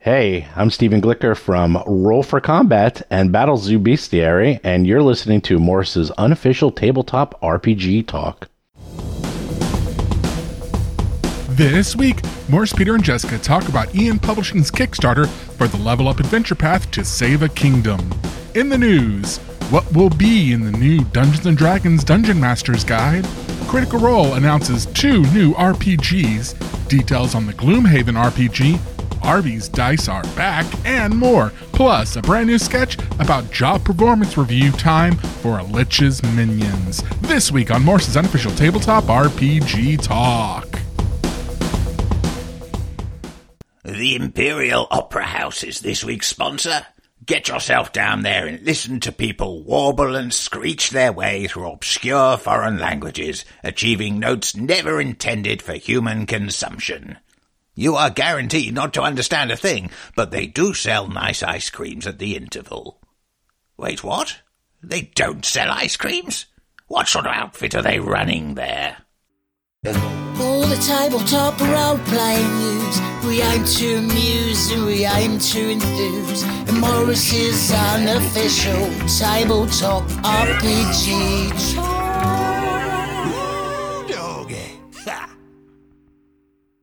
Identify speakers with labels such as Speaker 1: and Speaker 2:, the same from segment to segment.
Speaker 1: Hey, I'm Stephen Glicker from Roll for Combat and Battle Zoo Bestiary, and you're listening to Morse's unofficial tabletop RPG talk.
Speaker 2: This week, Morse, Peter, and Jessica talk about Ian Publishing's Kickstarter for the Level Up Adventure Path to Save a Kingdom. In the news, what will be in the new Dungeons and Dragons Dungeon Master's Guide? Critical Role announces two new RPGs, details on the Gloomhaven RPG, Arby's dice are back, and more. Plus, a brand new sketch about job performance review time for a Lich's Minions. This week on Morse's unofficial tabletop RPG talk.
Speaker 3: The Imperial Opera House is this week's sponsor. Get yourself down there and listen to people warble and screech their way through obscure foreign languages, achieving notes never intended for human consumption. You are guaranteed not to understand a thing, but they do sell nice ice creams at the interval. Wait, what? They don't sell ice creams? What sort of outfit are they running there?
Speaker 4: All the tabletop role playing news. We aim to amuse and we aim to enthuse. And Morris's unofficial tabletop RPG.
Speaker 3: Doggy. Ha!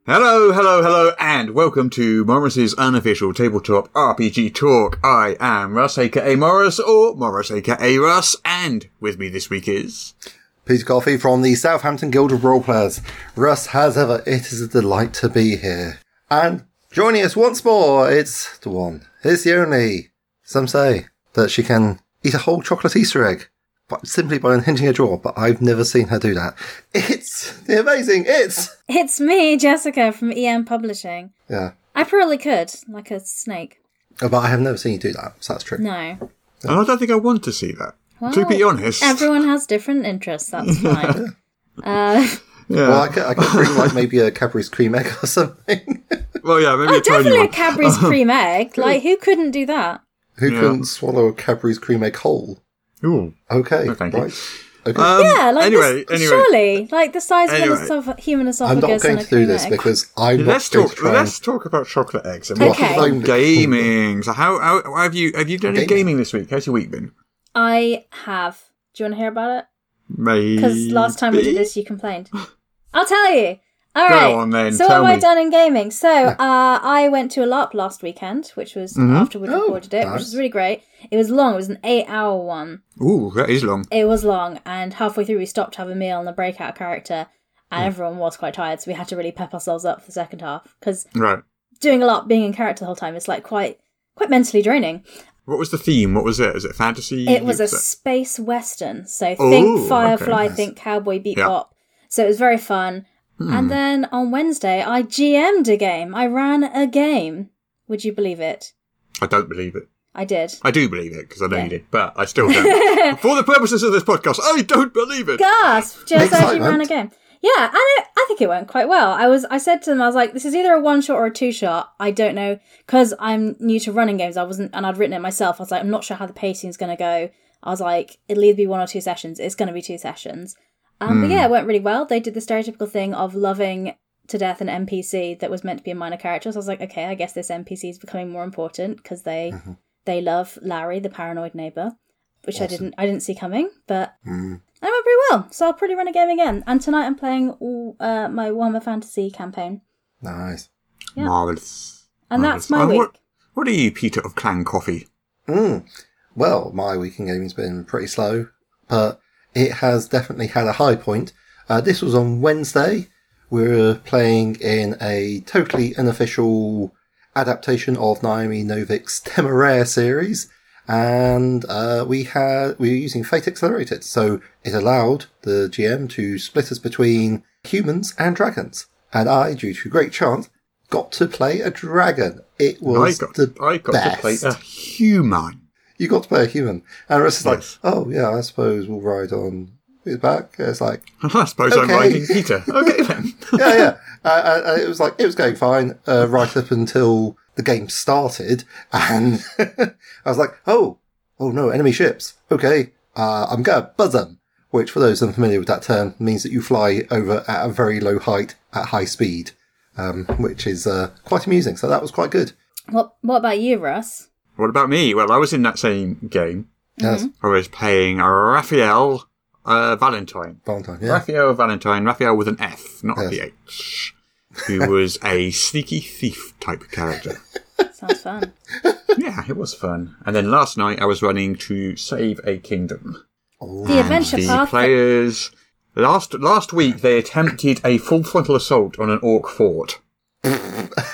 Speaker 5: Hello, hello, hello, and welcome to Morris's unofficial tabletop RPG talk. I am Russ, aka Morris, or Morris, aka Russ, and with me this week is.
Speaker 6: Peter Coffey from the Southampton Guild of Roleplayers. Russ, as ever, it is a delight to be here. And joining us once more, it's the one, it's the only. Some say that she can eat a whole chocolate Easter egg, but simply by unhinging a drawer, but I've never seen her do that. It's the amazing, it's,
Speaker 7: It's me, Jessica from EM Publishing.
Speaker 6: yeah.
Speaker 7: I probably could, like a snake.
Speaker 6: But I have never seen you do that, so that's true.
Speaker 7: No.
Speaker 5: And I don't think I want to see that. to be
Speaker 7: Well,
Speaker 5: honest.
Speaker 7: Everyone has different interests, that's fine. uh,
Speaker 5: Yeah.
Speaker 6: Well, I could, I could bring like maybe a Cadbury's cream egg or something.
Speaker 5: Well, yeah, maybe
Speaker 7: oh,
Speaker 5: a tiny
Speaker 7: definitely a
Speaker 5: one.
Speaker 7: Cadbury's cream egg. Like, who couldn't do that?
Speaker 6: Who
Speaker 5: Yeah.
Speaker 6: couldn't swallow a Cadbury's cream egg whole?
Speaker 5: Ooh.
Speaker 6: Okay,
Speaker 5: No, thank you.
Speaker 6: right. Okay.
Speaker 5: Um,
Speaker 7: Yeah, like
Speaker 5: anyway,
Speaker 7: this,
Speaker 5: anyway.
Speaker 7: surely, like the size
Speaker 5: Anyway.
Speaker 7: of an esoph- human
Speaker 6: I'm
Speaker 7: esophagus
Speaker 6: not going
Speaker 7: and a
Speaker 6: to do
Speaker 7: cream
Speaker 6: this
Speaker 7: egg.
Speaker 6: because I'm
Speaker 5: Let's
Speaker 6: not going
Speaker 5: talk.
Speaker 6: to try and
Speaker 5: Let's talk about chocolate eggs and
Speaker 7: Okay.
Speaker 5: what
Speaker 6: Gaming.
Speaker 5: gaming. So, how, how, how have you have you done any
Speaker 6: Gaming.
Speaker 5: gaming this week? How's your week been?
Speaker 7: I have. Do you want to hear about it? Because
Speaker 5: Maybe.
Speaker 7: last time we did this, you complained. I'll tell you. All
Speaker 5: Go
Speaker 7: right.
Speaker 5: on then,
Speaker 7: so
Speaker 5: tell
Speaker 7: what have I
Speaker 5: me.
Speaker 7: done in gaming? So uh, I went to a LARP last weekend, which was
Speaker 5: Mm-hmm.
Speaker 7: after we
Speaker 6: Oh,
Speaker 7: recorded it,
Speaker 6: nice.
Speaker 7: which was really great. It was long. It was an eight-hour one.
Speaker 5: Ooh, that is long.
Speaker 7: It was long, and halfway through we stopped to have a meal and a breakout character, and everyone was quite tired, so we had to really pep ourselves up for the second half because
Speaker 5: Right.
Speaker 7: doing a LARP, being in character the whole time, is like quite quite mentally draining.
Speaker 5: What was the theme? What was it? Was it fantasy?
Speaker 7: It was a
Speaker 5: Was it-
Speaker 7: space western, so
Speaker 5: Ooh,
Speaker 7: think Firefly,
Speaker 5: okay.
Speaker 7: think Cowboy Bebop.
Speaker 5: Yeah. Hmm.
Speaker 7: So it was very fun. And then on Wednesday, I GM'd a game. I ran a game. Would you believe it?
Speaker 5: I don't believe it.
Speaker 7: I did.
Speaker 5: I do believe it because I know
Speaker 7: Yeah.
Speaker 5: you did, but I still don't. For the purposes of this podcast, I don't believe it.
Speaker 7: Gasp! Just actually ran a
Speaker 6: Excitement.
Speaker 7: game. Yeah, and I, I think it went quite well. I was, I said to them, I was like, this is either a one shot or a two shot. I don't know because I'm new to running games. I wasn't, and I'd written it myself. I was like, I'm not sure how the pacing's going to go. I was like, it'll either be one or two sessions. It's going to be two sessions. Um, But yeah, it went really well. They did the stereotypical thing of loving to death an NPC that was meant to be a minor character. So I was like, okay, I guess this NPC is becoming more important because they they love Larry, the paranoid neighbor, which I didn't I didn't see coming, but I went pretty well. So I'll probably run a game again. And tonight I'm playing uh, my Warhammer Fantasy campaign,
Speaker 6: Nice.
Speaker 7: Yeah.
Speaker 5: Marvelous.
Speaker 7: and that's my
Speaker 5: And
Speaker 7: week.
Speaker 5: What, what are you, Peter of Clan Coffee?
Speaker 6: Mm. Well, my weekend gaming's been pretty slow, but it has definitely had a high point. Uh, this was on Wednesday. We were playing in a totally unofficial adaptation of Naomi Novik's Temeraire series, and uh, we had we were using Fate Accelerated, so it allowed the GM to split us between humans and dragons. And I, due to great chance, got to play a dragon. It
Speaker 5: I
Speaker 6: was
Speaker 5: got,
Speaker 6: the
Speaker 5: I got
Speaker 6: best
Speaker 5: to play a human.
Speaker 6: you got to play a human. And Russ is like,
Speaker 5: Yes.
Speaker 6: oh, yeah, I suppose we'll ride on his back. And It's like,
Speaker 5: I suppose I'm
Speaker 6: Okay.
Speaker 5: writing Peter. Okay then.
Speaker 6: yeah, yeah. uh, uh, uh, it was like, it was going fine uh, right up until the game started. And I was like, oh, oh no, enemy ships. Okay, uh, I'm going to buzz them. Which, for those unfamiliar with that term, means that you fly over at a very low height at high speed, um, which is uh, quite amusing. So that was quite good.
Speaker 7: What What about you, Russ?
Speaker 5: What about me? Well, I was in that same game.
Speaker 6: Yes,
Speaker 5: I was playing Raphael uh, Valentine.
Speaker 6: Valentine. Yeah,
Speaker 5: Raphael Valentine, Raphael with an F, not a
Speaker 6: Yes.
Speaker 5: PH, who was a sneaky thief type character.
Speaker 7: Sounds fun.
Speaker 5: yeah, it was fun. And then last night I was running to save a kingdom.
Speaker 7: The adventure
Speaker 5: the
Speaker 7: path.
Speaker 5: players last last week they attempted a full frontal assault on an orc fort. and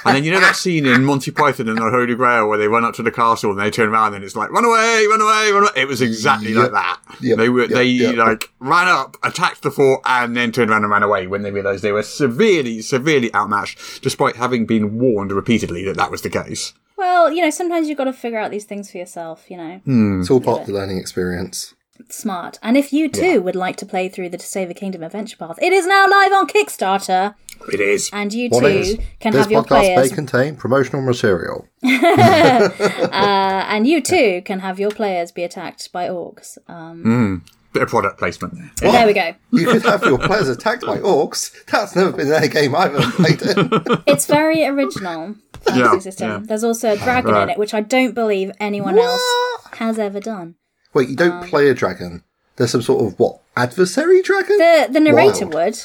Speaker 5: then you know that scene in Monty Python and the Holy Grail where they run up to the castle and they turn around and it's like run away, run away, run away. It was exactly like
Speaker 6: Yep.
Speaker 5: that.
Speaker 6: Yep.
Speaker 5: They were
Speaker 6: Yep.
Speaker 5: they
Speaker 6: Yep.
Speaker 5: like ran up, attacked the fort, and then turned around and ran away when they realised they were severely, severely outmatched, despite having been warned repeatedly that that was the case.
Speaker 7: well, you know, sometimes you've got to figure out these things for yourself. You know,
Speaker 6: it's all part of the learning experience.
Speaker 7: smart. And if you too would like to play through the To Save a Kingdom adventure path, it is now live on Kickstarter,
Speaker 5: It is.
Speaker 7: and you
Speaker 6: What is
Speaker 7: too can
Speaker 6: this
Speaker 7: have your
Speaker 6: podcast
Speaker 7: players.
Speaker 6: may contain promotional material.
Speaker 7: Uh, and you too can have your players be attacked by orcs. Um,
Speaker 5: Bit of product placement there.
Speaker 7: there we go.
Speaker 6: You could have your players attacked by orcs. That's never been in a game I've ever played. In.
Speaker 7: It's very original
Speaker 5: Yeah,
Speaker 7: fantasy system.
Speaker 5: yeah.
Speaker 7: There's also a dragon in
Speaker 5: Right.
Speaker 7: it, which I don't believe anyone else has ever done.
Speaker 6: Wait, you don't play a dragon. There's some sort of what adversary dragon?
Speaker 7: The the narrator
Speaker 6: Wild.
Speaker 7: would.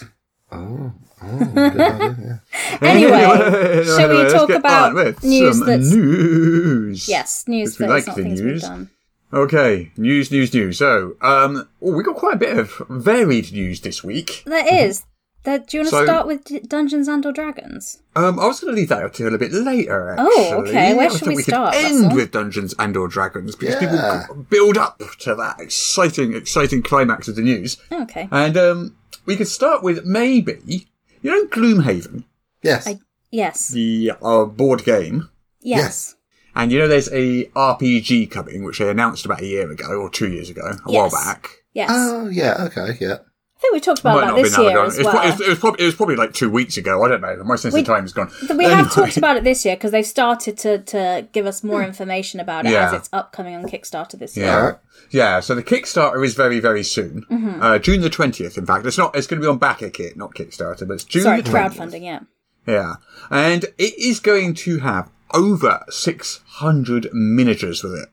Speaker 6: Good idea, yeah.
Speaker 7: Anyway, shall
Speaker 5: Anyway,
Speaker 7: we
Speaker 5: let's
Speaker 7: talk
Speaker 5: get
Speaker 7: about
Speaker 5: on with
Speaker 7: news
Speaker 5: some
Speaker 7: that's
Speaker 5: news.
Speaker 7: yes, news
Speaker 5: If we like
Speaker 7: that's not
Speaker 5: the
Speaker 7: things
Speaker 5: news.
Speaker 7: we've done.
Speaker 5: Okay, news, news, news. So, um, oh, we got quite a bit of varied news this week.
Speaker 7: There is. There, do you want to
Speaker 5: Mm-hmm. So-
Speaker 7: start with D- Dungeons and or Dragons?
Speaker 5: Um, I was going to leave that until a bit later. Actually.
Speaker 7: Oh, okay, where
Speaker 5: I
Speaker 7: should
Speaker 5: thought
Speaker 7: we
Speaker 5: could
Speaker 7: start,
Speaker 5: End
Speaker 7: Russell?
Speaker 5: with Dungeons and or Dragons because
Speaker 6: Yeah.
Speaker 5: people build up to that exciting, exciting climax of the news,
Speaker 7: Oh, Okay.
Speaker 5: and um, we could start with maybe you know Gloomhaven,
Speaker 6: Yes.
Speaker 7: I- yes.
Speaker 5: the uh, board game.
Speaker 7: Yes.
Speaker 5: And you know, there's a RPG coming, which they announced about a year ago or two years ago, a while
Speaker 7: Yes.
Speaker 5: back.
Speaker 7: Yes.
Speaker 6: Oh yeah. Okay. Yeah.
Speaker 7: I think we talked about
Speaker 5: Might
Speaker 7: that
Speaker 5: not have
Speaker 7: this
Speaker 5: been that
Speaker 7: year
Speaker 5: long.
Speaker 7: as
Speaker 5: It's pro-
Speaker 7: well.
Speaker 5: it, was, it was probably, it was probably like two weeks ago. I don't know. My sense
Speaker 7: We-
Speaker 5: of time is gone.
Speaker 7: we have
Speaker 5: Anyway. Hmm.
Speaker 7: talked about it this year because they've started to, to give us more information about it as
Speaker 5: Yeah.
Speaker 7: it's upcoming on Kickstarter this year.
Speaker 5: Yeah. Yeah, so the Kickstarter is very, very soon.
Speaker 7: Mm-hmm.
Speaker 5: Uh, June the 20th, in fact. It's not, it's going to be on Backakit, not Kickstarter, but it's June
Speaker 7: Sorry,
Speaker 5: the 20th.
Speaker 7: crowdfunding, yeah.
Speaker 5: Yeah. And it is going to have over 600 miniatures with it.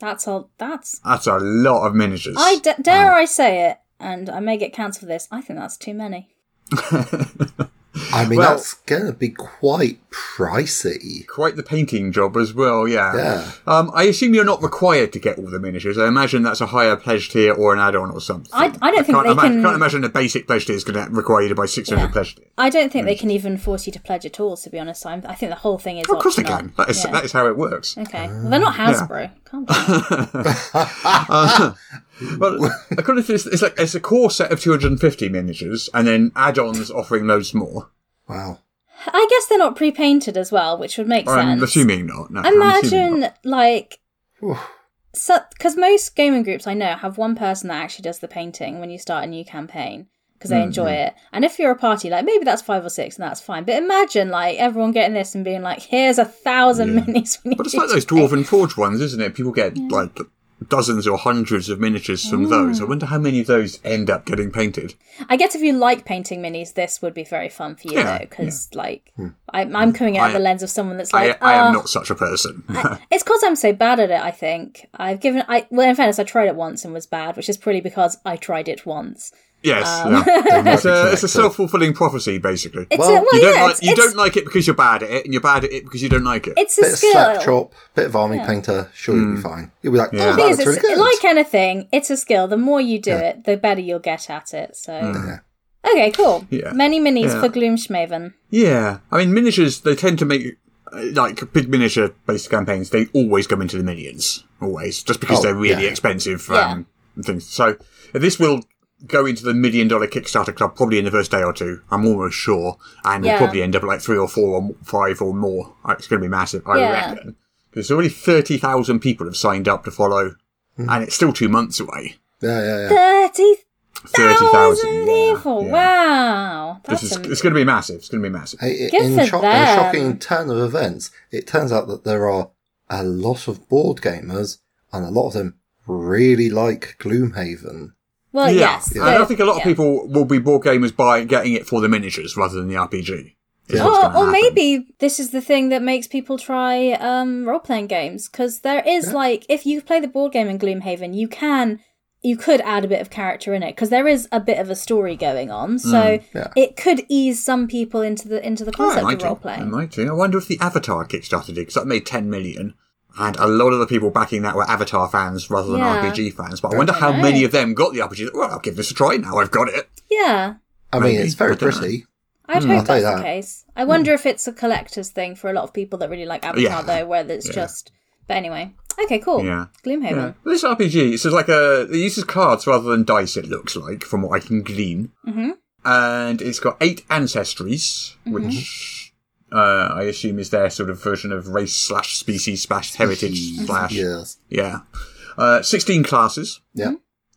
Speaker 7: That's all. That's.
Speaker 5: That's a lot of miniatures.
Speaker 7: I d- dare I say it, and I may get cancelled for this. I think that's too many.
Speaker 6: I mean,
Speaker 5: Well-
Speaker 6: that's going to be quite pricey.
Speaker 5: Quite the painting job as well, yeah.
Speaker 6: Yeah.
Speaker 5: Um, I assume you're not required to get all the miniatures. I imagine that's a higher pledge tier or an add-on or something.
Speaker 7: I- I don't think
Speaker 5: can't
Speaker 7: they
Speaker 5: ima-
Speaker 7: can-
Speaker 5: can't imagine a basic pledge tier is going to require you to buy 600
Speaker 7: Yeah.
Speaker 5: pledge tier.
Speaker 7: I don't think they can even force you to pledge at all. To be honest, I'm, I think the whole thing is.
Speaker 5: Of course they
Speaker 7: optional.
Speaker 5: can. That is,
Speaker 7: Yeah.
Speaker 5: that is Uh, how it works.
Speaker 7: Okay, well, they're not Hasbro. Calm down.
Speaker 5: Well, according to this, it's like it's a core set of 250 miniatures, and then add-ons offering loads more.
Speaker 6: Wow.
Speaker 7: I guess they're not pre-painted as well, which would make
Speaker 5: I'm
Speaker 7: sense.
Speaker 5: assuming not. No, I'm assuming
Speaker 7: Imagine
Speaker 5: not.
Speaker 7: like,
Speaker 6: Oof.
Speaker 7: because most gaming groups I know have one person that actually does the painting when you start a new campaign because
Speaker 5: Mm,
Speaker 7: they enjoy it. And if you're a party, like maybe that's five or six, and that's fine. But imagine like everyone getting this and being like, "Here's a thousand
Speaker 5: Yeah.
Speaker 7: minis." We need
Speaker 5: But it's
Speaker 7: you
Speaker 5: like
Speaker 7: to
Speaker 5: those
Speaker 7: paint."
Speaker 5: Dwarven Forge ones, isn't it? People get like dozens or hundreds of miniatures from those. I
Speaker 7: Mm.
Speaker 5: wonder how many of those end up getting painted.
Speaker 7: I guess if you like painting minis, this would be very fun for you
Speaker 5: Yeah, Hmm.
Speaker 7: though, because like I, I'm coming out of the
Speaker 5: I-
Speaker 7: lens of someone that's
Speaker 5: I,
Speaker 7: like,
Speaker 5: I
Speaker 7: "Ah,
Speaker 5: am not such a person.
Speaker 7: It's because I'm so bad at it. I think I've given. I well, in fairness, I tried it once and was bad, which is probably because I tried it once.
Speaker 5: yes, yeah. it's a, it's a self-fulfilling prophecy, basically.
Speaker 7: It's
Speaker 6: Well,
Speaker 7: a, well
Speaker 5: you don't
Speaker 7: yeah,
Speaker 5: like
Speaker 7: it's,
Speaker 5: you
Speaker 7: it's,
Speaker 5: don't like it because you're bad at it, and you're bad at it because you don't like it.
Speaker 7: it's a
Speaker 6: Bit of
Speaker 7: skill.
Speaker 6: slap chop, bit of army painter, sure you'll be fine. You'll be like,
Speaker 5: Hmm.
Speaker 6: oh,
Speaker 5: Yeah.
Speaker 6: that
Speaker 7: The thing is,
Speaker 6: looks really
Speaker 7: it's-
Speaker 6: good.
Speaker 7: like anything, it's a skill. The more you do it, the better you'll get at it. So, okay, cool.
Speaker 5: Hmm. Yeah.
Speaker 7: Many minis
Speaker 5: Yeah.
Speaker 7: for Gloomschmaven.
Speaker 5: yeah, I mean miniatures. They tend to make uh, like big miniature based campaigns. They always come into the millions, always, just because
Speaker 6: Oh,
Speaker 5: they're really
Speaker 6: yeah.
Speaker 5: expensive um, things. So this will go into the million dollar Kickstarter club probably in the first day or two. I'm almost sure, and
Speaker 7: Yeah.
Speaker 5: we'll probably end up like three or four or five or more. Uh, It's going to be massive, I
Speaker 7: Yeah.
Speaker 5: reckon. Because already thirty thousand people have signed up to follow,
Speaker 6: Hmm.
Speaker 5: and it's still two months away.
Speaker 6: Yeah, yeah, yeah.
Speaker 7: Thirty thousand
Speaker 5: 30,000, yeah,
Speaker 7: people!
Speaker 5: yeah.
Speaker 7: Wow, that's
Speaker 5: This is,
Speaker 7: am-
Speaker 5: it's going to be massive. It's going to be massive.
Speaker 6: Hey, it-
Speaker 7: Good
Speaker 6: in
Speaker 7: for
Speaker 6: shock- in
Speaker 7: them.
Speaker 6: a shocking turn of events, it turns out that there are a lot of board gamers, and a lot of them really like Gloomhaven.
Speaker 7: well, yes.
Speaker 5: And I
Speaker 7: so-
Speaker 5: think a lot
Speaker 7: yeah.
Speaker 5: of people will be board gamers by getting it for the miniatures rather than the RPG. is what's
Speaker 7: Or,
Speaker 5: gonna
Speaker 7: or
Speaker 5: happen.
Speaker 7: maybe this is the thing that makes people try um, role playing games because there is like if you play the board game in Gloomhaven, you can you could add a bit of character in it because there is a bit of a story going
Speaker 5: Mm,
Speaker 7: on, so
Speaker 6: yeah.
Speaker 7: it could ease some people into the into the
Speaker 5: Oh, I
Speaker 7: concept
Speaker 5: might
Speaker 7: of
Speaker 5: do.
Speaker 7: role
Speaker 5: I
Speaker 7: playing.
Speaker 5: might do. I wonder if the Avatar Kickstarter did because that made 10 million. And a lot of the people backing that were Avatar fans rather than
Speaker 7: Yeah.
Speaker 5: RPG fans. But I wonder how
Speaker 7: know.
Speaker 5: many of them got the RPG. Well, I'll give this a try now. I've got it.
Speaker 7: Yeah,
Speaker 6: I mean,
Speaker 5: Maybe.
Speaker 6: it's very
Speaker 5: I don't know.
Speaker 6: pretty.
Speaker 7: I'd
Speaker 6: Hmm, I'll
Speaker 7: hope
Speaker 6: tell you
Speaker 7: that's the
Speaker 6: that.
Speaker 7: case. I wonder if it's a collector's thing for a lot of people that really like Avatar,
Speaker 5: Hmm. Yeah.
Speaker 7: though, where it's
Speaker 5: Yeah.
Speaker 7: just. But anyway, okay, cool.
Speaker 5: Yeah.
Speaker 7: Gloomhaven.
Speaker 5: Yeah. This RPG, it's just like a, it uses cards rather than dice, it looks like, from what I can glean.
Speaker 7: Mhm.
Speaker 5: And it's got eight ancestries,
Speaker 7: Mm-hmm.
Speaker 5: which uh, I assume is their sort of version of race slash species slash heritage slash.
Speaker 6: Yes.
Speaker 5: Yeah. Uh, 16 classes.
Speaker 7: Hmm?
Speaker 6: Yeah.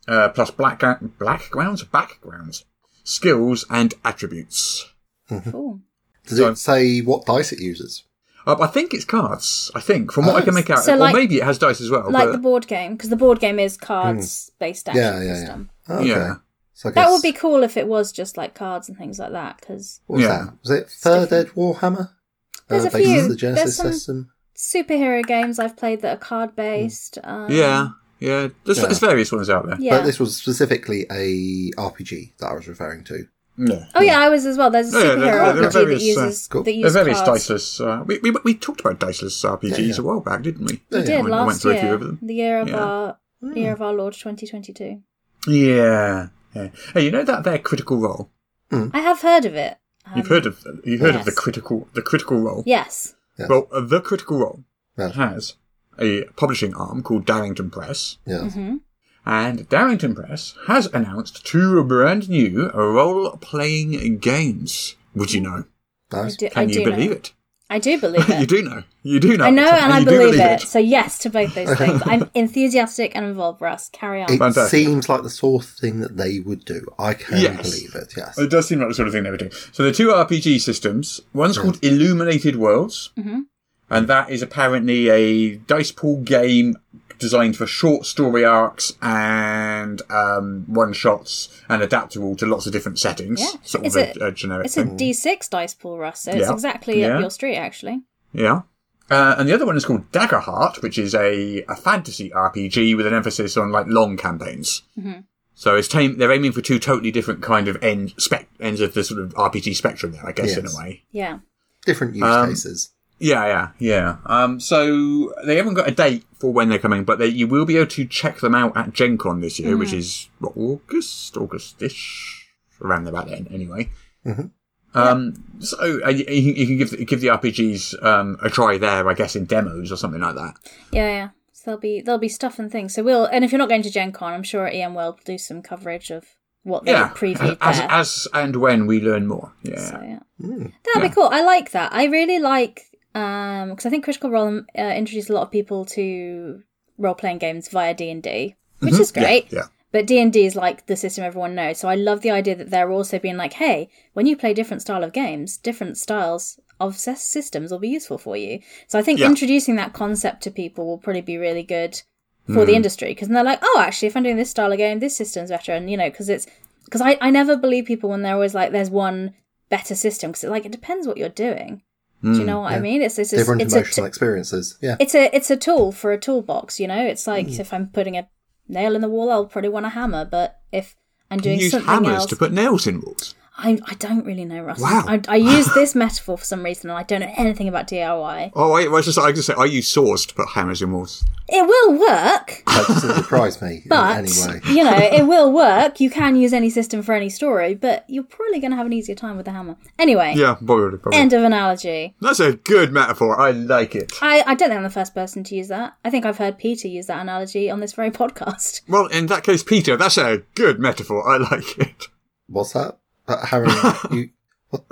Speaker 5: uh, plus black backgrounds, backgrounds, skills, and attributes.
Speaker 7: Cool.
Speaker 6: Does
Speaker 5: So-
Speaker 6: it say what dice it uses?
Speaker 5: Uh, I think it's cards. I think from what I can make out,
Speaker 7: So, like-
Speaker 5: or maybe it has dice as well.
Speaker 7: like
Speaker 5: but,
Speaker 7: the board game, because the board game is cards based action
Speaker 6: Hmm. Yeah, yeah, yeah.
Speaker 7: system.
Speaker 6: Okay.
Speaker 5: Yeah.
Speaker 6: So I guess,
Speaker 7: That would be cool if it was just like cards and things like that, because
Speaker 6: What was
Speaker 5: Yeah.
Speaker 6: that? Was it Third Ed Warhammer? Uh,
Speaker 7: There's a
Speaker 6: based on
Speaker 7: few.
Speaker 6: the Genesis
Speaker 7: There's some-
Speaker 6: system.
Speaker 7: superhero games I've played that are card based.
Speaker 6: Hmm.
Speaker 7: Um,
Speaker 5: yeah, yeah. There's,
Speaker 6: Yeah.
Speaker 5: there's various ones out there.
Speaker 7: Yeah.
Speaker 6: But this was specifically a RPG that I was referring to.
Speaker 5: Yeah.
Speaker 7: Oh yeah, I was as well. There's a
Speaker 5: Yeah, yeah, there-
Speaker 7: superhero
Speaker 5: there are
Speaker 7: RPG
Speaker 5: various,
Speaker 7: that uses
Speaker 6: cool.
Speaker 7: that
Speaker 5: There are
Speaker 7: uses
Speaker 5: various
Speaker 7: cards.
Speaker 5: diceless. Uh, we, we we talked about diceless RPGs
Speaker 6: Yeah, yeah.
Speaker 5: a while back, didn't we?
Speaker 7: We
Speaker 6: Yeah,
Speaker 7: did
Speaker 5: I went- I went
Speaker 7: last
Speaker 5: through a few
Speaker 7: year,
Speaker 5: of them.
Speaker 7: the year of
Speaker 5: Yeah.
Speaker 7: our
Speaker 6: Hmm.
Speaker 7: the year of our Lord 2022.
Speaker 5: Yeah. yeah. Hey, you know that their critical role.
Speaker 6: Hmm.
Speaker 7: I have heard of it. I
Speaker 5: You've
Speaker 7: haven't-
Speaker 5: heard of you've heard of the
Speaker 7: Um, yes.
Speaker 5: critical the critical role.
Speaker 7: Yes.
Speaker 6: Yes.
Speaker 5: Well, uh, the critical role
Speaker 6: Yes.
Speaker 7: Mm-hmm.
Speaker 5: has a publishing arm called Darrington Press,
Speaker 6: Yes.
Speaker 7: hmm
Speaker 5: And Darrington Press has announced two brand new role playing games. Would you know?
Speaker 7: I
Speaker 6: Nice.
Speaker 7: do, I
Speaker 5: Can
Speaker 7: do
Speaker 5: you believe
Speaker 7: know.
Speaker 5: it?
Speaker 7: I do believe it.
Speaker 5: you do know. You do know.
Speaker 7: I know
Speaker 5: it,
Speaker 7: and, I
Speaker 5: you do
Speaker 7: believe it. So yes to both those things. I'm enthusiastic and involved, Russ. Carry on.
Speaker 6: It
Speaker 5: Fantastic.
Speaker 6: seems like the sort of thing that they would do. I can
Speaker 5: Yes.
Speaker 6: believe it. Yes.
Speaker 5: It does seem like the sort of thing they would do. So the two RPG systems. One's called Illuminated Worlds,
Speaker 7: Mhm.
Speaker 5: and that is apparently a dice pool game designed for short story arcs and um, one shots, and adaptable to lots of different settings.
Speaker 7: Yeah.
Speaker 5: Sort
Speaker 7: It's
Speaker 5: of a,
Speaker 7: a-
Speaker 5: a generic
Speaker 7: It's a
Speaker 5: thing.
Speaker 7: D6 dice pool, Russ. So it's
Speaker 5: Yeah.
Speaker 7: exactly
Speaker 5: Yeah.
Speaker 7: up your street, actually.
Speaker 5: Yeah. Uh, and the other one is called Daggerheart, which is a, a fantasy RPG with an emphasis on like long campaigns. So it's tame, they're aiming for two totally different kind of end spec, ends of the sort of RPG spectrum there, I guess, in
Speaker 6: Yes.
Speaker 5: a way.
Speaker 7: Yeah.
Speaker 6: Different use
Speaker 5: Um,
Speaker 6: cases.
Speaker 5: Yeah, yeah, yeah. Um, so they haven't got a date for when they're coming, but they, you will be able to check them out at Gen Con this year,
Speaker 7: Mm-hmm.
Speaker 5: which is what, August, August-ish, around about then, anyway.
Speaker 6: Mhm.
Speaker 5: Um, so uh, you, you can- you can give the, give the RPGs um, a try there, I guess, in demos or something like that.
Speaker 7: Yeah, yeah. So there'll be there'll be stuff and things. So we'll and if you're not going to Gen Con, I'm sure EM World will do some coverage of what they
Speaker 5: yeah,
Speaker 7: previewed
Speaker 5: as,
Speaker 7: there.
Speaker 5: as and when we learn more. Yeah, Hmm.
Speaker 7: So yeah.
Speaker 6: Mm.
Speaker 7: That'd
Speaker 5: Yeah.
Speaker 7: be cool. I like that. I really like um because I think Critical Role uh, introduced a lot of people to role playing games via D and D, which is great.
Speaker 5: Mm-hmm. Yeah,
Speaker 7: But D and D is like the system everyone knows. So I love the idea that they're also being like, hey, when you play different style of games, different styles of sy- systems will be useful for you. So I think
Speaker 5: Yeah.
Speaker 7: introducing that concept to people will probably be really good for
Speaker 5: Hmm.
Speaker 7: the industry because they're like, oh, actually, if I'm doing this style of game, this system's better, and you know, because it's because I I never believe people when they're always like, there's one better system because like it depends what you're doing. Do
Speaker 5: Hmm,
Speaker 7: you know what I
Speaker 6: yeah.
Speaker 7: mean? It's it's, it's,
Speaker 6: Different
Speaker 7: it's a
Speaker 6: emotional experiences. Yeah.
Speaker 7: it's a it's a tool for a toolbox you know it's like
Speaker 5: Hmm.
Speaker 7: if i'm putting a nail in the wall i'll probably want a hammer but if i'm doing
Speaker 5: you use
Speaker 7: something
Speaker 5: hammers
Speaker 7: else
Speaker 5: to put nails in walls.
Speaker 7: I, I don't really know russ
Speaker 5: Wow.
Speaker 7: I, I use this metaphor for some reason and i don't know anything about diy
Speaker 5: Oh, I, I was just I was just say I use saws to put hammers in walls.
Speaker 7: it will work
Speaker 6: That doesn't surprise me
Speaker 7: but
Speaker 6: in any way.
Speaker 7: you know it will work you can use any system for any story but you're probably going to have an easier time with a hammer anyway
Speaker 5: Yeah, probably. probably.
Speaker 7: end of analogy
Speaker 5: That's a good metaphor. I like it.
Speaker 7: I, I don't think i'm the first person to use that i think i've heard peter use that analogy on this very podcast
Speaker 5: Well, in that case, Peter, that's a good metaphor. I like it.
Speaker 6: What's that? Uh, Harry, you, what?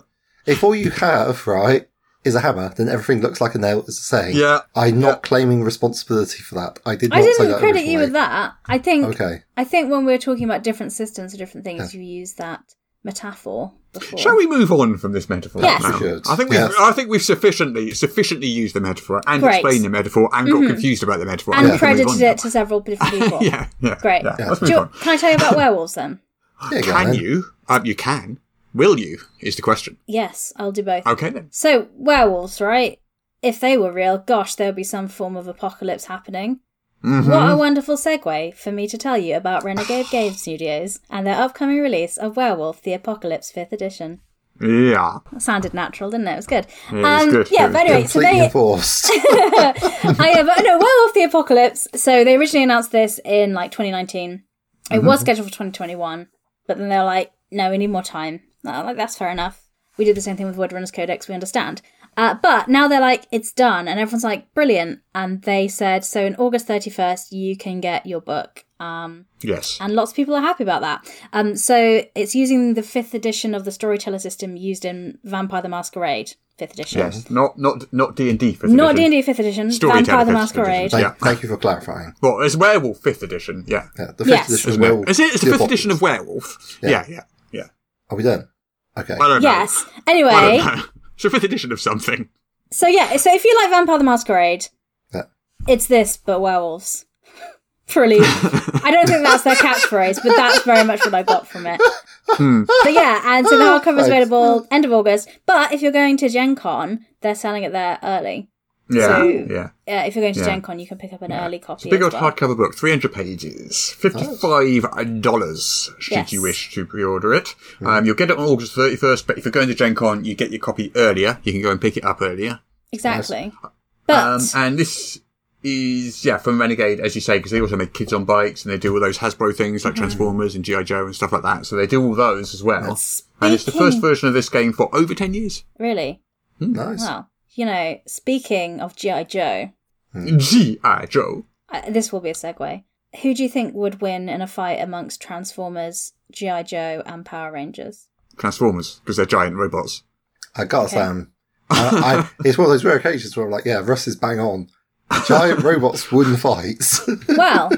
Speaker 6: If all you have, right, is a hammer, then everything looks like a nail is the same.
Speaker 5: Yeah.
Speaker 6: I'm not claiming responsibility for that. I did not
Speaker 7: I
Speaker 6: say
Speaker 7: didn't
Speaker 6: that
Speaker 7: credit you with
Speaker 6: originally.
Speaker 7: that. I think
Speaker 6: Okay.
Speaker 7: I think when we were talking about different systems or different things, you used that metaphor before.
Speaker 5: Shall we move on from this metaphor?
Speaker 7: Yes.
Speaker 5: now?
Speaker 6: We should.
Speaker 5: I think we've
Speaker 6: Yes.
Speaker 5: I think we've sufficiently sufficiently used the metaphor and
Speaker 7: Great. Mm-hmm.
Speaker 5: explained the metaphor and got confused about the metaphor.
Speaker 7: And
Speaker 5: I think we can
Speaker 7: credited
Speaker 5: move on
Speaker 7: it to several different
Speaker 5: now.
Speaker 7: people.
Speaker 5: yeah, yeah.
Speaker 7: Great.
Speaker 5: yeah. Let's
Speaker 7: Do
Speaker 5: move
Speaker 7: you-
Speaker 5: on.
Speaker 7: can I tell you about werewolves then?
Speaker 6: There you go,
Speaker 5: Can
Speaker 6: then.
Speaker 5: you? Um, you can. Will you? Is the question.
Speaker 7: Yes, I'll do both.
Speaker 5: Okay then.
Speaker 7: So, werewolves, right? If they were real, gosh, there would be some form of apocalypse happening.
Speaker 5: Mm-hmm.
Speaker 7: What a wonderful segue for me to tell you about Renegade Game Studios and their upcoming release of Werewolf the Apocalypse 5th Edition.
Speaker 5: Yeah.
Speaker 7: That sounded natural, didn't it? It was good. Um,
Speaker 5: Yeah, it was good.
Speaker 7: yeah,
Speaker 5: It was
Speaker 7: but anyway, so
Speaker 6: Completely
Speaker 7: they,
Speaker 6: enforced.
Speaker 7: I uh, but no, well off the apocalypse. So they originally announced this in like 2019. It
Speaker 5: Mm-hmm.
Speaker 7: was scheduled for 2021, but then they were like, "No, we need more time." And I'm like that's fair enough. We did the same thing with Woodrunner's Codex. We understand. Uh, but now they're like, "It's done," and everyone's like, "Brilliant!" And they said, "So in August 31st, you can get your book." Um,
Speaker 5: Yes.
Speaker 7: and lots of people are happy about that. Um, so it's using the fifth edition of the storyteller system used in Vampire the Masquerade, fifth edition.
Speaker 5: yes. Not not not D and D fifth
Speaker 7: Not D
Speaker 5: edition.
Speaker 7: and D fifth edition.
Speaker 5: Storyteller
Speaker 7: Vampire the
Speaker 5: 5th
Speaker 7: Masquerade.
Speaker 5: edition.
Speaker 6: thank,
Speaker 5: Yeah.
Speaker 6: thank you for clarifying.
Speaker 5: Well, it's werewolf fifth edition. Yeah.
Speaker 6: Yeah, the fifth
Speaker 7: Yes.
Speaker 6: edition
Speaker 5: It's,
Speaker 6: is
Speaker 5: were-
Speaker 6: well.
Speaker 5: is it? It's the
Speaker 6: the
Speaker 5: fifth
Speaker 6: apocalypse.
Speaker 5: edition of werewolf. Yeah.
Speaker 6: Yeah.
Speaker 5: Yeah. Yeah.
Speaker 6: Are we done? Okay.
Speaker 5: I don't know.
Speaker 7: Yes.
Speaker 5: I
Speaker 7: Anyway,
Speaker 5: don't know. It's the fifth edition of something.
Speaker 7: so yeah, so if you like Vampire the Masquerade,
Speaker 6: Yeah.
Speaker 7: it's this but werewolves. Pretty. I don't think that's their catchphrase, but that's very much what I got from it.
Speaker 5: Hmm.
Speaker 7: But yeah, and so the
Speaker 6: Thanks.
Speaker 7: hardcover's available end of August. But if you're going to Gen Con, they're selling it there early.
Speaker 5: Yeah.
Speaker 7: So-
Speaker 5: yeah.
Speaker 7: Uh, if you're going to
Speaker 5: Yeah.
Speaker 7: Gen Con, you can pick up an early copy.
Speaker 5: It's a big old
Speaker 7: as well.
Speaker 5: hardcover book, 300 pages, $55 should
Speaker 7: Yes.
Speaker 5: you wish to pre-order it. Um, you'll get it on August 31st, but if you're going to Gen Con, you get your copy earlier. You can go and pick it up earlier.
Speaker 7: Exactly. But
Speaker 5: Um, and this is, yeah, from Renegade, as you say, because they also make kids on bikes and they do all those Hasbro things
Speaker 7: Mm-hmm.
Speaker 5: like Transformers and G.I. Joe and stuff like that. So they do all those as well. And it's the first
Speaker 7: Speaking-
Speaker 5: version of this game for over 10 years.
Speaker 7: really,
Speaker 5: hmm.
Speaker 6: Nice.
Speaker 7: well, you know, speaking of GI Joe, Hmm.
Speaker 5: G.I. Joe.
Speaker 7: Uh, this will be a segue. Who do you think would win in a fight amongst Transformers, G.I. Joe, and Power Rangers?
Speaker 5: Transformers, because they're giant robots.
Speaker 6: I gotta say, I'm- I, I, it's one of those rare occasions where I'm like, yeah, Russ is bang on. Giant robots wooden fights.
Speaker 7: Well,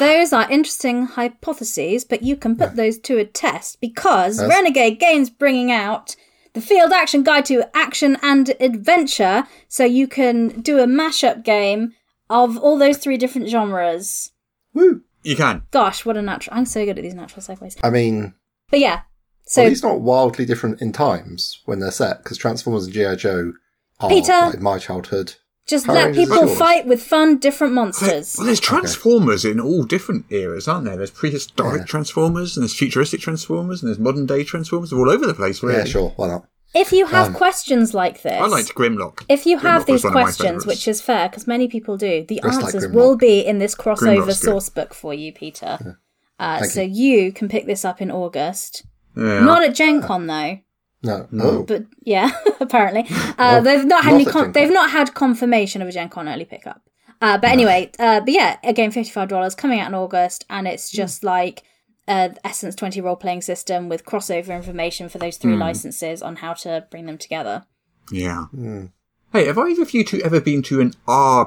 Speaker 7: those are interesting hypotheses, but you can put those to a test because
Speaker 6: Yes.
Speaker 7: Renegade Games bringing out the Field Action Guide to Action and Adventure, so you can do a mashup game of all those three different genres.
Speaker 6: Woo.
Speaker 5: You can.
Speaker 7: Gosh, what a natural! I'm so good at these natural segues.
Speaker 6: I mean,
Speaker 7: But yeah,
Speaker 6: so,
Speaker 7: so
Speaker 6: well, it's not wildly different in times when they're set because Transformers and GI Joe are
Speaker 7: Peter.
Speaker 6: like my childhood.
Speaker 7: just
Speaker 6: Power
Speaker 7: let
Speaker 6: Rangers
Speaker 7: people
Speaker 6: is yours.
Speaker 7: fight with fun, different
Speaker 5: There-
Speaker 7: monsters.
Speaker 5: Well, there's Transformers in all different eras, aren't there? There's prehistoric
Speaker 6: Yeah.
Speaker 5: Transformers, and there's futuristic Transformers, and there's modern day Transformers. They're all over the place, really.
Speaker 6: Yeah, sure, why not?
Speaker 7: If you have
Speaker 6: Um,
Speaker 7: questions like this,
Speaker 5: I liked Grimlock.
Speaker 7: if you have
Speaker 5: Grimlock was
Speaker 7: these
Speaker 5: one of my
Speaker 7: questions,
Speaker 5: favourites.
Speaker 7: which is fair because many people do, the
Speaker 6: Just like
Speaker 7: answers
Speaker 6: Grimlock.
Speaker 7: will be in this crossover
Speaker 5: Grimlock's good.
Speaker 7: source book for you, Peter. Uh,
Speaker 6: Thank
Speaker 7: so you. can pick this up in August.
Speaker 5: Yeah.
Speaker 7: Not at Gen Con though,
Speaker 6: No, Oh, no.
Speaker 7: but yeah, apparently uh,
Speaker 6: Well,
Speaker 7: they've not had
Speaker 6: not
Speaker 7: any
Speaker 6: at
Speaker 7: con-
Speaker 6: Gen Con.
Speaker 7: they've not had confirmation of a Gen Con early pickup. Uh, but anyway, uh, but yeah, again, fifty five dollars coming out in August, and it's just like uh, the Essence twenty role playing system with crossover information for those three licenses on how to bring them together.
Speaker 5: yeah.
Speaker 6: Hmm.
Speaker 5: Hey, have either of you two ever been to an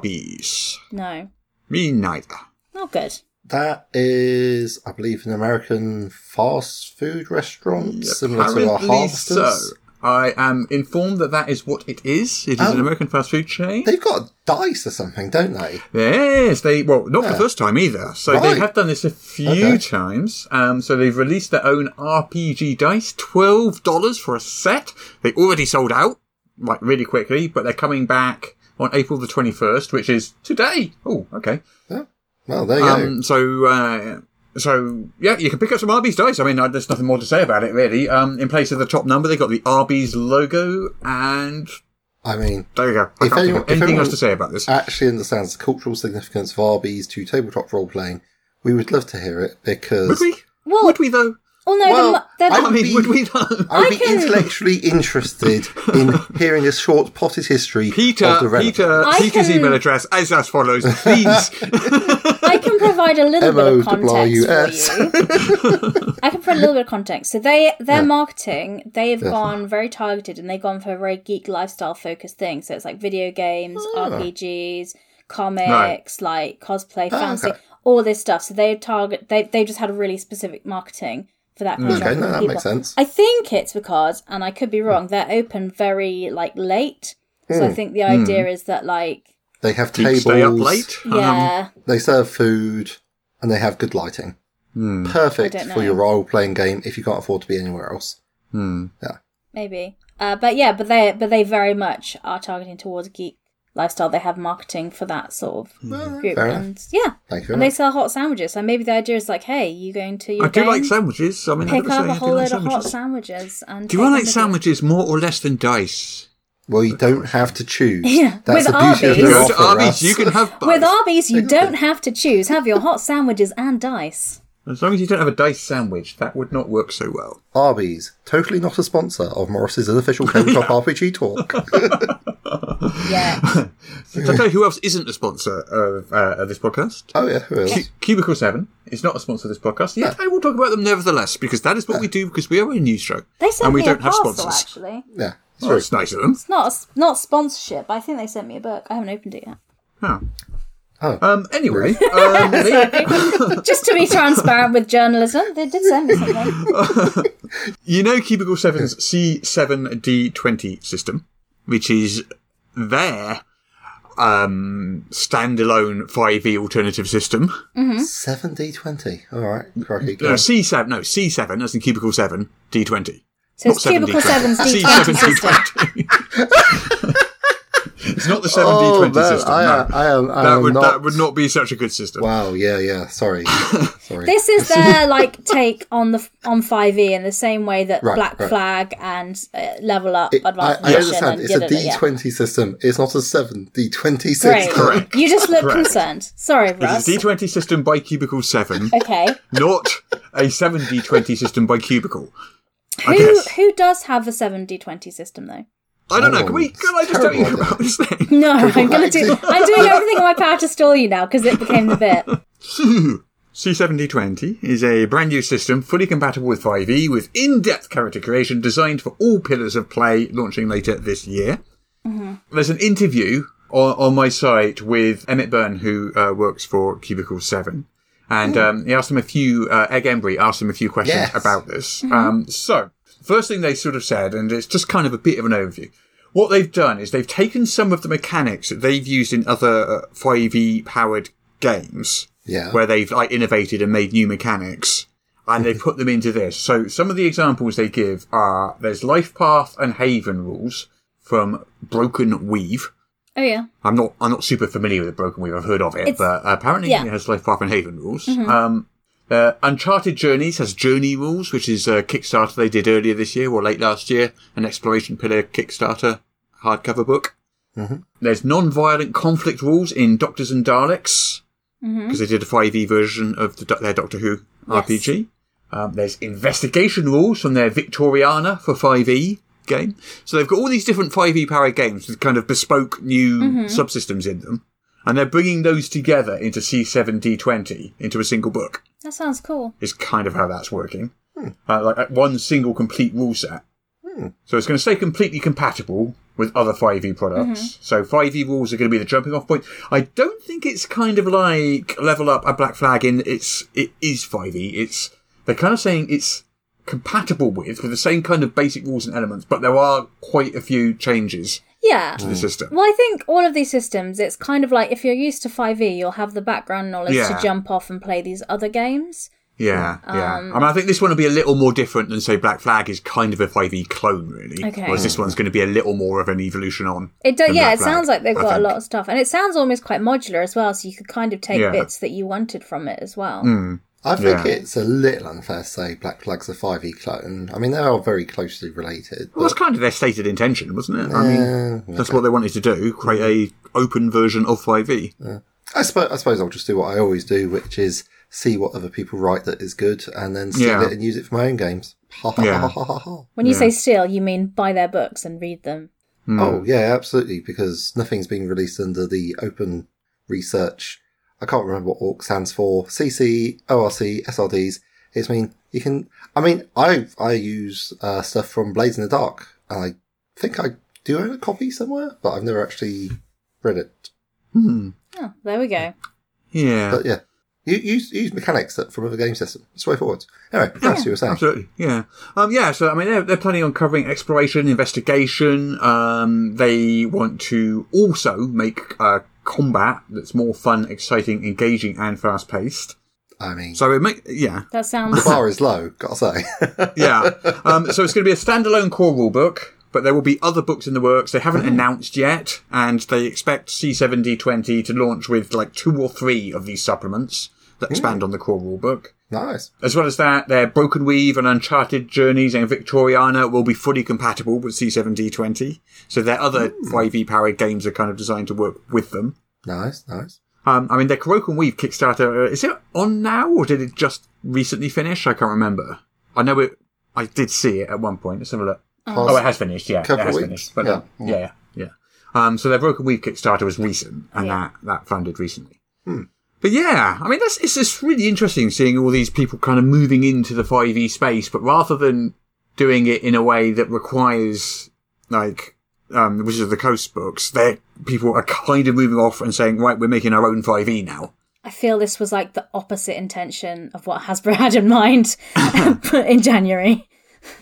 Speaker 5: Arby's?
Speaker 7: No,
Speaker 5: Me neither.
Speaker 7: not good.
Speaker 6: That is, I believe, an American fast food restaurant similar to our
Speaker 5: Apparently
Speaker 6: Harvesters.
Speaker 5: so. I am informed that that is what it is. It is
Speaker 6: Oh.
Speaker 5: an American fast food chain.
Speaker 6: They've got dice or something, don't they?
Speaker 5: Yes, they well not for the
Speaker 6: Yeah.
Speaker 5: first time either. So they
Speaker 6: Right.
Speaker 5: have done this a few
Speaker 6: Okay.
Speaker 5: times. Um, so they've released their own RPG dice, twelve dollars for a set. They already sold out like really quickly, but they're coming back on April the twenty first, which is today. Oh, okay.
Speaker 6: Yeah. Well, there you go.
Speaker 5: Um, so. Uh, so yeah, you can pick up some Arby's dice. I mean, uh, there's nothing more to say about it really. Um, in place of the top number, they got the Arby's logo, and
Speaker 6: I mean,
Speaker 5: there you go. I
Speaker 6: If
Speaker 5: can't
Speaker 6: anyone-
Speaker 5: think of
Speaker 6: if
Speaker 5: anything
Speaker 6: anyone-
Speaker 5: else to say about this.
Speaker 6: actually understands the cultural significance of RBs to tabletop role playing. We would love to hear it
Speaker 5: Would
Speaker 6: because
Speaker 5: we?
Speaker 7: Well-
Speaker 5: Would we though?
Speaker 7: Well, no,
Speaker 6: Well,
Speaker 7: the, mo- they're,
Speaker 5: I
Speaker 6: I
Speaker 5: mean,
Speaker 6: mean,
Speaker 5: would we though?
Speaker 6: I would be
Speaker 7: can-
Speaker 6: intellectually interested in hearing a short potted history
Speaker 5: Peter,
Speaker 6: of the relevant.
Speaker 5: Peter,
Speaker 7: I
Speaker 5: Peter's
Speaker 7: can-
Speaker 5: email address is as follows. Please,
Speaker 7: I can provide a little bit of context
Speaker 6: M-O-W-S.
Speaker 7: for you. I can provide a little bit of context. So they their marketing, they've gone very targeted and they've gone for a very geek lifestyle focused thing. So it's like video games,
Speaker 6: Ah.
Speaker 7: RPGs, comics, like cosplay, fantasy,
Speaker 6: Ah, okay.
Speaker 7: all this stuff. So they target they they just had a really specific marketing for that. kind of
Speaker 6: Okay,
Speaker 7: genre
Speaker 6: no,
Speaker 7: of
Speaker 6: that
Speaker 7: people.
Speaker 6: makes sense.
Speaker 7: I think it's because, and I could be wrong, they're open very like late. So
Speaker 6: Hmm.
Speaker 7: I think the idea is that like
Speaker 6: They have
Speaker 5: Keep
Speaker 6: tables.
Speaker 5: stay up late. Um,
Speaker 7: yeah.
Speaker 6: They serve food, and they have good lighting.
Speaker 5: hmm.
Speaker 6: Perfect
Speaker 7: I don't know.
Speaker 6: for your role playing game if you can't afford to be anywhere else.
Speaker 5: Hmm.
Speaker 7: maybe. Uh, but yeah, but they but they very much are targeting towards geek lifestyle. They have marketing for that sort of
Speaker 5: Hmm.
Speaker 7: group,
Speaker 6: Fair enough.
Speaker 7: and yeah,
Speaker 6: Thank you.
Speaker 7: and they sell hot sandwiches. So maybe the idea is like, hey, you going to your
Speaker 5: I do
Speaker 7: game,
Speaker 5: like sandwiches. I mean,
Speaker 7: pick
Speaker 5: I
Speaker 7: up a
Speaker 5: gotta say,
Speaker 7: whole
Speaker 5: I
Speaker 7: load
Speaker 5: do
Speaker 7: of
Speaker 5: like
Speaker 7: hot
Speaker 5: sandwiches.
Speaker 7: sandwiches. And
Speaker 5: Do
Speaker 7: take
Speaker 5: I
Speaker 7: them
Speaker 5: like
Speaker 7: to-
Speaker 5: sandwiches more or less than dice?
Speaker 6: Well, you don't have to choose.
Speaker 7: Yeah,
Speaker 6: That's
Speaker 7: with
Speaker 6: the beauty of
Speaker 7: Arby's.
Speaker 6: their
Speaker 5: Go to
Speaker 6: offer,
Speaker 5: Arby's,
Speaker 6: Russ.
Speaker 5: you can have both.
Speaker 7: With Arby's, you don't have to choose. Have your hot sandwiches and dice.
Speaker 5: As long as you don't have a dice sandwich, that would not work so well.
Speaker 6: Arby's, totally not a sponsor of Morris's unofficial tabletop RPG talk.
Speaker 7: Yeah.
Speaker 5: Did I tell you who else isn't a sponsor of, uh, of this podcast?
Speaker 6: Oh yeah, who
Speaker 5: Cu-
Speaker 6: else?
Speaker 5: Cubicle 7 is not a sponsor of this podcast. Yet I will talk about them nevertheless, because that is what we do, because we are a news show.
Speaker 7: They sent
Speaker 5: and we
Speaker 7: me
Speaker 5: don't
Speaker 7: a
Speaker 5: have
Speaker 7: parcel,
Speaker 5: sponsors.
Speaker 7: actually.
Speaker 6: Yeah, it's
Speaker 5: Oh,
Speaker 6: true.
Speaker 5: it's nice of them.
Speaker 7: It's not a s not sponsorship. but I think they sent me a book. I haven't opened it yet.
Speaker 5: Huh.
Speaker 6: Oh.
Speaker 5: Um, anyway, um, they-
Speaker 7: Just to be transparent with journalism, they did send me something.
Speaker 5: you know Cubicle 7's C7D20 system, which is their um, standalone 5e alternative system.
Speaker 7: Mm-hmm.
Speaker 6: Seven D twenty. All right, crikey.
Speaker 5: No, C7, no, C7, as in Cubicle 7, D20.
Speaker 7: So it's
Speaker 5: Not 7D20.
Speaker 7: Cubicle 7's D20 system.
Speaker 5: C7D20. it's not the 7D20
Speaker 6: Oh, man,
Speaker 5: system.
Speaker 6: I,
Speaker 5: no.
Speaker 6: am- I am. I
Speaker 5: that,
Speaker 6: am
Speaker 5: would,
Speaker 6: not.
Speaker 5: that would not be such a good system.
Speaker 6: Wow. Yeah. Yeah. Sorry. Sorry.
Speaker 7: This is their like take on the on five E in the same way that
Speaker 6: Right,
Speaker 7: Black
Speaker 6: right.
Speaker 7: Flag and uh, Level Up,
Speaker 6: It- I,
Speaker 7: Advanced
Speaker 6: I
Speaker 7: Edition,
Speaker 6: understand.
Speaker 7: and
Speaker 6: It's a
Speaker 7: yada yada,
Speaker 6: D
Speaker 7: yeah.
Speaker 6: twenty system. It's not a seven D twenty
Speaker 7: Great.
Speaker 6: system.
Speaker 7: You just look
Speaker 5: Correct.
Speaker 7: concerned. Sorry, Russ.
Speaker 5: It's a D20 system by Cubicle 7,
Speaker 7: Okay.
Speaker 5: not a 7D20 system by Cubicle. I
Speaker 7: Who
Speaker 5: guess.
Speaker 7: who does have a seven D twenty system though?
Speaker 5: I don't know.
Speaker 6: Oh,
Speaker 5: Can, we, can I
Speaker 6: it's
Speaker 5: just tell you
Speaker 6: terrible,
Speaker 5: about this thing?
Speaker 7: No, I'm gonna do.
Speaker 6: Correct.
Speaker 7: I'm doing everything in my power to stall you now because it became the bit.
Speaker 5: C7D20 is a brand new system, fully compatible with 5e, with in-depth character creation designed for all pillars of play, launching later this year. There's an interview on, on my site with Emmett Byrne, who uh, works for Cubicle 7. And um, he asked him a few, uh, Egg Embry asked him a few questions
Speaker 6: Yes.
Speaker 5: about this. Um, so, first thing they sort of said, and it's just kind of a bit of an overview. What they've done is they've taken some of the mechanics that they've used in other uh, 5e powered games
Speaker 6: Yeah.
Speaker 5: where they've like innovated and made new mechanics and they put them into this. So some of the examples they give are there's life path and haven rules from Broken Weave.
Speaker 7: Oh yeah.
Speaker 5: I'm not I'm not super familiar with Broken Weave. I've heard of it,
Speaker 7: It's-
Speaker 5: but apparently
Speaker 7: yeah. Mm-hmm.
Speaker 5: it has life path and haven rules. Um, uh, Uncharted Journeys has Journey Rules, which is a Kickstarter they did earlier this year or late last year, an exploration pillar Kickstarter hardcover book. There's non-violent conflict rules in Doctors and Daleks because they did a 5e version of the, their Doctor Who
Speaker 7: Yes.
Speaker 5: RPG. Um, there's investigation rules from their Victoriana for 5e game. So they've got all these different 5e powered games with kind of bespoke new subsystems in them. And they're bringing those together into C7D20 into a single book,
Speaker 7: That sounds cool.
Speaker 5: is kind of how that's working. Uh, like uh, one single complete rule set. So it's going to stay completely compatible with other 5e products. So 5e rules are going to be the jumping off point. I don't think it's kind of like level up a black flag in it's, it is 5e. It's, they're kind of saying it's compatible with, with the same kind of basic rules and elements, but there are quite a few changes
Speaker 7: Yeah.
Speaker 5: to the system.
Speaker 7: Well, I think all of these systems, it's kind of like if you're used to 5e, you'll have the background knowledge
Speaker 5: Yeah.
Speaker 7: to jump off and play these other games.
Speaker 5: Yeah, yeah.
Speaker 7: Um,
Speaker 5: I mean, I think this one will be a little more different than, say, Black Flag is kind of a 5e clone, really.
Speaker 7: Okay.
Speaker 5: Whereas this one's going to be a little more of an evolution on.
Speaker 7: It does,
Speaker 5: than
Speaker 7: yeah.
Speaker 5: Black
Speaker 7: It
Speaker 5: Flag,
Speaker 7: sounds like they've
Speaker 5: I
Speaker 7: got a
Speaker 5: think.
Speaker 7: lot of stuff, and it sounds almost quite modular as well. So you could kind of take
Speaker 5: Yeah. Hmm,
Speaker 7: bits that you wanted from it as well.
Speaker 6: I think
Speaker 5: Yeah.
Speaker 6: it's a little unfair to say Black Flag's a five E clone. I mean, they are very closely related.
Speaker 5: Well, that's
Speaker 6: But,
Speaker 5: kind of their stated intention, wasn't it? I mean, that's what they wanted to do: create a open version of E. 5e.
Speaker 6: I suppose I suppose I'll just do what I always do, which is see what other people write that is good, and then steal
Speaker 5: Yeah.
Speaker 6: it and use it for my own games. Ha ha
Speaker 5: Yeah.
Speaker 6: ha ha ha ha.
Speaker 7: When you say steal, you mean buy their books and read them.
Speaker 5: Hmm.
Speaker 6: Oh yeah, absolutely. Because nothing's being released under the open research. I can't remember what ORC stands for. CC, ORC, SRDs. It's mean you can. I mean, I I use uh, stuff from Blades in the Dark, and I think I do own a copy somewhere, but I've never actually read it.
Speaker 7: Oh, there we go.
Speaker 5: Yeah,
Speaker 6: But yeah, you use use mechanics that from other game system. It's way forward. Anyway, that's you were saying.
Speaker 5: absolutely. Yeah, um, yeah. So I mean, they're, they're planning on covering exploration, investigation. Um, they want to also make uh, combat that's more fun, exciting, engaging, and fast-paced.
Speaker 6: I mean,
Speaker 5: So it make yeah
Speaker 6: the
Speaker 7: That sounds.
Speaker 6: bar is low, gotta say.
Speaker 5: yeah. Um, so it's going to be a standalone core rule book, but there will be other books in the works. They haven't announced yet, and they expect C7D20 to launch with like two or three of these supplements that expand on the core rule book.
Speaker 6: nice.
Speaker 5: As well as that, their Broken Weave and Uncharted Journeys and Victoriana will be fully compatible with C7D20. So their other 5e powered games are kind of designed to work with them.
Speaker 6: Nice, nice.
Speaker 5: Um, I mean, their Broken Weave Kickstarter, uh, is it on now or did it just recently finish? I can't remember. I know it, I did see it at one point. Let's have a look. Oh, it has finished. Yeah,
Speaker 6: Couple
Speaker 5: it has
Speaker 6: weeks,
Speaker 5: finished. But
Speaker 6: yeah.
Speaker 5: uh, yeah, yeah, yeah. Um, so their Broken Weave Kickstarter was recent, and that that funded recently.
Speaker 6: Hmm.
Speaker 5: But yeah, I mean, that's it's just really interesting seeing all these people kind of moving into the five E space, but rather than doing it in a way that requires like um, the Wizards of the Coast books, they people are kind of moving off and saying, right, we're making our own five E now.
Speaker 7: I feel this was like the opposite intention of what Hasbro had in mind in January.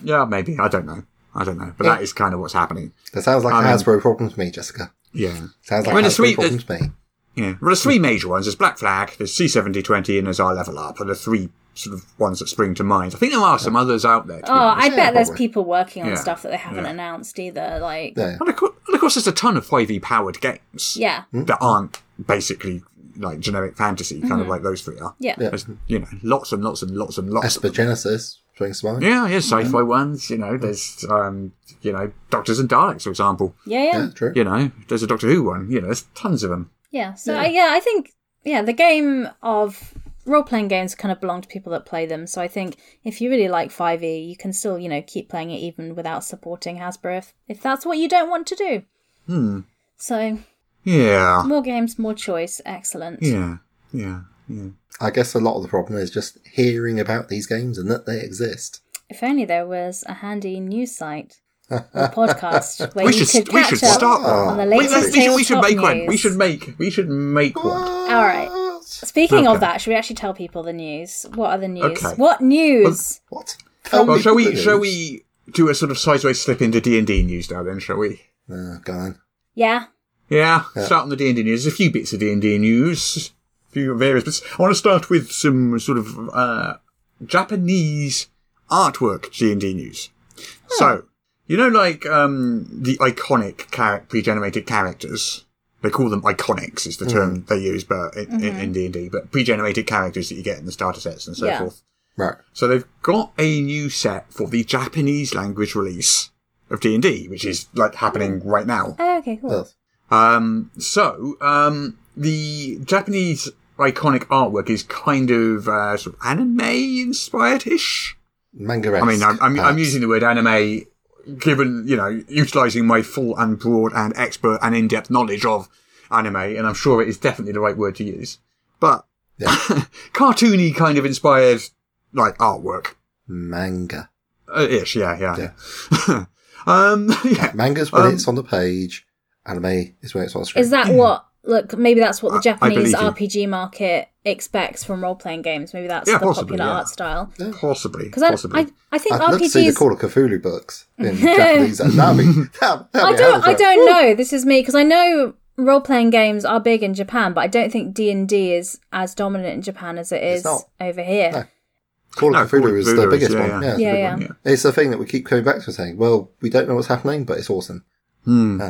Speaker 5: Yeah, maybe I don't know, I don't know, but that is kind of what's happening.
Speaker 6: That sounds like
Speaker 5: I
Speaker 6: a
Speaker 5: mean-
Speaker 6: Hasbro problem to me, Jessica.
Speaker 5: Yeah.
Speaker 6: Sounds like
Speaker 5: I mean,
Speaker 6: a
Speaker 5: it's sweet
Speaker 6: Hasbro problem to me.
Speaker 5: Yeah. Well, there's three major ones. There's Black Flag, there's C7020, and there's Our Level Up, are the three sort of ones that spring to mind. I think there are some others out there. to be
Speaker 7: Oh,
Speaker 5: honest.
Speaker 7: I
Speaker 6: Yeah,
Speaker 7: bet there's
Speaker 6: probably.
Speaker 7: people working on
Speaker 5: Yeah.
Speaker 7: stuff that they haven't
Speaker 5: Yeah.
Speaker 7: announced either. Like,
Speaker 6: Yeah.
Speaker 5: And of, course, and of course, there's a ton of 5e powered games
Speaker 7: yeah,
Speaker 5: that aren't basically like generic fantasy, kind of
Speaker 7: Mm-hmm.
Speaker 5: like those three are.
Speaker 7: yeah.
Speaker 6: Yeah.
Speaker 5: There's, you know, lots and lots and lots and lots. of them.
Speaker 6: Aspergenesis brings to mind.
Speaker 5: Yeah, yeah, sci fi ones, you know, there's, um, you know, Doctors and Daleks, for example.
Speaker 7: Yeah, yeah,
Speaker 6: Yeah, true.
Speaker 5: You know, there's a Doctor Who one, you know, there's tons of them.
Speaker 7: yeah. So I, yeah, I think yeah, the game of role playing games kind of belong to people that play them. So I think if you really like Five E, you can still you know keep playing it even without supporting Hasbro if, if that's what you don't want to do. Hmm. So
Speaker 5: Yeah.
Speaker 7: more games, more choice. Excellent.
Speaker 5: Yeah. Yeah. Yeah.
Speaker 6: I guess a lot of the problem is just hearing about these games and that they exist.
Speaker 7: If only there was a handy news site or podcast where
Speaker 5: we
Speaker 7: you
Speaker 5: should,
Speaker 7: could
Speaker 5: we
Speaker 7: catch
Speaker 5: should
Speaker 7: up
Speaker 5: start one.
Speaker 7: on the
Speaker 5: We-
Speaker 7: latest
Speaker 5: we, should, we should
Speaker 7: tabletop
Speaker 5: make one.
Speaker 7: news.
Speaker 5: We should make. We should make one.
Speaker 7: All right. Speaking
Speaker 5: Okay.
Speaker 7: of that, should we actually tell people the news? What are the news?
Speaker 5: Okay.
Speaker 7: What news?
Speaker 6: What? Tell
Speaker 5: Well,
Speaker 6: me
Speaker 5: shall we?
Speaker 6: the
Speaker 5: Shall
Speaker 6: news.
Speaker 5: we do a sort of sideways slip into D and D news now? Then shall we?
Speaker 6: Oh, go on.
Speaker 7: yeah.
Speaker 5: Yeah. Start on the D and D news. There's a few bits of D and D news. A few various bits. I want to start with some sort of uh, Japanese artwork D and D news. So you know, like um, the iconic char- pre-generated characters. They call them iconics is the
Speaker 7: Mm-hmm.
Speaker 5: term they use, but in, in- in D and D, but pre-generated characters that you get in the starter sets and so
Speaker 7: Yeah.
Speaker 5: forth.
Speaker 6: Right.
Speaker 5: So they've got a new set for the Japanese language release of D&D, which is like happening right now.
Speaker 7: Oh, okay, cool.
Speaker 5: uh,
Speaker 6: Well,
Speaker 5: Um, so, um, the Japanese iconic artwork is kind of, uh, sort of anime inspired-ish.
Speaker 6: manga
Speaker 5: I mean, I'm, I'm, I'm using the word anime given, you know, utilizing my full and broad and expert and in-depth knowledge of anime, and I'm sure it is definitely the right word to use. But,
Speaker 6: Yeah.
Speaker 5: cartoony kind of inspired, like, artwork.
Speaker 6: manga.
Speaker 5: Uh, ish, yeah, yeah. um, yeah.
Speaker 6: Manga's when
Speaker 5: Um,
Speaker 6: it's on the page. Anime is when it's on screen.
Speaker 7: Is that what? Look, maybe that's what the
Speaker 5: I- I believe
Speaker 7: Japanese
Speaker 5: you.
Speaker 7: RPG market expects from role playing games. Maybe that's
Speaker 5: Yeah,
Speaker 7: the
Speaker 5: possibly,
Speaker 7: popular
Speaker 5: yeah.
Speaker 7: art style.
Speaker 5: Possibly.
Speaker 7: Because
Speaker 5: Possibly.
Speaker 7: I, I, I think
Speaker 6: I'd love to see the
Speaker 7: RPGs.
Speaker 6: Call of Cthulhu books in Japanese. That'd be, that, that'd
Speaker 7: I
Speaker 6: be
Speaker 7: don't. I
Speaker 6: hell for it.
Speaker 7: don't know. This is me because I know role playing games are big in Japan, but I don't think D and D is as dominant in Japan as it
Speaker 6: It's
Speaker 7: is
Speaker 6: not.
Speaker 7: over here.
Speaker 6: No. Call
Speaker 5: No,
Speaker 6: of
Speaker 5: Call
Speaker 6: Cthulhu
Speaker 5: of
Speaker 6: is
Speaker 5: Cthulhu
Speaker 6: the
Speaker 5: is-
Speaker 6: biggest
Speaker 5: yeah,
Speaker 6: one.
Speaker 5: yeah.
Speaker 6: Yeah, it's,
Speaker 7: Yeah,
Speaker 6: the big
Speaker 7: yeah.
Speaker 6: One. it's the thing that we keep coming back to saying, well, we don't know what's happening, but it's awesome.
Speaker 5: Hmm.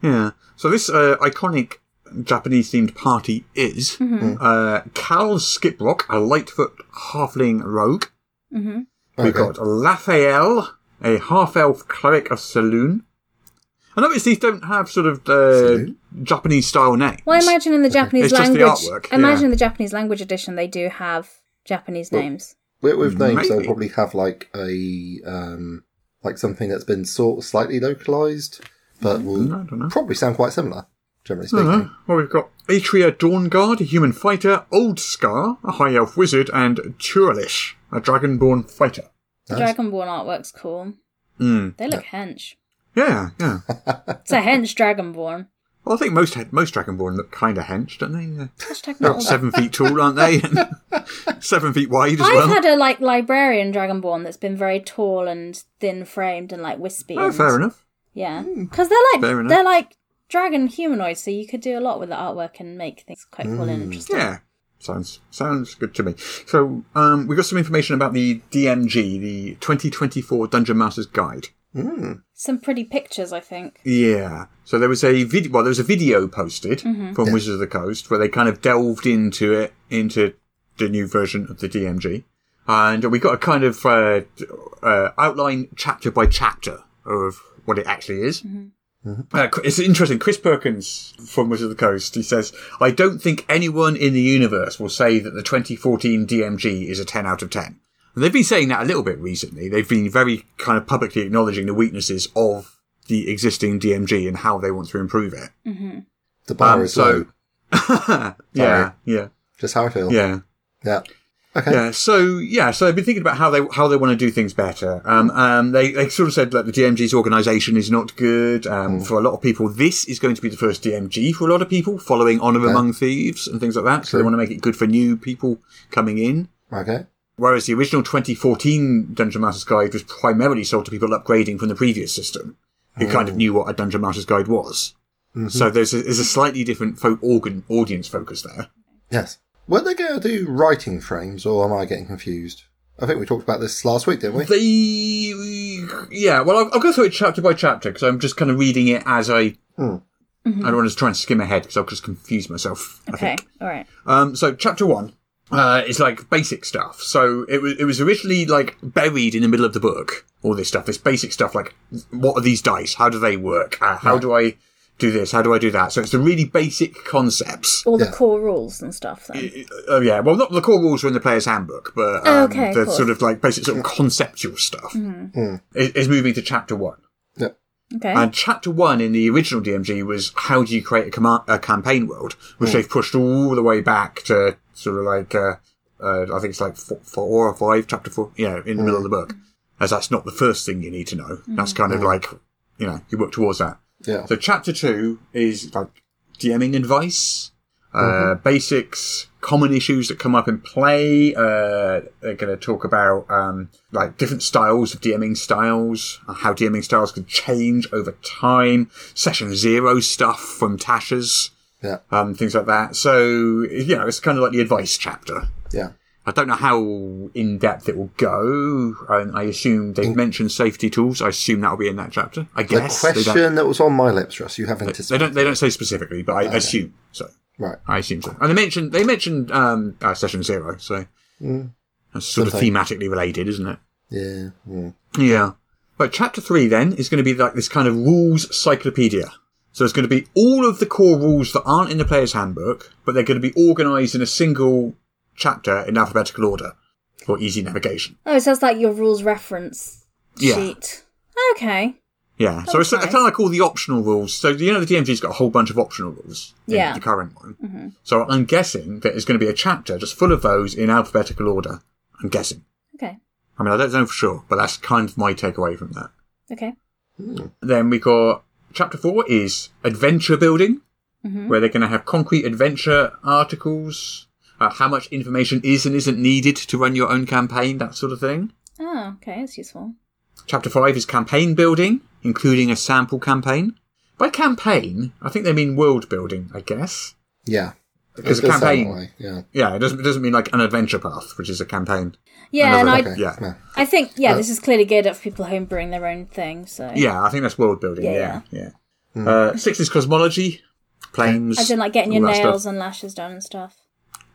Speaker 5: yeah. So this uh, iconic Japanese themed party is
Speaker 7: Mm-hmm.
Speaker 6: Mm-hmm.
Speaker 5: uh, Cal Skiprock, a Lightfoot halfling rogue.
Speaker 7: hmm
Speaker 5: We've
Speaker 6: Okay.
Speaker 5: got Raphael, a half elf cleric of Saloon. I notice these don't have sort of uh,
Speaker 6: Saloon?
Speaker 5: Japanese style names.
Speaker 7: Well, I imagine in the Japanese
Speaker 5: It's just the
Speaker 7: language,
Speaker 5: artwork,
Speaker 7: I imagine
Speaker 5: yeah.
Speaker 7: in the Japanese language edition, they do have Japanese names.
Speaker 6: With, with names, they'll
Speaker 5: Maybe.
Speaker 6: probably have like a um, like something that's been sort of slightly localized, but will
Speaker 5: Hmm. I don't know. Mm-hmm.
Speaker 6: probably sound quite similar, generally
Speaker 5: I
Speaker 6: speaking.
Speaker 5: dunno. Well, we've got Atria Dawnguard, a human fighter, Old Scar, a high elf wizard, and Turelish, a dragonborn fighter.
Speaker 7: The
Speaker 6: Nice.
Speaker 7: Dragonborn artwork's cool.
Speaker 5: Mm.
Speaker 7: They look hench.
Speaker 5: Yeah, yeah.
Speaker 7: It's a hench Dragonborn.
Speaker 5: Well, I think most most dragonborn look kind of hench, don't they? They're about
Speaker 7: Hashtag not all
Speaker 5: seven feet tall, aren't they? seven feet wide as
Speaker 7: I've
Speaker 5: well.
Speaker 7: had a like librarian dragonborn that's been very tall and thin framed and like wispy.
Speaker 5: oh,
Speaker 7: and-
Speaker 5: fair enough. Hmm.
Speaker 7: Yeah, because they're like
Speaker 5: Fair enough. Hmm.
Speaker 7: they're like dragon humanoids, so you could do a lot with the artwork and make things quite cool and interesting.
Speaker 5: Yeah, Sounds sounds good to me. So um, we got some information about the DMG, the 2024 Dungeon Masters Guide.
Speaker 7: Some pretty pictures, I think.
Speaker 5: Yeah. So there was a video. Well, there was a video posted from Wizards of the Coast where they kind of delved into it, into the new version of the DMG, and we got a kind of uh, uh, outline chapter by chapter of what it actually is. Uh, it's interesting. Chris Perkins from Wizards of the Coast. He says, "I don't think anyone in the universe will say that the 2014 DMG is a 10 out of 10." And they've been saying that a little bit recently. They've been very kind of publicly acknowledging the weaknesses of the existing DMG and how they want to improve it.
Speaker 6: The bar
Speaker 5: Um,
Speaker 6: is
Speaker 5: so-
Speaker 6: low.
Speaker 5: Yeah, yeah,
Speaker 6: Just how I feel.
Speaker 5: yeah,
Speaker 6: Yeah. Okay.
Speaker 5: yeah. So yeah, so they've been thinking about how they how they want to do things better. Um, um, they they sort of said that the DMG's organisation is not good.
Speaker 6: Hmm.
Speaker 5: Um, for a lot of people, this is going to be the first DMG for a lot of people, following Honor Among Thieves and things like that. So they
Speaker 6: True.
Speaker 5: want to make it good for new people coming in.
Speaker 6: Okay.
Speaker 5: Whereas the original 2014 Dungeon Master's Guide was primarily sold to people upgrading from the previous system, who kind of knew what a Dungeon Master's Guide was. So there's a, there's a slightly different folk organ audience focus there.
Speaker 6: Yes. Were they going to do writing frames, or am I getting confused? I think we talked about this last week, didn't we?
Speaker 5: They, yeah, well, I'll, I'll go through it chapter by chapter because I'm just kind of reading it as I. I don't want to try and skim ahead because I'll just confuse myself. I
Speaker 7: Okay,
Speaker 5: think.
Speaker 7: all right.
Speaker 5: Um, so chapter one uh, is like basic stuff. So it was it was originally like buried in the middle of the book. All this stuff, this basic stuff, like what are these dice? How do they work? Uh, how do I do this? How do I do that? So it's the really basic concepts.
Speaker 7: All the
Speaker 6: Yeah.
Speaker 7: core rules and stuff. Then.
Speaker 5: Oh yeah, well not the core rules are in the player's handbook, but um,
Speaker 7: Okay,
Speaker 5: the
Speaker 7: cool. Mm-hmm.
Speaker 5: sort of like basic sort of conceptual stuff is, is moving to chapter one.
Speaker 6: Yep.
Speaker 7: Okay.
Speaker 5: And chapter one in the original DMG was how do you create a, com- a campaign world, which they've pushed all the way back to sort of like, uh, uh, I think it's like four, four or five, chapter four, you know, in the middle of the book. As that's not the first thing you need to know. That's kind of like, you know, you work towards that.
Speaker 6: Yeah.
Speaker 5: So chapter two is like DMing advice, uh, basics, common issues that come up in play. Uh, they're going to talk about um, like different styles of DMing styles, how DMing styles can change over time, session zero stuff from Tasha's,
Speaker 6: yeah.
Speaker 5: um, things like that. So you know, it's kind of like the advice chapter.
Speaker 6: Yeah.
Speaker 5: I don't know how in depth it will go. I, I assume they've mentioned safety tools. I assume that will be in that chapter. I
Speaker 6: The
Speaker 5: guess they don't-
Speaker 6: question that was on my lips, Russ, you have
Speaker 5: they
Speaker 6: anticipated.
Speaker 5: don't. They don't say specifically, but I assume so.
Speaker 6: Right.
Speaker 5: I assume so. And they mentioned they mentioned um, uh, session zero, so that's sort
Speaker 6: Something.
Speaker 5: of thematically related, isn't it?
Speaker 6: Yeah. yeah.
Speaker 5: Yeah. But chapter three then is going to be like this kind of rules cyclopedia. So it's going to be all of the core rules that aren't in the player's handbook, but they're going to be organised in a single chapter in alphabetical order for easy navigation.
Speaker 7: oh, so it's like your rules reference
Speaker 5: Yeah.
Speaker 7: sheet. Okay.
Speaker 5: Yeah, so it's
Speaker 7: That's
Speaker 5: kind of like all the optional rules. So you know, the DMG's got a whole bunch of optional rules. in
Speaker 7: Yeah.
Speaker 5: the current one. So I'm guessing that it's going to be a chapter just full of those in alphabetical order. I'm guessing.
Speaker 7: Okay.
Speaker 5: I mean, I don't know for sure, but that's kind of my takeaway from that.
Speaker 7: Okay.
Speaker 6: Hmm.
Speaker 5: Then we got chapter four is adventure building, where they're going to have concrete adventure articles, uh, how much information is and isn't needed to run your own campaign, that sort of thing.
Speaker 7: Oh, okay. That's useful.
Speaker 5: Chapter 5 is campaign building, including a sample campaign. By campaign, I think they mean world building, I guess.
Speaker 6: Yeah.
Speaker 5: Because
Speaker 6: It
Speaker 5: a
Speaker 6: does sound
Speaker 5: campaign-
Speaker 6: that way, Yeah.
Speaker 5: Yeah, it doesn't, it doesn't mean like an adventure path, which is a campaign.
Speaker 7: Yeah, and I,
Speaker 6: Okay.
Speaker 5: Yeah.
Speaker 6: Yeah.
Speaker 7: I think
Speaker 5: Uh,
Speaker 7: yeah, this is clearly geared up for people homebrewing their own thing. So
Speaker 5: Yeah, I think that's world building.
Speaker 7: Yeah,
Speaker 5: Yeah, yeah.
Speaker 6: Hmm.
Speaker 5: Uh, six is cosmology, planes.
Speaker 7: as in like getting your
Speaker 5: all that
Speaker 7: nails
Speaker 5: Stuff.
Speaker 7: and lashes done and stuff.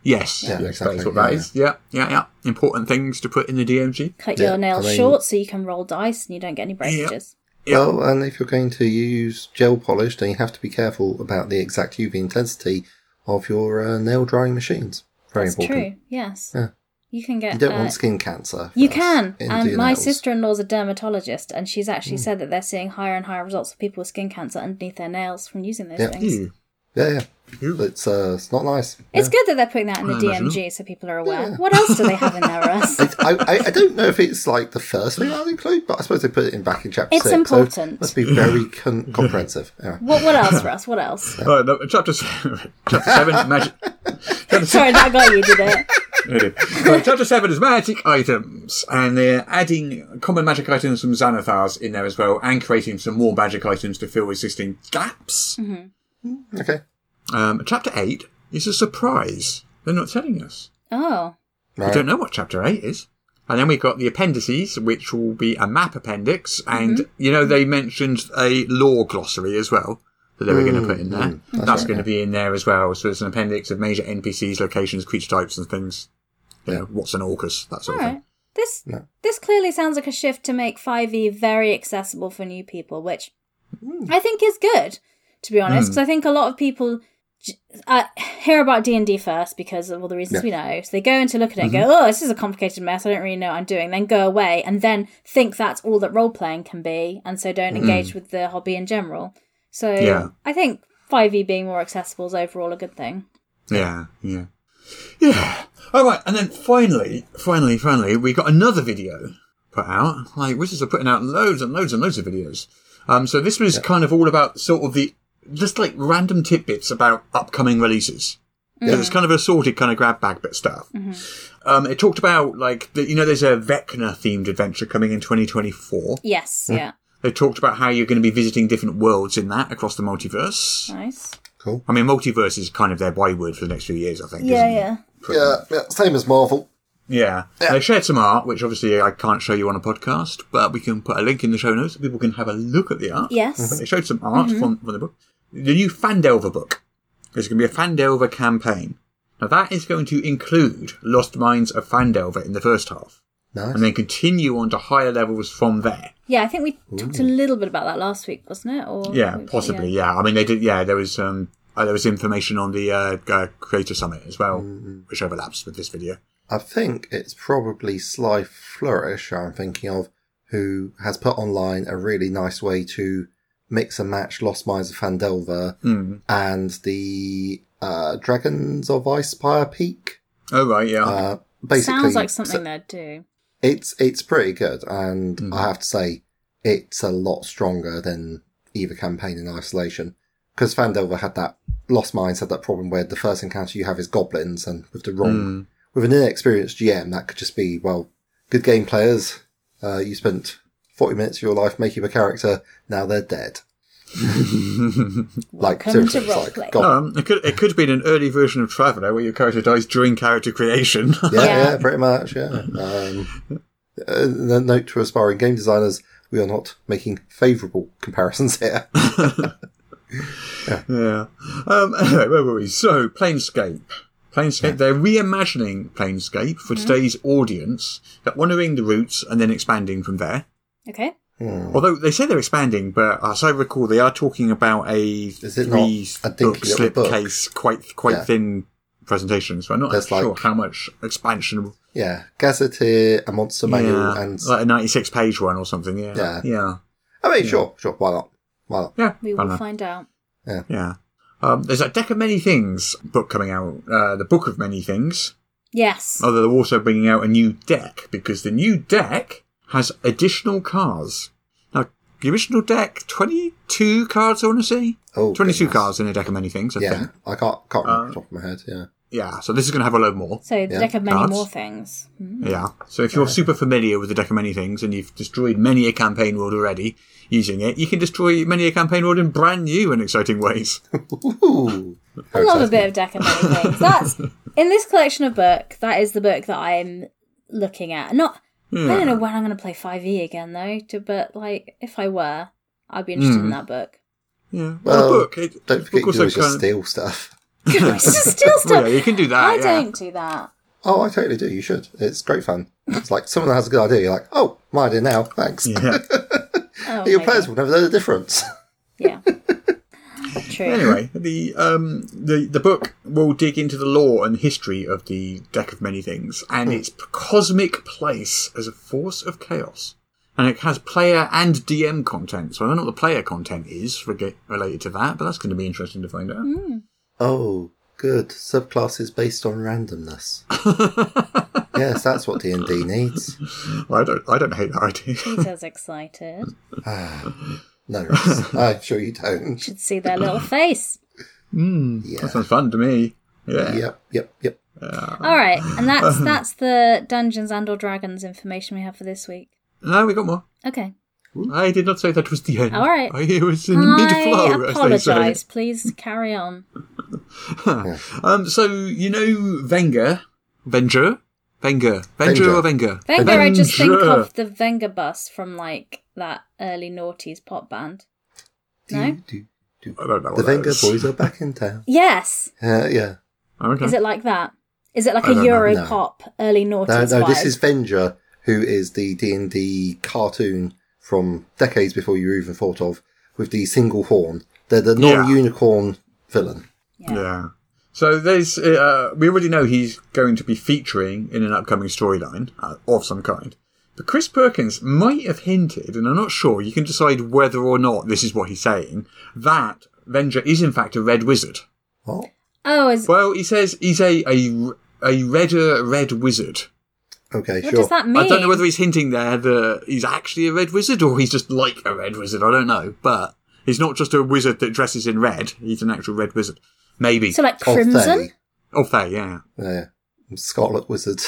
Speaker 5: Yes,
Speaker 6: Yeah,
Speaker 5: yes,
Speaker 6: exactly,
Speaker 5: that's what that
Speaker 6: yeah,
Speaker 5: is. yeah. Yeah, yeah, Important things to put in the DMG.
Speaker 7: Cut
Speaker 6: Yeah,
Speaker 7: your nails
Speaker 6: I mean-
Speaker 7: short so you can roll dice and you don't get any breakages.
Speaker 5: Yeah.
Speaker 6: Well, and if you're going to use gel polish, then you have to be careful about the exact UV intensity of your uh, nail drying machines. Very
Speaker 7: That's
Speaker 6: important.
Speaker 7: true. Yes.
Speaker 6: Yeah.
Speaker 7: You can get
Speaker 6: You don't
Speaker 7: uh,
Speaker 6: want skin cancer.
Speaker 7: You
Speaker 6: Russ,
Speaker 7: can.
Speaker 6: in
Speaker 7: and
Speaker 6: your
Speaker 7: my
Speaker 6: nails. Hmm.
Speaker 7: sister in law's a dermatologist, and she's actually said that they're seeing higher and higher results of people with skin cancer underneath their nails from using those
Speaker 6: Yeah. Hmm.
Speaker 7: things.
Speaker 5: Ew.
Speaker 6: Yeah, yeah.
Speaker 5: Ew.
Speaker 6: It's uh, it's not nice.
Speaker 7: It's good that they're putting that in the
Speaker 5: I imagine.
Speaker 7: DMG so people are aware. What else do they have in there, Russ?
Speaker 6: I, I, I don't know if it's like the first thing I'd include, but I suppose they put it in back in chapter
Speaker 7: It's
Speaker 6: six.
Speaker 7: important.
Speaker 6: So must be very con- comprehensive. Yeah.
Speaker 7: what, what else, Russ? What else?
Speaker 5: Uh, no, chapter seven. chapter seven. Magic. Chapter
Speaker 7: Sorry, that guy you did it.
Speaker 5: So chapter 7 is magic items, and they're adding common magic items from Xanathars in there as well, and creating some more magic items to fill existing gaps.
Speaker 6: Okay.
Speaker 5: Um, chapter 8 is a surprise. They're not telling us.
Speaker 7: Oh.
Speaker 5: I
Speaker 6: Right.
Speaker 5: don't know what chapter 8 is. And then we got the appendices, which will be a map appendix. And, you know, they mentioned a law glossary as well that they were going to put in there.
Speaker 6: mm,
Speaker 5: That's,
Speaker 6: that's right,
Speaker 5: going
Speaker 6: yeah.
Speaker 5: to be in there as well. So it's an appendix of major NPCs, locations, creature types, and things. You
Speaker 6: Yeah.
Speaker 5: know, what's an orcus, that
Speaker 7: All
Speaker 5: sort of
Speaker 7: right.
Speaker 5: thing.
Speaker 7: This
Speaker 6: No.
Speaker 7: this clearly sounds like a shift to make 5e very accessible for new people, which I think is good to be honest, because I think a lot of people j- uh, hear about D&D first because of all the reasons
Speaker 6: Yeah.
Speaker 7: we know. So they go in to look at it and go, "Oh, this is a complicated mess. I don't really know what I'm doing." Then go away and then think that's all that role playing can be and so don't engage with the hobby in general. So
Speaker 5: Yeah.
Speaker 7: I think 5e being more accessible is overall a good thing.
Speaker 5: Yeah, yeah. Yeah. All right. And then finally, finally, finally, we got another video put out. Like, wizards are putting out loads and loads and loads of videos. Um, so this was kind of all about sort of the, just like random tidbits about upcoming releases. So
Speaker 7: Mm-hmm.
Speaker 5: it's kind of assorted kind of grab bag bit stuff. Um, it talked about like, the, you know, there's a Vecna themed adventure coming in 2024.
Speaker 7: Yes, yeah.
Speaker 5: They talked about how you're going to be visiting different worlds in that across the multiverse.
Speaker 7: Nice.
Speaker 6: Cool.
Speaker 5: I mean, multiverse is kind of their Y word for the next few years, I think.
Speaker 7: Yeah,
Speaker 5: isn't it?
Speaker 7: yeah.
Speaker 6: Yeah, yeah, same as Marvel.
Speaker 5: Yeah. They shared some art, which obviously I can't show you on a podcast, but we can put a link in the show notes so people can have a look at the art. But
Speaker 7: Yes.
Speaker 5: they showed some art from, from the book. The new Fandelver book. There's going to be a Fandelver campaign. Now that is going to include Lost Mines of Fandelver in the first half,
Speaker 6: Nice.
Speaker 5: and then continue on to higher levels from there.
Speaker 7: Yeah, I think we talked a little bit about that last week, wasn't it? Or
Speaker 5: Yeah, possibly. Yeah. I mean, they did. Yeah, there was um, uh, there was information on the uh, uh, Creator Summit as well,
Speaker 6: Mm-hmm.
Speaker 5: which overlaps with this video.
Speaker 6: I think it's probably Sly Flourish I'm thinking of, who has put online a really nice way to mix and match Lost Mines of Fandelver and the uh, Dragons of Icepire Peak.
Speaker 5: Oh right, yeah.
Speaker 6: Uh, basically,
Speaker 7: Sounds like something
Speaker 6: so-
Speaker 7: they'd do.
Speaker 6: it's it's pretty good, and I have to say, it's a lot stronger than either campaign in isolation. Because Fandelver had that Lost Mines had that problem where the first encounter you have is goblins, and with the wrong, with an inexperienced GM, that could just be well, good game players. Uh, you spent forty minutes of your life making a character, now they're dead. like
Speaker 7: Welcome
Speaker 6: seriously,
Speaker 7: to
Speaker 6: it's like
Speaker 7: roleplay.
Speaker 6: God,
Speaker 5: Um, it could it could have been an early version of Traveller where your character dies during character creation.
Speaker 6: yeah,
Speaker 7: Yeah.
Speaker 6: yeah, pretty much. Yeah. Um, uh, the note to aspiring game designers: we are not making favourable comparisons here.
Speaker 5: yeah. Um, anyway, where were we? So Planescape. Planescape, they're reimagining Planescape for
Speaker 6: Mm-hmm.
Speaker 5: today's audience, that honouring the roots and then expanding from there.
Speaker 7: Okay.
Speaker 6: Mm.
Speaker 5: Although they say they're expanding, but as I recall, they are talking about a
Speaker 6: Is it
Speaker 5: three
Speaker 6: not a
Speaker 5: book
Speaker 6: dinky little book?
Speaker 5: slipcase, quite quite
Speaker 6: Yeah.
Speaker 5: thin presentation. So I'm not
Speaker 6: That's
Speaker 5: sure
Speaker 6: like-
Speaker 5: how much expansion.
Speaker 6: Yeah, Gazetteer, a monster manual,
Speaker 5: Yeah,
Speaker 6: and
Speaker 5: like a 96 page one or something. Yeah,
Speaker 6: Yeah.
Speaker 5: yeah,
Speaker 6: I mean, sure, sure, why not? Why not?
Speaker 5: yeah.
Speaker 7: We
Speaker 5: I
Speaker 7: will
Speaker 5: dunno.
Speaker 7: find out.
Speaker 5: Yeah. Um, there's a deck of many things book coming out, uh, the book of many things.
Speaker 7: Yes.
Speaker 5: Although they're also bringing out a new deck because the new deck has additional cards. Now, the original deck, 22 cards, I want to say.
Speaker 6: Oh,
Speaker 5: 22
Speaker 6: goodness.
Speaker 5: cards in a deck of many things, I
Speaker 6: Yeah,
Speaker 5: think.
Speaker 6: I can't
Speaker 5: Uh.
Speaker 6: can't remember off the top of my head. Yeah,
Speaker 5: Yeah. So this is going to have a load more.
Speaker 7: So the
Speaker 6: Yeah.
Speaker 7: deck of many
Speaker 5: Cards.
Speaker 7: more things. Hmm.
Speaker 5: Yeah. So if you're super familiar with the deck of many things and you've destroyed many a campaign world already using it, you can destroy many a campaign world in brand new and exciting ways.
Speaker 6: Ooh,
Speaker 7: I love a bit of deck of many things. That's in this collection of book. That is the book that I'm looking at. Not. I
Speaker 5: Hmm.
Speaker 7: don't know when I'm going to play 5e again though. to- But like, if I were, I'd be
Speaker 5: Hmm.
Speaker 7: interested in that book.
Speaker 5: Yeah.
Speaker 6: Well,
Speaker 5: the book. It,
Speaker 6: Don't
Speaker 5: the
Speaker 6: forget
Speaker 5: book
Speaker 6: you can
Speaker 5: also
Speaker 6: always just
Speaker 5: kind of-
Speaker 6: steal stuff.
Speaker 7: It's just still
Speaker 5: Well,
Speaker 7: stuff.
Speaker 5: yeah, you can do that.
Speaker 7: I
Speaker 5: yeah.
Speaker 7: don't do that.
Speaker 6: Oh, I totally do. You should. It's great fun. It's like someone that has a good idea. You're like, oh, my idea now. Thanks.
Speaker 5: Yeah.
Speaker 7: Oh,
Speaker 6: Your
Speaker 7: maybe.
Speaker 6: players will never know the difference.
Speaker 7: Yeah. True.
Speaker 5: Anyway, the um the the book will dig into the lore and history of the deck of many things and
Speaker 7: Hmm.
Speaker 5: its cosmic place as a force of chaos. And it has player and DM content. So I don't know what the player content is rega- related to that, but that's going to be interesting to find out.
Speaker 7: Hmm.
Speaker 6: Oh, good. Subclasses based on randomness. yes, that's what D and D needs.
Speaker 5: Well, I don't I don't hate that idea.
Speaker 7: Peter's excited.
Speaker 6: No, Ross, I'm sure you don't.
Speaker 7: Should see their little face.
Speaker 6: Yeah.
Speaker 5: Hmm, That sounds fun to me. Yeah.
Speaker 6: Yep. Yep. Yep.
Speaker 7: All right, and that's that's the Dungeons and or Dragons information we have for this week.
Speaker 5: No, we got more.
Speaker 7: Okay.
Speaker 5: I did not say that was the end.
Speaker 7: All right.
Speaker 5: I was in mid
Speaker 7: I
Speaker 5: flow, as they say.
Speaker 7: apologise. Please carry on.
Speaker 5: Um, so you know Wenger, Wenger, Wenger, Wenger or Wenger?
Speaker 7: Venga, I just think
Speaker 5: Wenger.
Speaker 7: of the Venga bus from like that early noughties pop band. No?
Speaker 6: do, do.
Speaker 5: I don't know. what
Speaker 6: The
Speaker 5: that
Speaker 6: Venga
Speaker 5: is.
Speaker 6: boys are back in town.
Speaker 7: Yes.
Speaker 6: Uh, yeah.
Speaker 5: Oh, Okay.
Speaker 7: Is it like that? Is it like
Speaker 5: I
Speaker 7: a
Speaker 5: don't know.
Speaker 7: Euro
Speaker 6: No.
Speaker 7: pop early noughties
Speaker 6: No, no,
Speaker 7: vibe?
Speaker 6: this is Venger, who is the D and D cartoon from decades before you were even thought of, with the single horn. They're the
Speaker 5: Yeah.
Speaker 6: non-unicorn villain.
Speaker 7: Yeah.
Speaker 5: Yeah. So there's, uh, we already know he's going to be featuring in an upcoming storyline uh, of some kind. But Chris Perkins might have hinted, and I'm not sure, you can decide whether or not this is what he's saying, that Venger is in fact a red wizard.
Speaker 6: What?
Speaker 7: Oh, is,
Speaker 5: Well, he says he's a, a, a redder red wizard.
Speaker 6: Okay,
Speaker 7: what
Speaker 6: sure.
Speaker 7: does that mean?
Speaker 5: I don't know whether he's hinting there that he's actually a red wizard or he's just like a red wizard. I don't know, but he's not just a wizard that dresses in red. He's an actual red wizard. Maybe.
Speaker 7: so like
Speaker 6: Of
Speaker 7: crimson.
Speaker 6: they.
Speaker 5: oh, fair, yeah.
Speaker 6: Yeah. Scarlet Wizard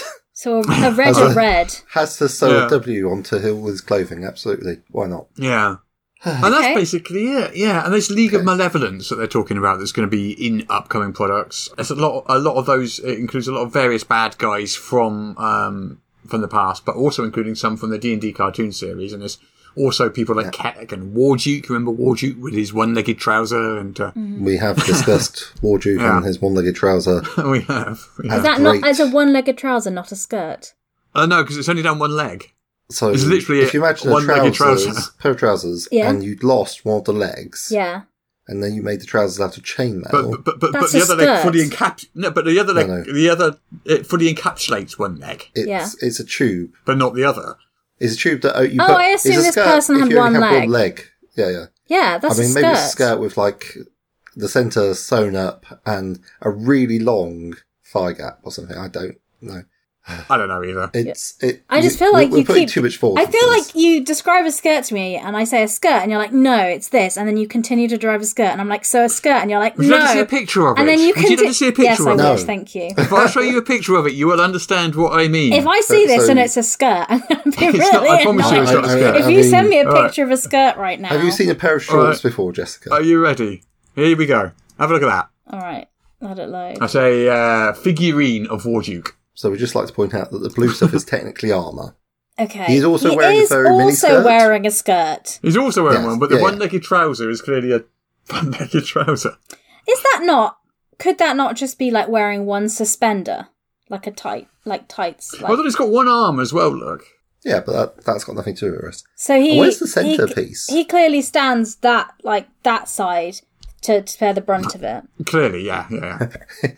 Speaker 7: So a, a red
Speaker 6: As
Speaker 7: or
Speaker 6: a-
Speaker 7: red.
Speaker 6: has to sew
Speaker 5: Yeah.
Speaker 6: a W onto Hillwood's clothing. Absolutely, why not?
Speaker 5: Yeah. And
Speaker 7: Okay.
Speaker 5: that's basically it, yeah. And this League of Malevolence that they're talking about that's going to be in upcoming products. It's a lot. A lot of those it includes a lot of various bad guys from um, from the past, but also including some from the D and D cartoon series. And there's also people like Keck and Warduke. Remember Warduke with his one-legged trouser? And uh,
Speaker 7: Mm-hmm.
Speaker 6: We have discussed Warduke
Speaker 5: Yeah.
Speaker 6: and his one-legged trouser.
Speaker 5: we have. We
Speaker 7: Is
Speaker 5: have.
Speaker 7: that
Speaker 6: great.
Speaker 7: not as a one-legged trouser, not a skirt?
Speaker 5: Uh, no, because it's only down one leg.
Speaker 6: So
Speaker 5: It's literally
Speaker 6: if you imagine a
Speaker 5: one-legged
Speaker 6: trousers,
Speaker 5: trouser.
Speaker 6: pair of trousers,
Speaker 7: Yeah.
Speaker 6: and you'd lost one of the legs,
Speaker 7: Yeah.
Speaker 6: and then you made the trousers out of chainmail.
Speaker 5: But but but, but
Speaker 7: Oh. That's
Speaker 5: the
Speaker 7: a
Speaker 5: other leg
Speaker 7: skirt.
Speaker 5: fully encapsulates. No, but the other
Speaker 6: No,
Speaker 5: leg,
Speaker 6: no.
Speaker 5: the other it fully encapsulates one leg,
Speaker 6: it's
Speaker 7: Yeah.
Speaker 6: it's a tube.
Speaker 5: but not the other.
Speaker 6: It's a tube that oh, you
Speaker 7: Oh,
Speaker 6: put,
Speaker 7: I assume
Speaker 6: it's a
Speaker 7: this
Speaker 6: skirt
Speaker 7: person
Speaker 6: if
Speaker 7: had
Speaker 6: you only
Speaker 7: one
Speaker 6: have
Speaker 7: leg.
Speaker 6: one leg. Yeah, yeah.
Speaker 7: Yeah, that's
Speaker 6: I mean,
Speaker 7: a skirt.
Speaker 6: maybe it's a skirt with like the center sewn up and a really long thigh gap or something. I don't know.
Speaker 5: I don't know either.
Speaker 6: It's it.
Speaker 7: I just
Speaker 6: we-
Speaker 7: feel like
Speaker 6: we're
Speaker 7: you
Speaker 6: putting
Speaker 7: keep
Speaker 6: too much force.
Speaker 7: I
Speaker 6: into
Speaker 7: feel
Speaker 6: this.
Speaker 7: like you describe a skirt to me, and I say a skirt, and you're like, "No, it's this," and then you continue to drive a skirt, and I'm like, "So a skirt," and you're like,
Speaker 5: Would you
Speaker 7: "No."
Speaker 5: like to see a picture of it?
Speaker 7: and then you
Speaker 5: Would you like
Speaker 7: conti-
Speaker 5: to see a picture
Speaker 7: yes,
Speaker 5: of
Speaker 7: I
Speaker 5: it?
Speaker 6: No.
Speaker 7: wish. Thank you.
Speaker 5: If I show you a picture of it, you will understand what I mean.
Speaker 7: If I see
Speaker 6: So-
Speaker 7: this
Speaker 6: so-
Speaker 7: and it's a skirt, I'm going to be
Speaker 5: It's
Speaker 7: really
Speaker 5: not- I promise you
Speaker 6: it's
Speaker 7: annoyed.
Speaker 6: not a skirt.
Speaker 7: If
Speaker 6: I
Speaker 7: you
Speaker 6: mean-
Speaker 7: send me a
Speaker 5: Alright.
Speaker 7: picture of a skirt right now,
Speaker 6: Have you seen a pair of shorts before, Jessica?
Speaker 5: Are you ready? Here we go. Have a look at that.
Speaker 7: All right, let it load.
Speaker 5: That's a uh, figurine of Warduke.
Speaker 6: So we'd just like to point out that the blue stuff is technically armor.
Speaker 7: Okay,
Speaker 6: He's also
Speaker 7: He
Speaker 6: wearing a
Speaker 7: is
Speaker 6: very mini
Speaker 7: also
Speaker 6: skirt.
Speaker 7: wearing a skirt.
Speaker 5: He's also wearing
Speaker 6: Yes,
Speaker 5: one, but the
Speaker 6: yeah, yeah.
Speaker 5: one-legged trouser is clearly a one-legged trouser.
Speaker 7: Is that not? Could that not just be like wearing one suspender, like a tight, like tights? Like,
Speaker 5: Although he's got one arm as well. Look,
Speaker 6: Yeah, but that, that's got nothing to do with us.
Speaker 7: So he
Speaker 6: Where's the
Speaker 7: he-
Speaker 6: centerpiece?
Speaker 7: He, clearly stands that like that side to, to bear the brunt of it.
Speaker 5: clearly, yeah, yeah. yeah.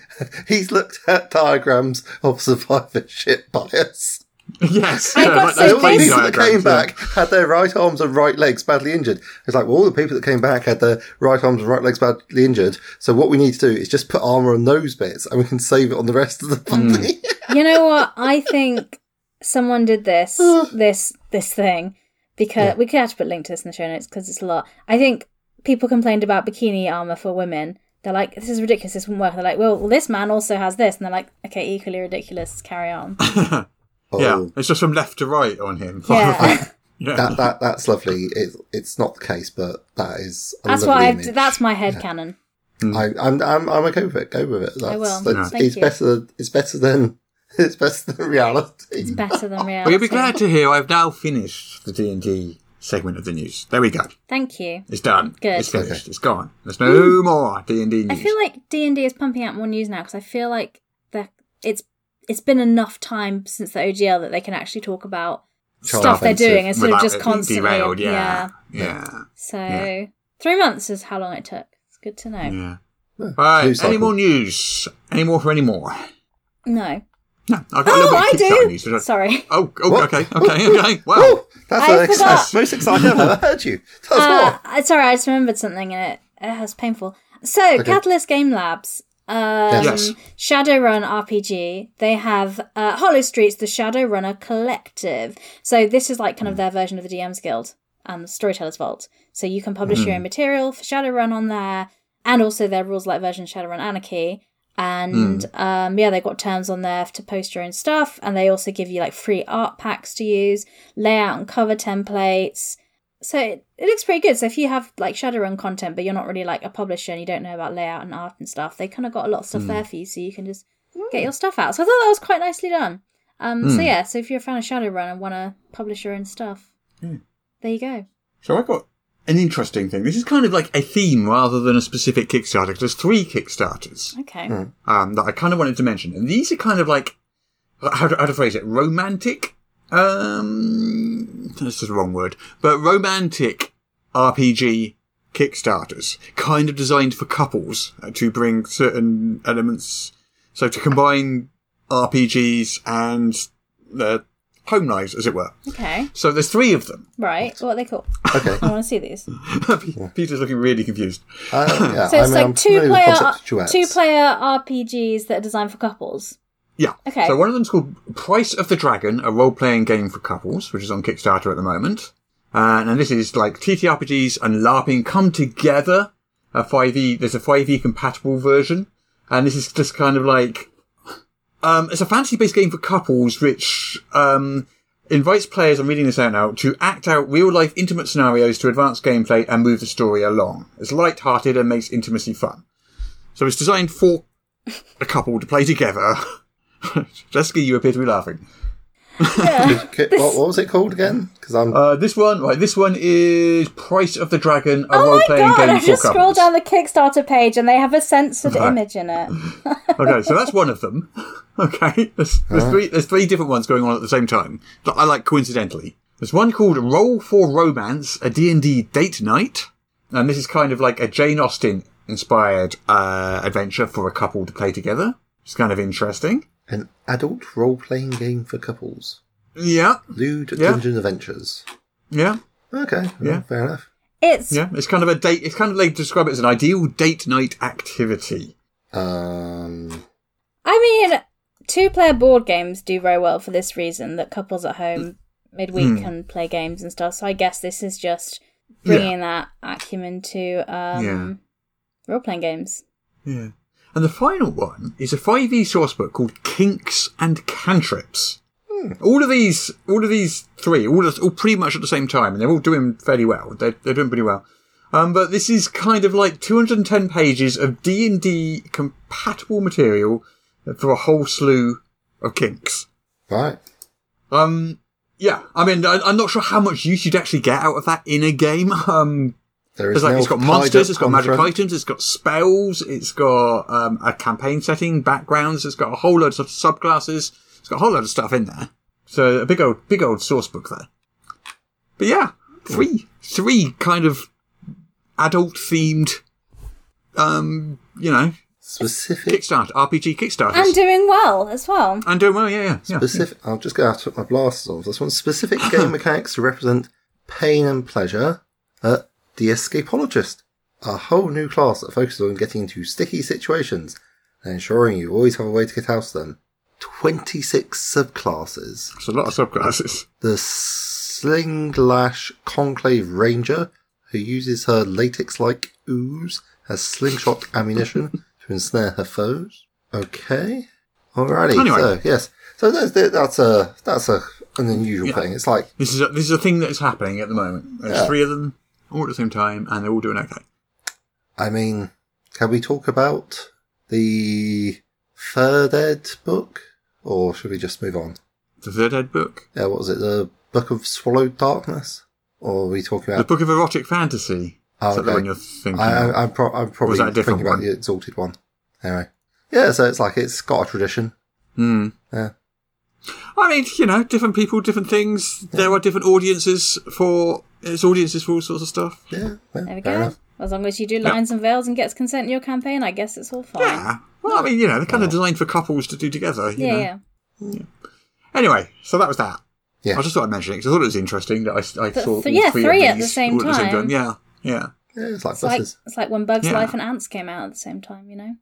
Speaker 6: He's looked at diagrams of survivorship bias.
Speaker 5: yes.
Speaker 7: I
Speaker 5: yeah,
Speaker 7: got
Speaker 5: like
Speaker 7: so
Speaker 5: those
Speaker 6: All the
Speaker 5: body
Speaker 7: this-
Speaker 6: people that
Speaker 5: diagrams,
Speaker 6: came
Speaker 5: yeah.
Speaker 6: back had their right arms and right legs badly injured. It's like, well, all the people that came back had their right arms and right legs badly injured. So what we need to do is just put armor on those bits, and we can save it on the rest of the
Speaker 5: Hmm.
Speaker 6: body.
Speaker 7: You know what? I think someone did this this this thing because we could have to put a link to this in the show notes because it's a lot. I think people complained about bikini armor for women. They're like, this is ridiculous. This wouldn't work. They're like, well, this man also has this, and they're like, okay, equally ridiculous. Carry on.
Speaker 5: Yeah,
Speaker 6: Oh,
Speaker 5: it's just from left to right on him.
Speaker 7: Yeah,
Speaker 5: yeah.
Speaker 6: that that that's lovely. It, it's not the case, but that is. A
Speaker 7: that's
Speaker 6: lovely
Speaker 7: why.
Speaker 6: image.
Speaker 7: I've, that's my head canon.
Speaker 6: I, I'm, I'm I'm okay with it. Go with it. That's,
Speaker 7: will.
Speaker 6: That's,
Speaker 7: Thank
Speaker 6: it's
Speaker 7: you.
Speaker 6: better. It's better than. It's better than reality.
Speaker 7: Better than reality.
Speaker 5: Well, you'll be glad to hear I've now finished the D and D segment of the news. There we go.
Speaker 7: Thank you.
Speaker 5: It's done.
Speaker 7: Good. Mm.
Speaker 5: It's finished. It's gone. There's no more D and D
Speaker 7: I
Speaker 5: news.
Speaker 7: feel like D and D is pumping out more news now because I feel like that it's it's been enough time since the OGL that they can actually talk about
Speaker 6: Child
Speaker 7: stuff they're
Speaker 6: offensive.
Speaker 7: doing instead of
Speaker 5: Without
Speaker 7: just
Speaker 5: it being
Speaker 7: constantly
Speaker 5: derailed.
Speaker 7: yeah.
Speaker 5: Yeah. Yeah.
Speaker 7: So
Speaker 5: Yeah.
Speaker 7: three months is how long it took. It's good to know.
Speaker 5: Yeah. All right.
Speaker 6: News
Speaker 5: Any
Speaker 6: cycle.
Speaker 5: more news? Any more for any more?
Speaker 7: No.
Speaker 5: No. I've got a
Speaker 7: Oh,
Speaker 5: little
Speaker 7: I
Speaker 5: bit of Kickstarter news.
Speaker 7: do.
Speaker 5: which I-
Speaker 7: Sorry.
Speaker 5: Oh, oh
Speaker 6: What?
Speaker 5: okay, okay, okay. Wow.
Speaker 6: Oh, that's,
Speaker 7: I
Speaker 6: the ex-
Speaker 7: forgot.
Speaker 6: that's the most exciting I've ever heard you. That's
Speaker 7: Uh,
Speaker 6: what.
Speaker 7: I- sorry, I just remembered something and it, it was painful. So, Catalyst Game Labs, um,
Speaker 5: Yes.
Speaker 7: Shadowrun RPG, they have uh, Hollow Streets, the Shadowrunner Collective. So, this is like kind of their version of the DM's Guild and the Storytellers Vault. So, you can publish your own material for Shadowrun on there and also their rules light version, of Shadowrun Anarchy. And um, yeah, they've got terms on there to post your own stuff. And they also give you like free art packs to use, layout and cover templates so it, it looks pretty good. So if you have like Shadowrun content, but you're not really like a publisher and you don't know about layout and art and stuff, they kind of got a lot of stuff
Speaker 6: Hmm.
Speaker 7: there for you, so you can just get your stuff out. So I thought that was quite nicely done. Um,
Speaker 6: Hmm.
Speaker 7: So yeah, so if you're a fan of Shadowrun and want to publish your own stuff,
Speaker 6: Hmm.
Speaker 7: there you go.
Speaker 5: So I got an interesting thing. This is kind of like a theme rather than a specific Kickstarter. 'cause There's three Kickstarters
Speaker 7: Okay.
Speaker 6: Hmm.
Speaker 5: um, that I kind of wanted to mention, and these are kind of like how to, how to phrase it, romantic. Um, that's the wrong word, but romantic RPG Kickstarters, kind of designed for couples uh, to bring certain elements. So to combine RPGs and uh, home lives, as it were.
Speaker 7: Okay.
Speaker 5: So there's three of them.
Speaker 7: Right. What are they called?
Speaker 6: Okay.
Speaker 7: I want to see these.
Speaker 5: Peter's looking really confused.
Speaker 6: Uh, yeah,
Speaker 7: So
Speaker 6: I
Speaker 7: it's
Speaker 6: mean, I'm
Speaker 7: like two
Speaker 6: familiar with the
Speaker 7: player
Speaker 6: concept of duets.
Speaker 7: two player RPGs that are designed for couples.
Speaker 5: Yeah.
Speaker 7: Okay.
Speaker 5: So one of them's called Price of the Dragon, a role playing game for couples, which is on Kickstarter at the moment. Uh, and this is like TTRPGs and LARPing come together. A 5e, there's a 5e compatible version. And this is just kind of like, um, it's a fantasy based game for couples, which, um, invites players, I'm reading this out now, to act out real life intimate scenarios to advance gameplay and move the story along. It's light-hearted and makes intimacy fun. So it's designed for a couple to play together. Jessica, you appear to be laughing.
Speaker 6: Okay, what, what was it called again? Because I'm
Speaker 5: Uh, this one, right, this one is Price of the Dragon, a
Speaker 7: Oh
Speaker 5: role
Speaker 7: my
Speaker 5: playing
Speaker 7: god!
Speaker 5: game
Speaker 7: I
Speaker 5: for
Speaker 7: just scrolled
Speaker 5: couples.
Speaker 7: down the Kickstarter page and they have a censored
Speaker 5: Right.
Speaker 7: image in it.
Speaker 5: okay, so that's one of them. Okay, there's, there's three there's three different ones going on at the same time that I like coincidentally. There's one called Roll for Romance, a D&D date night, and this is kind of like a Jane Austen inspired uh, adventure for a couple to play together. It's kind of interesting.
Speaker 6: an adult role playing game for couples.
Speaker 5: Yeah,
Speaker 6: Lewd
Speaker 5: Yeah.
Speaker 6: Dungeon Adventures.
Speaker 5: yeah,
Speaker 6: Okay, well,
Speaker 5: Yeah.
Speaker 6: fair enough.
Speaker 7: It's
Speaker 5: yeah. It's kind of a date. It's kind of they describe it as an ideal date night activity.
Speaker 6: Um,
Speaker 7: I mean, two player board games do very well for this reason that couples at home midweek can play games and stuff. So I guess this is just bringing that acumen to um, role playing games.
Speaker 5: Yeah. And the final one is a 5e source book called Kinks and Cantrips. All of these, all of these three, all, of, all pretty much at the same time, and they're all doing fairly well. They're, they're doing pretty well. Um, but this is kind of like 210 pages of D&D compatible material for a whole slew of kinks.
Speaker 6: right.
Speaker 5: Um, yeah, I mean, I, I'm not sure how much use you'd actually get out of that in a game. Um,
Speaker 6: There
Speaker 5: it's
Speaker 6: is
Speaker 5: like
Speaker 6: no
Speaker 5: it's got
Speaker 6: tied
Speaker 5: monsters,
Speaker 6: up
Speaker 5: it's got magic
Speaker 6: conference.
Speaker 5: items, it's got spells, it's got um, a campaign setting, backgrounds, it's got a whole load of subclasses, it's got a whole load of stuff in there. So a big old, big old source book there. But yeah, three, three kind of adult themed, um, you know,
Speaker 6: Specific.
Speaker 5: Kickstarter RPG Kickstarters.
Speaker 7: And doing well as well.
Speaker 5: and doing well, yeah, yeah, yeah.
Speaker 6: Specific. I'm just going to have to put my blasters off. This one. Specific game mechanics to represent pain and pleasure. Uh, the Escapologist, a whole new class that focuses on getting into sticky situations and ensuring you always have a way to get out of them. Twenty-six subclasses.
Speaker 5: It's a lot of subclasses.
Speaker 6: the Slinglash Conclave Ranger, who uses her latex like ooze as slingshot ammunition to ensnare her foes. Okay. Alrighty.
Speaker 5: Anyway.
Speaker 6: So, yes. So that's, that's a, that's a, an unusual thing. It's like,
Speaker 5: This is a, this is a thing that's happening at the moment. There's
Speaker 6: Yeah.
Speaker 5: three of them all at the same time, and they're all doing okay.
Speaker 6: I mean, can we talk about the third ed book? Or should we just move on?
Speaker 5: The third ed book.
Speaker 6: Yeah, what was it? The Book of Swallowed Darkness? Or are we talking
Speaker 5: The
Speaker 6: about
Speaker 5: Book of Erotic Fantasy.
Speaker 6: Oh,
Speaker 5: Is that the
Speaker 6: okay.
Speaker 5: one you're thinking?
Speaker 6: I,
Speaker 5: of?
Speaker 6: I, I'm, pro- I'm probably
Speaker 5: Was that a
Speaker 6: thinking
Speaker 5: different
Speaker 6: about
Speaker 5: one?
Speaker 6: the exalted one. Anyway, yeah. So it's like it's got a tradition.
Speaker 5: Hmm.
Speaker 6: Yeah.
Speaker 5: I mean, you know, different people, different things. There are different audiences for it's audiences for all sorts of stuff.
Speaker 6: Yeah. yeah
Speaker 7: There
Speaker 6: fair
Speaker 7: we go.
Speaker 6: enough.
Speaker 7: As long as you do lines and veils and gets consent in your campaign, I guess it's all fine. Yeah,
Speaker 5: Yeah. Well, I mean, you know, they're kind of designed for couples to do together. You
Speaker 7: yeah.
Speaker 5: know? Anyway, so that was that.
Speaker 6: Yeah.
Speaker 5: I just thought I'd mention it because I thought it was interesting that I, s- I
Speaker 7: But
Speaker 5: saw
Speaker 7: th-
Speaker 5: all
Speaker 7: yeah,
Speaker 5: three,
Speaker 7: three
Speaker 5: of
Speaker 7: at the
Speaker 5: these
Speaker 7: same
Speaker 5: all at the same
Speaker 7: time.
Speaker 5: time. Yeah, yeah.
Speaker 6: yeah. It's like
Speaker 7: It's like,
Speaker 6: buses.
Speaker 7: it's like when Bugs
Speaker 5: Yeah.
Speaker 7: Life and Ants came out at the same time, you know?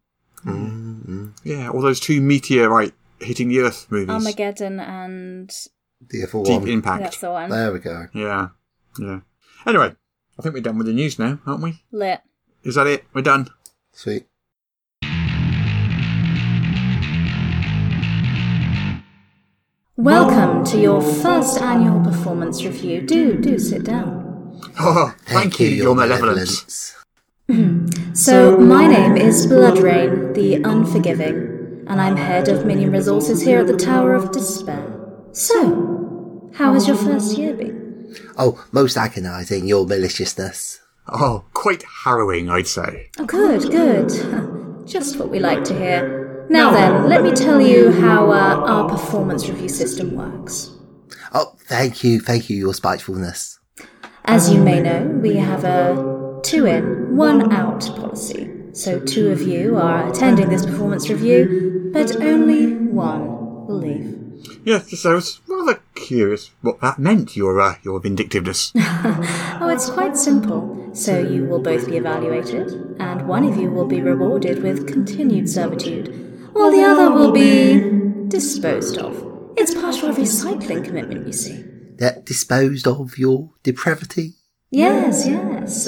Speaker 6: mm
Speaker 5: Yeah, all those two meteorite hitting the earth movies.
Speaker 7: Armageddon and.
Speaker 6: The other
Speaker 5: Deep
Speaker 6: one.
Speaker 7: Oh That's
Speaker 5: Impact.
Speaker 7: the one.
Speaker 6: There we go.
Speaker 5: Yeah, yeah. Anyway, I think we're done with the news now, aren't we?
Speaker 7: Lit.
Speaker 5: Is that it? We're done.
Speaker 6: Sweet.
Speaker 7: Welcome to your first annual performance review. Do, do sit down.
Speaker 5: Oh, thank you, your malevolence.
Speaker 8: Mm-hmm. So, my name is Bloodrain, the Unforgiving, and I'm head of many resources here at the Tower of Despair. So, how has your first year been?
Speaker 6: Oh, most agonising, your maliciousness.
Speaker 5: Oh, quite harrowing, I'd say.
Speaker 8: Oh, good, good. Just what we like to hear. Now then, let me tell you how uh, our performance review system works.
Speaker 6: Oh, thank you, thank you, your spitefulness.
Speaker 8: As you may know, we have a two in, one out policy. So two of you are attending this performance review, but only one will leave.
Speaker 5: Yes, yes, I was rather curious what that meant, your uh, your vindictiveness.
Speaker 8: Oh, it's quite simple. So you will both be evaluated, and one of you will be rewarded with continued servitude, while the other will be disposed of. It's part of our recycling commitment, you see.
Speaker 6: That disposed of your depravity?
Speaker 8: Yes, yes.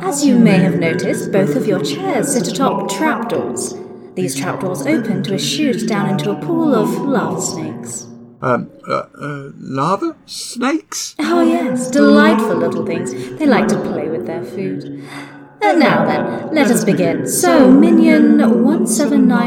Speaker 8: As you may have noticed, both of your chairs sit atop trapdoors. These trapdoors open to a chute down into a pool of lava snakes.
Speaker 5: Um, uh, uh, lava snakes.
Speaker 8: Oh, yes, delightful little things. They like to play with their food. And now then, let us begin. So, Minion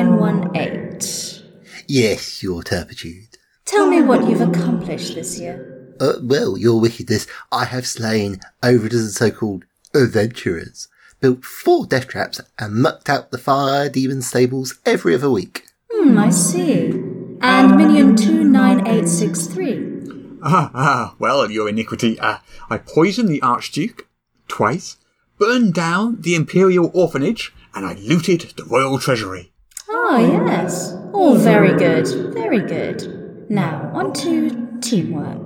Speaker 8: 17918,
Speaker 6: Yes, your turpitude.
Speaker 8: tell me what you've accomplished this year.
Speaker 6: Uh, well, your wickedness, I have slain over a dozen so-called adventurers, built four death traps, and mucked out the fire demon stables every other week.
Speaker 8: Hmm, I see. And Minion 29863,
Speaker 5: Ah, ah, well, your iniquity. Uh, I poisoned the Archduke twice, burned down the Imperial orphanage, and I looted the royal treasury.
Speaker 8: Ah, yes. All very good. Very good. Now, on to teamwork.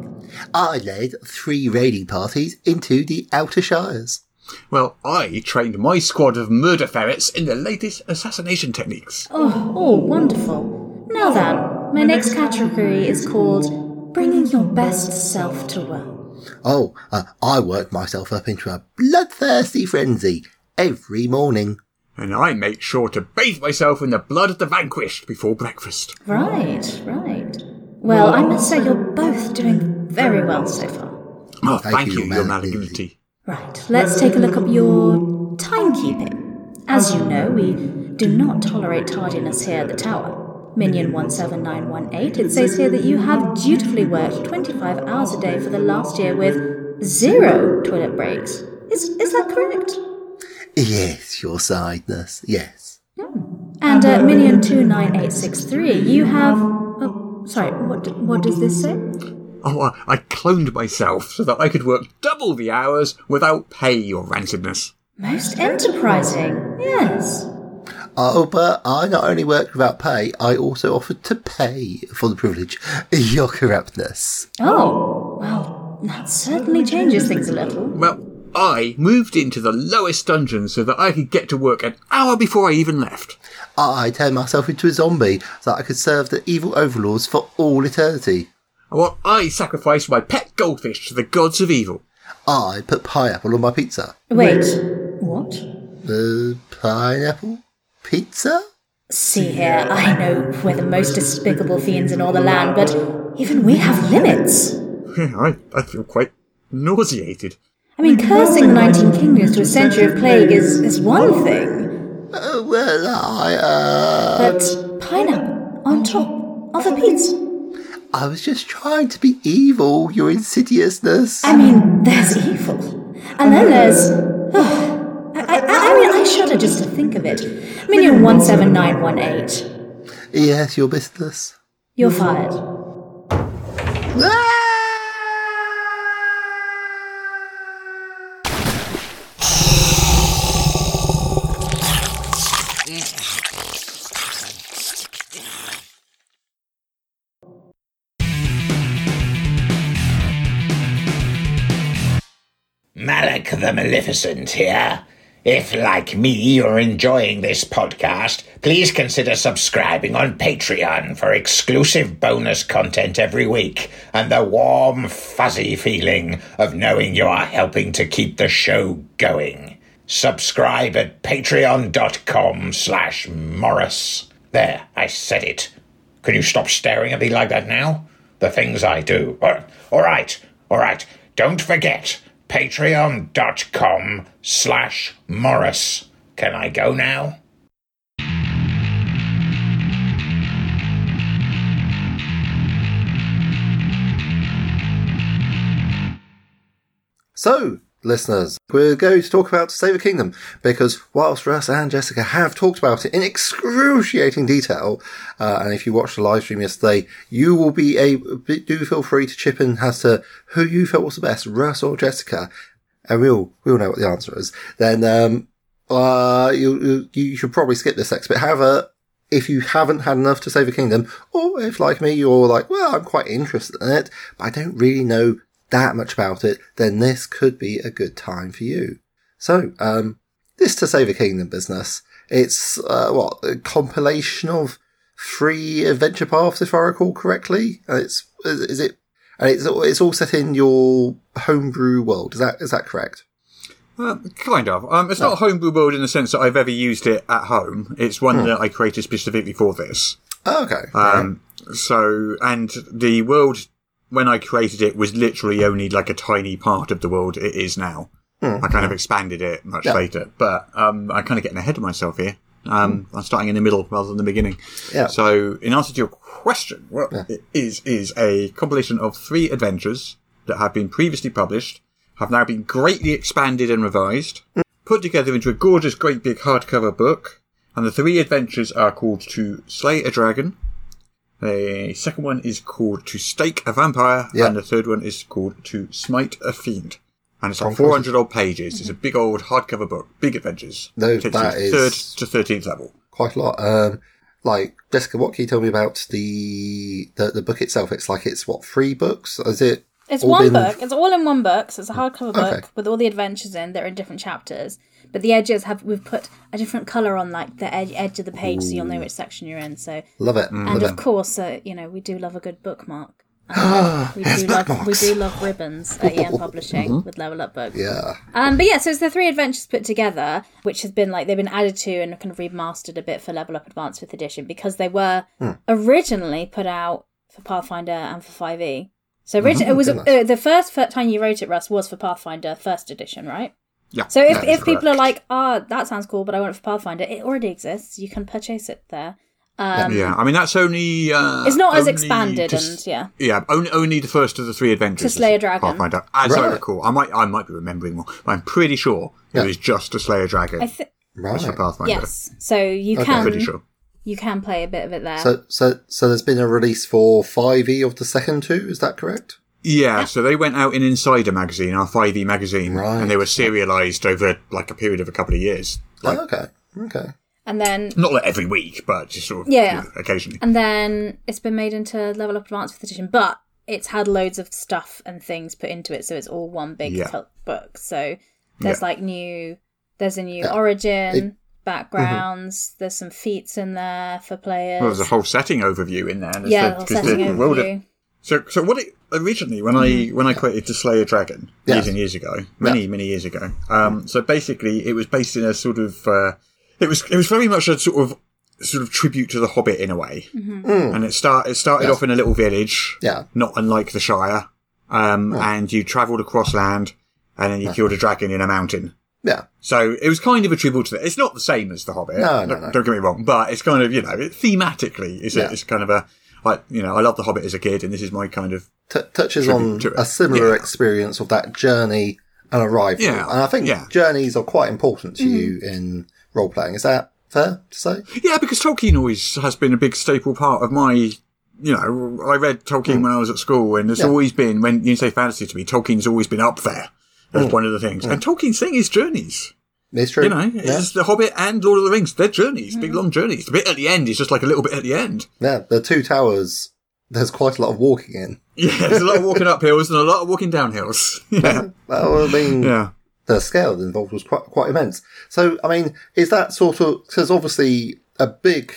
Speaker 6: I led three raiding parties into the Outer Shires.
Speaker 5: Well, I trained my squad of murder ferrets in the latest assassination techniques.
Speaker 8: Oh, all wonderful. Now then, my next category is called Bringing Your Best Self to Work.
Speaker 6: Oh, uh, I worked myself up into a bloodthirsty frenzy every morning.
Speaker 5: And I make sure to bathe myself in the blood of the vanquished before breakfast.
Speaker 8: Right, right. Well, I must say you're both doing very well so far.
Speaker 5: Oh,
Speaker 6: Thank
Speaker 5: thank,
Speaker 6: you,
Speaker 5: you,
Speaker 6: Your
Speaker 5: your
Speaker 6: Majesty.
Speaker 5: malignity.
Speaker 8: Right, let's take a look at your timekeeping. As you know, we do not tolerate tardiness here at the tower. Minion 17918, it says here that you have dutifully worked 25 hours a day for the last year with zero toilet breaks. Is, is that correct?
Speaker 6: Yes, your sideness, yes.
Speaker 8: And uh, Minion 29863, you have. Oh, sorry, what, what does this say?
Speaker 5: Oh, I, I cloned myself so that I could work double the hours without pay or rancidness.
Speaker 8: Most enterprising, yes.
Speaker 6: Oh, but I not only worked without pay, I also offered to pay for the privilege. Your corruptness.
Speaker 8: Oh, well, that certainly changes things a little.
Speaker 5: Well, I moved into the lowest dungeon so that I could get to work an hour before I even left.
Speaker 6: I turned myself into a zombie so that I could serve the evil overlords for all eternity.
Speaker 5: Well, I sacrificed my pet goldfish to the gods of evil.
Speaker 6: I put pineapple on my pizza.
Speaker 8: Wait, what?
Speaker 6: Uh, pineapple? Pizza?
Speaker 8: See here, I know we're the most despicable fiends in all the land, but even we have limits.
Speaker 5: I, I feel quite nauseated.
Speaker 8: I mean, cursing the 19 kingdoms to a century of plague is, is one thing,
Speaker 6: Uh, well, I, uh,
Speaker 8: but pineapple on top of a pizza.
Speaker 6: I was just trying to be evil, your insidiousness.
Speaker 8: I mean, there's evil. And then there's. I, I, I mean, I shudder just to think of it. Minion 17918,
Speaker 6: Yes, your business.
Speaker 8: you're fired.
Speaker 6: Ah!
Speaker 3: Malak the Maleficent here. If, like me, you're enjoying this podcast, please consider subscribing on Patreon for exclusive bonus content every week and the warm, fuzzy feeling of knowing you are helping to keep the show going. Subscribe at patreon.com slash Morris. There, I said it. Can you stop staring at me like that now? The things I do. All all right, all right. Don't forget, patreon.com slash Morris. Can I go now?
Speaker 6: So, listeners, we're going to talk about Save a Kingdom because whilst Russ and Jessica have talked about it in excruciating detail, uh, and if you watched the live stream yesterday, you will be able. Do feel free to chip in as to who you felt was the best, Russ or Jessica, and we'll we'll know what the answer is. Then, um, uh, you you- you should probably skip this next bit. However, if you haven't had enough to save a kingdom, or if like me, you're like, well, I'm quite interested in it, but I don't really know that much about it, then this could be a good time for you. So, um, this to save a kingdom business, it's, uh, what, a compilation of three adventure paths, if I recall correctly. And it's, is, is it, and it's, all- it's all set in your homebrew world. Is that, is that correct?
Speaker 5: Uh, kind of. Um, it's not a homebrew world in the sense that I've ever used it at home. It's one
Speaker 6: Hmm.
Speaker 5: that I created specifically for this.
Speaker 6: Oh, okay.
Speaker 5: Um, So, and the world when I created it was literally only like a tiny part of the world it is now. I kind of expanded it much
Speaker 6: Hmm. Yeah.
Speaker 5: later, but um, I'm kind of getting ahead of myself here. Um, I'm starting in the middle rather than the beginning.
Speaker 6: Hmm. Yeah.
Speaker 5: So, in answer to your question, what it is is a compilation of three adventures that have been previously published, have now been greatly expanded and revised, put together into a gorgeous, great big hardcover book. And the three adventures are called To Slay a Dragon, the second one is called To Stake a Vampire,
Speaker 6: Yeah.
Speaker 5: and the third one is called To Smite a Fiend. And it's like
Speaker 6: Fantastic.
Speaker 5: 400 old pages. It's a big old hardcover book. Big adventures.
Speaker 6: No,
Speaker 5: Takes
Speaker 6: that
Speaker 5: you
Speaker 6: is-
Speaker 5: Third to 13th level.
Speaker 6: quite a lot. Um, like Jessica, what can you tell me about the, the the book itself? It's like it's what three books? Is it?
Speaker 7: It's
Speaker 6: all
Speaker 7: one
Speaker 6: been-
Speaker 7: book. It's all in one book. So it's a hardcover book
Speaker 6: Okay.
Speaker 7: with all the adventures in. They're in different chapters, but the edges have we've put a different color on like the edge, edge of the page, so you'll know which section you're in. So
Speaker 6: Love it.
Speaker 5: Mm.
Speaker 7: and
Speaker 6: Love
Speaker 7: of
Speaker 6: it.
Speaker 7: course, uh, you know we do love a good bookmark. Um, we
Speaker 6: Yes,
Speaker 7: do love we
Speaker 6: bookmarks.
Speaker 7: do love ribbons at EM Publishing with Level Up Books.
Speaker 6: Yeah.
Speaker 7: Um, but yeah, so it's the three adventures put together, which has been like they've been added to and kind of remastered a bit for Level Up Advanced Fifth Edition because they were
Speaker 6: Hmm.
Speaker 7: originally put out for Pathfinder and for Five E. So origi- it was uh,
Speaker 6: Oh, goodness.
Speaker 7: the first fir- time you wrote it, Russ, was for Pathfinder First Edition, right?
Speaker 5: Yeah.
Speaker 7: So if,
Speaker 5: that is
Speaker 7: if people are
Speaker 5: correct.
Speaker 7: like, "Ah, that sounds cool, but I want it for Pathfinder," it already exists. You can purchase it there. Um,
Speaker 5: yeah, I mean, that's only. Uh,
Speaker 7: It's not as
Speaker 5: only
Speaker 7: expanded
Speaker 5: to-
Speaker 7: and yeah.
Speaker 5: Yeah, only, only the first of the three adventures.
Speaker 7: To Slay a
Speaker 5: is
Speaker 7: Dragon.
Speaker 5: Pathfinder. As I
Speaker 6: Right.
Speaker 5: recall, I might, I might be remembering more, but I'm pretty sure
Speaker 6: Yeah.
Speaker 5: it was just to Slay a Dragon.
Speaker 7: I think
Speaker 5: That's for
Speaker 6: Right.
Speaker 5: Pathfinder.
Speaker 7: yes. Um, So you
Speaker 6: Okay.
Speaker 7: can
Speaker 5: Pretty sure.
Speaker 7: you can play a bit of it there.
Speaker 6: So so so there's been a release for five E of the second two. Is that correct?
Speaker 5: Yeah, so they went out in Insider magazine, our 5e magazine,
Speaker 6: Right.
Speaker 5: and they were serialized over like a period of a couple of years. Like,
Speaker 6: Oh, okay. Okay.
Speaker 7: and then
Speaker 5: not like every week, but just sort of
Speaker 7: Yeah.
Speaker 5: you know, occasionally.
Speaker 7: And then it's been made into Level Up Advanced Fifth Edition, but it's had loads of stuff and things put into it, so it's all one big
Speaker 5: Yeah.
Speaker 7: tel- book. So there's
Speaker 5: Yeah.
Speaker 7: like new, there's a new
Speaker 6: Yeah.
Speaker 7: origin,
Speaker 6: It-
Speaker 7: backgrounds, there's some feats in there for players.
Speaker 5: Well, there's a whole setting overview in there. and it's the-
Speaker 7: yeah, the whole
Speaker 5: 'cause
Speaker 7: setting
Speaker 5: the world-
Speaker 7: overview.
Speaker 5: So, so what it, originally when I when I created to slay a dragon
Speaker 6: Mm-hmm. Yes.
Speaker 5: years and years ago, many
Speaker 6: Yeah.
Speaker 5: many years ago. Um, so basically, it was based in a sort of uh, it was it was very much a sort of sort of tribute to the Hobbit in a way. And it start it started
Speaker 6: Yes.
Speaker 5: off in a little village,
Speaker 6: Mm-hmm. Yeah.
Speaker 5: not unlike the Shire. Um, and you travelled across land, and then you killed a dragon in a mountain.
Speaker 6: Yeah.
Speaker 5: So it was kind of a tribute to that. It's not the same as the Hobbit.
Speaker 6: No, no,
Speaker 5: don't,
Speaker 6: no.
Speaker 5: don't get me wrong, but it's kind of you know it, thematically, it's,
Speaker 6: Yeah.
Speaker 5: a, it's kind of a like you know I love the Hobbit as a kid, and this is my kind of
Speaker 6: T- touches
Speaker 5: Tribute
Speaker 6: on
Speaker 5: to it.
Speaker 6: a similar
Speaker 5: Yeah.
Speaker 6: experience of that journey and arrival.
Speaker 5: Yeah.
Speaker 6: And I think
Speaker 5: Yeah.
Speaker 6: journeys are quite important
Speaker 7: Mm.
Speaker 6: to you in role playing. Is that fair to say?
Speaker 5: Yeah, because Tolkien always has been a big staple part of my, you know, I read Tolkien when I was at school, and it's
Speaker 6: Hmm. Yeah.
Speaker 5: always been, when you say fantasy to me, Tolkien's always been up there as one of the things. And Tolkien's thing is journeys.
Speaker 6: It's Hmm. true.
Speaker 5: You know,
Speaker 6: Yeah.
Speaker 5: it's The Hobbit and Lord of the Rings. They're journeys, big long journeys. The bit at the end is just like a little bit at the end.
Speaker 6: Yeah, the two towers. There's quite a lot of walking in.
Speaker 5: Yeah, there's a lot of walking up hills and a lot of walking down hills. Yeah.
Speaker 6: Well, I mean,
Speaker 5: Yeah.
Speaker 6: the scale involved was quite quite immense. So, I mean, is that sort of because obviously a big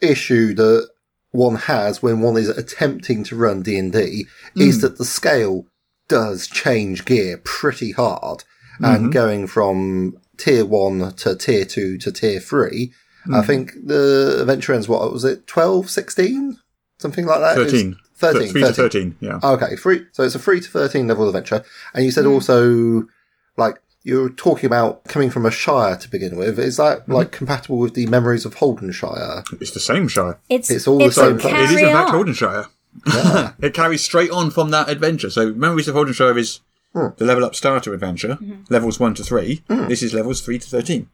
Speaker 6: issue that one has when one is attempting to run D and D
Speaker 5: Hmm.
Speaker 6: is that the scale does change gear pretty hard,
Speaker 5: Mm-hmm.
Speaker 6: and going from tier one to tier two to tier 3
Speaker 5: Hmm.
Speaker 6: I think the adventure ends what was it 12, 16? something like that. It was
Speaker 5: 13. Th-
Speaker 6: 13.
Speaker 5: three to thirteen. Yeah.
Speaker 6: Okay, three. So it's a three to thirteen level adventure, and you said
Speaker 5: Mm.
Speaker 6: also, like you were talking about coming from a shire to begin with. Is that
Speaker 5: Mm-hmm.
Speaker 6: like compatible with the memories of Holdenshire?
Speaker 5: It's the same Shire.
Speaker 7: It's
Speaker 6: It's all
Speaker 7: it's
Speaker 6: the same
Speaker 7: a
Speaker 6: place.
Speaker 7: carry
Speaker 5: it is in fact
Speaker 7: on.
Speaker 5: Holdenshire. it carries straight on from that adventure. So Memories of Holdenshire is the level up starter adventure,
Speaker 7: Mm-hmm.
Speaker 5: levels one to three. This is levels three to thirteen.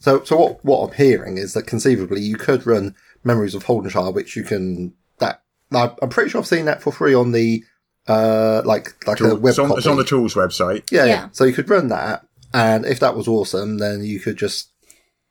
Speaker 6: So, so what what I'm hearing is that conceivably you could run Memories of Holdenshire, which you can that I- I'm pretty sure I've seen that for free on the uh like like a
Speaker 5: Tool-
Speaker 6: web
Speaker 5: it's, on, it's
Speaker 6: copy.
Speaker 5: on the tools website.
Speaker 6: yeah,
Speaker 7: Yeah.
Speaker 6: yeah. So you could run that, and if that was awesome, then you could just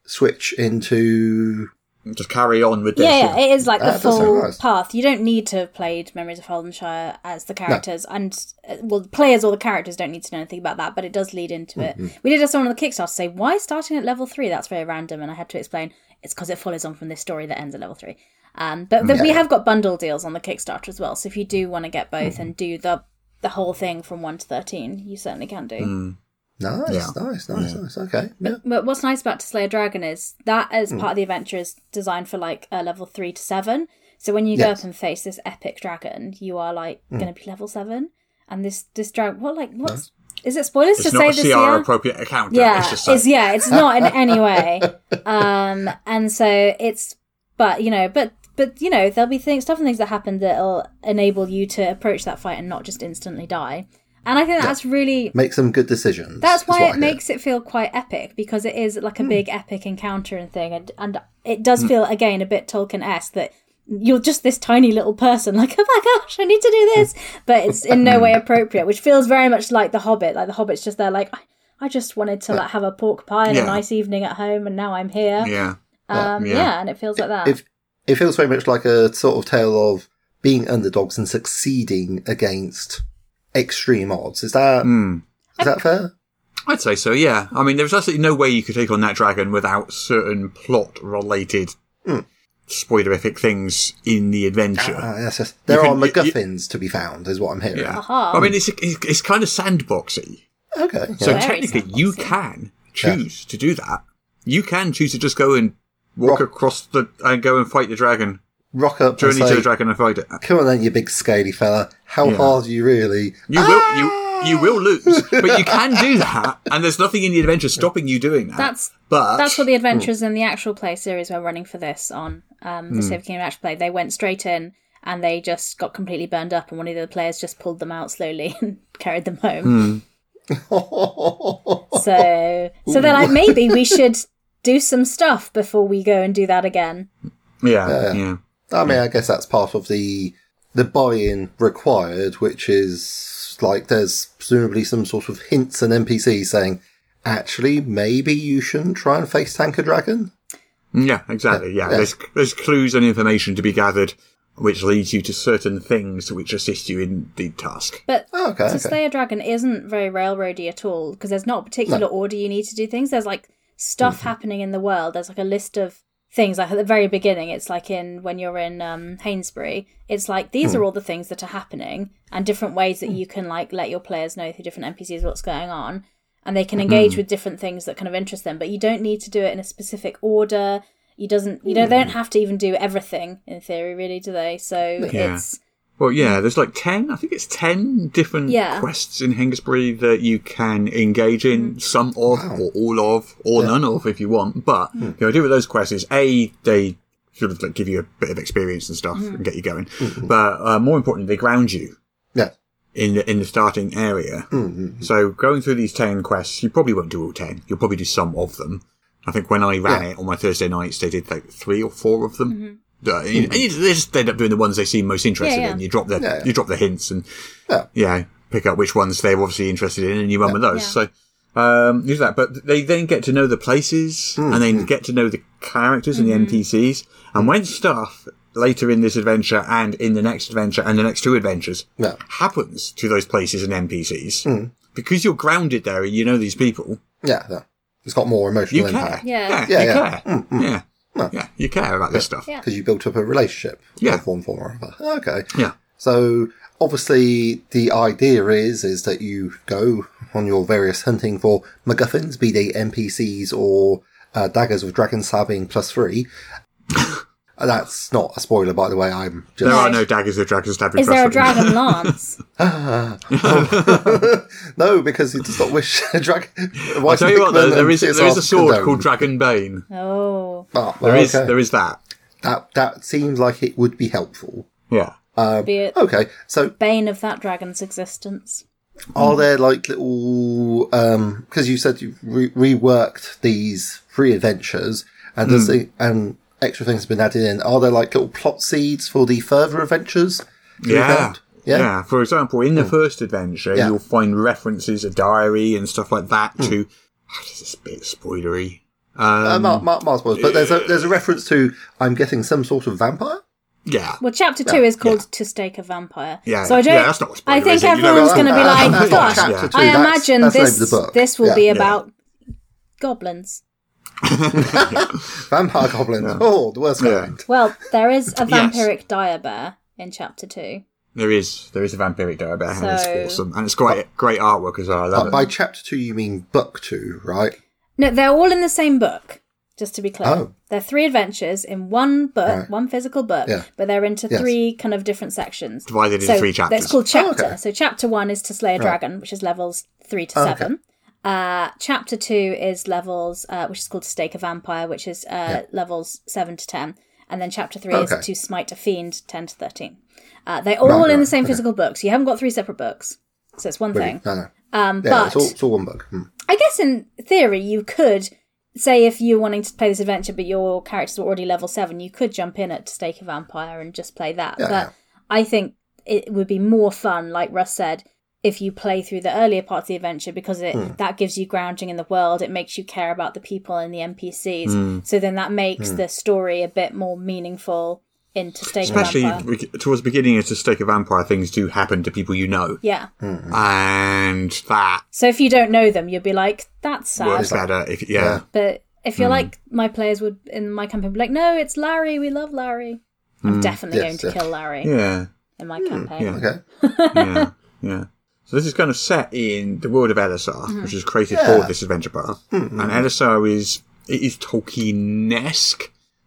Speaker 6: switch into
Speaker 5: Just carry on with this.
Speaker 7: Yeah, yeah, it is like the
Speaker 6: Ah, that sounds
Speaker 7: full
Speaker 6: nice.
Speaker 7: path. You don't need to have played Memories of Holdenshire as the characters, and uh, well, the players or the characters don't need to know anything about that, but it does lead into it. We did have someone on the Kickstarter say, "Why starting at level three? That's very random," and I had to explain it's because it follows on from this story that ends at level three. Um, but but we have got bundle deals on the Kickstarter as well, so if you do want to get
Speaker 5: Mm-hmm.
Speaker 7: both and do the the whole thing from one to thirteen, you certainly can do.
Speaker 6: nice,
Speaker 5: Yeah.
Speaker 6: nice, nice, nice. Okay, yeah.
Speaker 7: But what's nice about To Slay a Dragon is that as part of the adventure is designed for like a level three to seven. So when you go
Speaker 6: Yes.
Speaker 7: up and face this epic dragon, you are like going to be level seven. And this this dragon, what like what's is it spoilers
Speaker 5: It's
Speaker 7: to say
Speaker 5: not a
Speaker 7: this?
Speaker 5: CR
Speaker 7: year?
Speaker 5: appropriate account.
Speaker 7: yeah,
Speaker 5: it's just
Speaker 7: it's,
Speaker 5: so.
Speaker 7: yeah, it's not in any way. Um, and so it's, but you know, but but you know, there'll be things, stuff and things that happen that'll enable you to approach that fight and not just instantly die. And I think that's really
Speaker 6: make some good decisions.
Speaker 7: that's
Speaker 6: is
Speaker 7: why
Speaker 6: what I
Speaker 7: it
Speaker 6: hear.
Speaker 7: makes it feel quite epic because it is like a big epic encounter and thing, and, and it does feel again a bit Tolkien esque that you're just this tiny little person, like oh my gosh, I need to do this, but it's in no way appropriate, which feels very much like The Hobbit. Like The Hobbit's just there, like I, I just wanted to like have a pork pie and a
Speaker 5: Yeah.
Speaker 7: nice evening at home, and now I'm here.
Speaker 5: yeah.
Speaker 7: um, yeah.
Speaker 5: yeah.
Speaker 7: and it feels like that.
Speaker 6: if it feels very much like a sort of tale of being underdogs and succeeding against extreme odds. Is that is
Speaker 5: Hmm.
Speaker 6: that fair?
Speaker 5: I'd say so, yeah. I mean, there was absolutely no way you could take on that dragon without certain plot related spoilerific things in the adventure.
Speaker 6: Ah, yes, yes. There
Speaker 5: You
Speaker 6: are
Speaker 5: can- you- you-
Speaker 6: MacGuffins to be found, is what I'm hearing.
Speaker 5: yeah.
Speaker 7: Aha.
Speaker 5: I mean, it's, it's, it's kind of sandboxy.
Speaker 6: Okay.
Speaker 5: So
Speaker 6: yeah.
Speaker 7: Very
Speaker 5: technically, you
Speaker 7: sandboxy.
Speaker 5: can choose to do that. You can choose to just go and walk
Speaker 6: Rock-
Speaker 5: across the and go and fight the dragon,
Speaker 6: rock up and
Speaker 5: journey to
Speaker 6: say,
Speaker 5: the dragon and fight it.
Speaker 6: "Come on, then, you big scaly fella. How
Speaker 5: Yeah.
Speaker 6: hard are you really?"
Speaker 5: You will you you will lose, but you can do that, and there's nothing in the adventure stopping you doing that.
Speaker 7: That's-
Speaker 5: but
Speaker 7: That's what the adventures in the actual play series were running for this on um, the Silver Kingdom actual play. They went straight in and they just got completely burned up, and one of the players just pulled them out slowly and carried them home. so, so they're like, maybe we should do some stuff before we go and do that again.
Speaker 5: yeah yeah.
Speaker 6: I mean, I guess that's part of the the buy-in required, which is like there's presumably some sort of hints and NPC saying, "Actually, maybe you shouldn't try and face tank a dragon."
Speaker 5: Yeah, exactly. Yeah,
Speaker 6: Yeah.
Speaker 5: There's, there's clues and information to be gathered, which leads you to certain things which assist you in the task.
Speaker 7: But
Speaker 6: Oh, okay,
Speaker 7: to
Speaker 6: okay.
Speaker 7: slay a dragon isn't very railroady at all because there's not a particular
Speaker 6: No.
Speaker 7: order you need to do things. There's like stuff happening in the world. There's like a list of things. Like at the very beginning, it's like in when you're in um, Hainesbury, it's like these are all the things that are happening and different ways that you can like let your players know through different NPCs what's going on, and they can engage with different things that kind of interest them. But you don't need to do it in a specific order. You doesn't, you know, they don't have to even do everything in theory, really, do they? So it's
Speaker 5: Well, yeah, there's like 10, I think it's 10 different
Speaker 7: Yeah.
Speaker 5: quests in Hengistbury that you can engage in, some of, or all of, or none of if you want. But the idea with those quests is A, they sort of like give you a bit of experience and stuff and get you going. But uh, more importantly, they ground you.
Speaker 6: Yeah.
Speaker 5: in the in the starting area.
Speaker 6: Mm,
Speaker 5: So going through these ten quests, you probably won't do all ten. You'll probably do some of them. I think when I ran
Speaker 6: Yeah.
Speaker 5: it on my Thursday nights, they did like three or four of them. Uh, and you- and you- they just end up doing the ones they seem most interested
Speaker 7: Mm-hmm. Yeah, yeah.
Speaker 5: in. You drop the
Speaker 6: Mm-hmm. Yeah, yeah.
Speaker 5: you drop the hints and
Speaker 6: Yeah.
Speaker 5: yeah, pick up which ones they're obviously interested in, and you run with those.
Speaker 7: Yeah.
Speaker 5: So. Um, use that, but they then get to know the places,
Speaker 6: Hmm.
Speaker 5: and they get to know the characters
Speaker 7: Mm-hmm.
Speaker 5: and the NPCs. And when stuff later in this adventure, and in the next adventure, and the next two adventures
Speaker 6: Yeah. Hmm.
Speaker 5: happens to those places and NPCs, because you're grounded there and you know these people,
Speaker 6: Yeah, yeah. it's got more emotional
Speaker 5: you care.
Speaker 6: impact
Speaker 7: Yeah.
Speaker 5: yeah, you
Speaker 6: Yeah, Hmm,
Speaker 5: care. Yeah. yeah, you care about this stuff.
Speaker 7: Yeah.
Speaker 6: because you built up a relationship
Speaker 5: Yeah.
Speaker 6: of one form or other. Okay,
Speaker 5: Yeah.
Speaker 6: so obviously the idea is is that you go on your various hunting for MacGuffins, be they NPCs or uh, daggers with dragon stabbing plus three. Uh, That's not a spoiler, by the way. I'm just.
Speaker 5: There are no daggers or dragons stabbing
Speaker 7: Is there a
Speaker 5: across them.
Speaker 7: dragon lance?
Speaker 6: No, because he does not wish a dragon.
Speaker 5: I'll tell you what, though, there is there is a sword called Dragon Bane.
Speaker 7: Oh,
Speaker 6: Oh, well,
Speaker 5: There is
Speaker 6: okay.
Speaker 5: there is that.
Speaker 6: That that seems like it would be helpful.
Speaker 5: Yeah.
Speaker 7: be it
Speaker 6: Okay, so
Speaker 7: bane of that dragon's existence.
Speaker 5: Hmm.
Speaker 6: are there like little? Because you said you re- reworked these three adventures, and
Speaker 5: Hmm.
Speaker 6: does the and extra things have been added in. Are there like little plot seeds for the further adventures? that you
Speaker 5: Yeah.
Speaker 6: found?
Speaker 5: yeah.
Speaker 6: yeah.
Speaker 5: For example, in
Speaker 7: Mm.
Speaker 5: the first adventure,
Speaker 6: Yeah.
Speaker 5: you'll find references, a diary, and stuff like that
Speaker 7: Mm.
Speaker 5: to. ah, This is a bit spoilery. Um,
Speaker 6: Uh, Mar- Mar- Mars was, but there's a there's a reference to I'm getting some sort of vampire.
Speaker 5: yeah.
Speaker 7: Well, chapter two is called "To Stake a Vampire."
Speaker 5: Yeah,
Speaker 7: so I don't.
Speaker 5: yeah, that's not a spoiler,
Speaker 7: I think
Speaker 5: is it? You know
Speaker 7: everyone's
Speaker 5: that.
Speaker 7: going to be
Speaker 5: Uh,
Speaker 7: like,
Speaker 5: that's
Speaker 7: "Gosh,
Speaker 5: chapter two,
Speaker 7: I
Speaker 6: that's-
Speaker 7: imagine
Speaker 6: that's the name of
Speaker 7: this
Speaker 6: the book.
Speaker 7: this will
Speaker 6: Yeah,
Speaker 7: be
Speaker 6: yeah.
Speaker 7: about goblins."
Speaker 6: Vampire goblins. Oh, the worst
Speaker 5: Yeah.
Speaker 6: kind.
Speaker 7: Well, there is a
Speaker 5: Yes.
Speaker 7: vampiric dire bear in chapter two.
Speaker 5: There is there is a vampiric diary, bear, and it's
Speaker 7: So-
Speaker 5: awesome, and it's quite great artwork as well. I love
Speaker 6: But
Speaker 5: it.
Speaker 6: by chapter two, you mean book two, right?
Speaker 7: No, they're all in the same book. Just to be clear,
Speaker 6: Oh.
Speaker 7: they're three adventures in one book,
Speaker 6: Right.
Speaker 7: one physical book,
Speaker 6: Yeah.
Speaker 7: but they're into
Speaker 6: Yes.
Speaker 7: three kind of different sections.
Speaker 5: Divided into
Speaker 7: so
Speaker 5: three chapters.
Speaker 7: That's called chapter.
Speaker 6: Oh, okay.
Speaker 7: So chapter one is to slay a dragon, which is levels three to
Speaker 6: Oh, okay.
Speaker 7: seven. Uh, chapter two is levels, uh, which is called to stake a vampire, which is uh, levels seven to ten, and then chapter three
Speaker 6: Okay.
Speaker 7: is to smite a fiend, ten to thirteen. Uh, they're all in the
Speaker 6: right,
Speaker 7: same
Speaker 6: okay.
Speaker 7: physical book, so you haven't got three separate books. So it's one
Speaker 6: Brilliant.
Speaker 7: thing.
Speaker 6: No, no.
Speaker 7: Um,
Speaker 6: Uh, Yeah,
Speaker 7: but
Speaker 6: it's, all, it's all one book. Hmm.
Speaker 7: I guess in theory, you could say if you're wanting to play this adventure, but your characters are already level seven, you could jump in at Stake a Vampire and just play that.
Speaker 6: Yeah,
Speaker 7: but
Speaker 6: yeah.
Speaker 7: I think it would be more fun, like Russ said, if you play through the earlier parts of the adventure because it
Speaker 6: Hmm.
Speaker 7: that gives you grounding in the world. It makes you care about the people and the NPCs.
Speaker 5: Mm,
Speaker 7: So then that makes the story a bit more meaningful into Stake
Speaker 5: Especially
Speaker 7: a Vampire.
Speaker 5: we- towards the beginning, it's a stake of vampire. Things do happen to people you know,
Speaker 7: Yeah.
Speaker 5: and that
Speaker 7: So if you don't know them, you'll be like, "That's sad."
Speaker 5: works better. If yeah,
Speaker 7: But if
Speaker 6: Hmm.
Speaker 7: you're like my players would in my campaign, would be like, no, it's Larry. We love Larry. I'm definitely
Speaker 6: Hmm. Yes,
Speaker 7: going to
Speaker 6: yeah. Hmm.
Speaker 7: kill Larry
Speaker 5: yeah,
Speaker 7: in my campaign.
Speaker 5: yeah.
Speaker 6: Okay.
Speaker 5: yeah, yeah. So this is kind of set in the world of Elisar,
Speaker 7: Mm-hmm.
Speaker 5: which is created for this adventure path. And Elisar is it is Tolkien-esque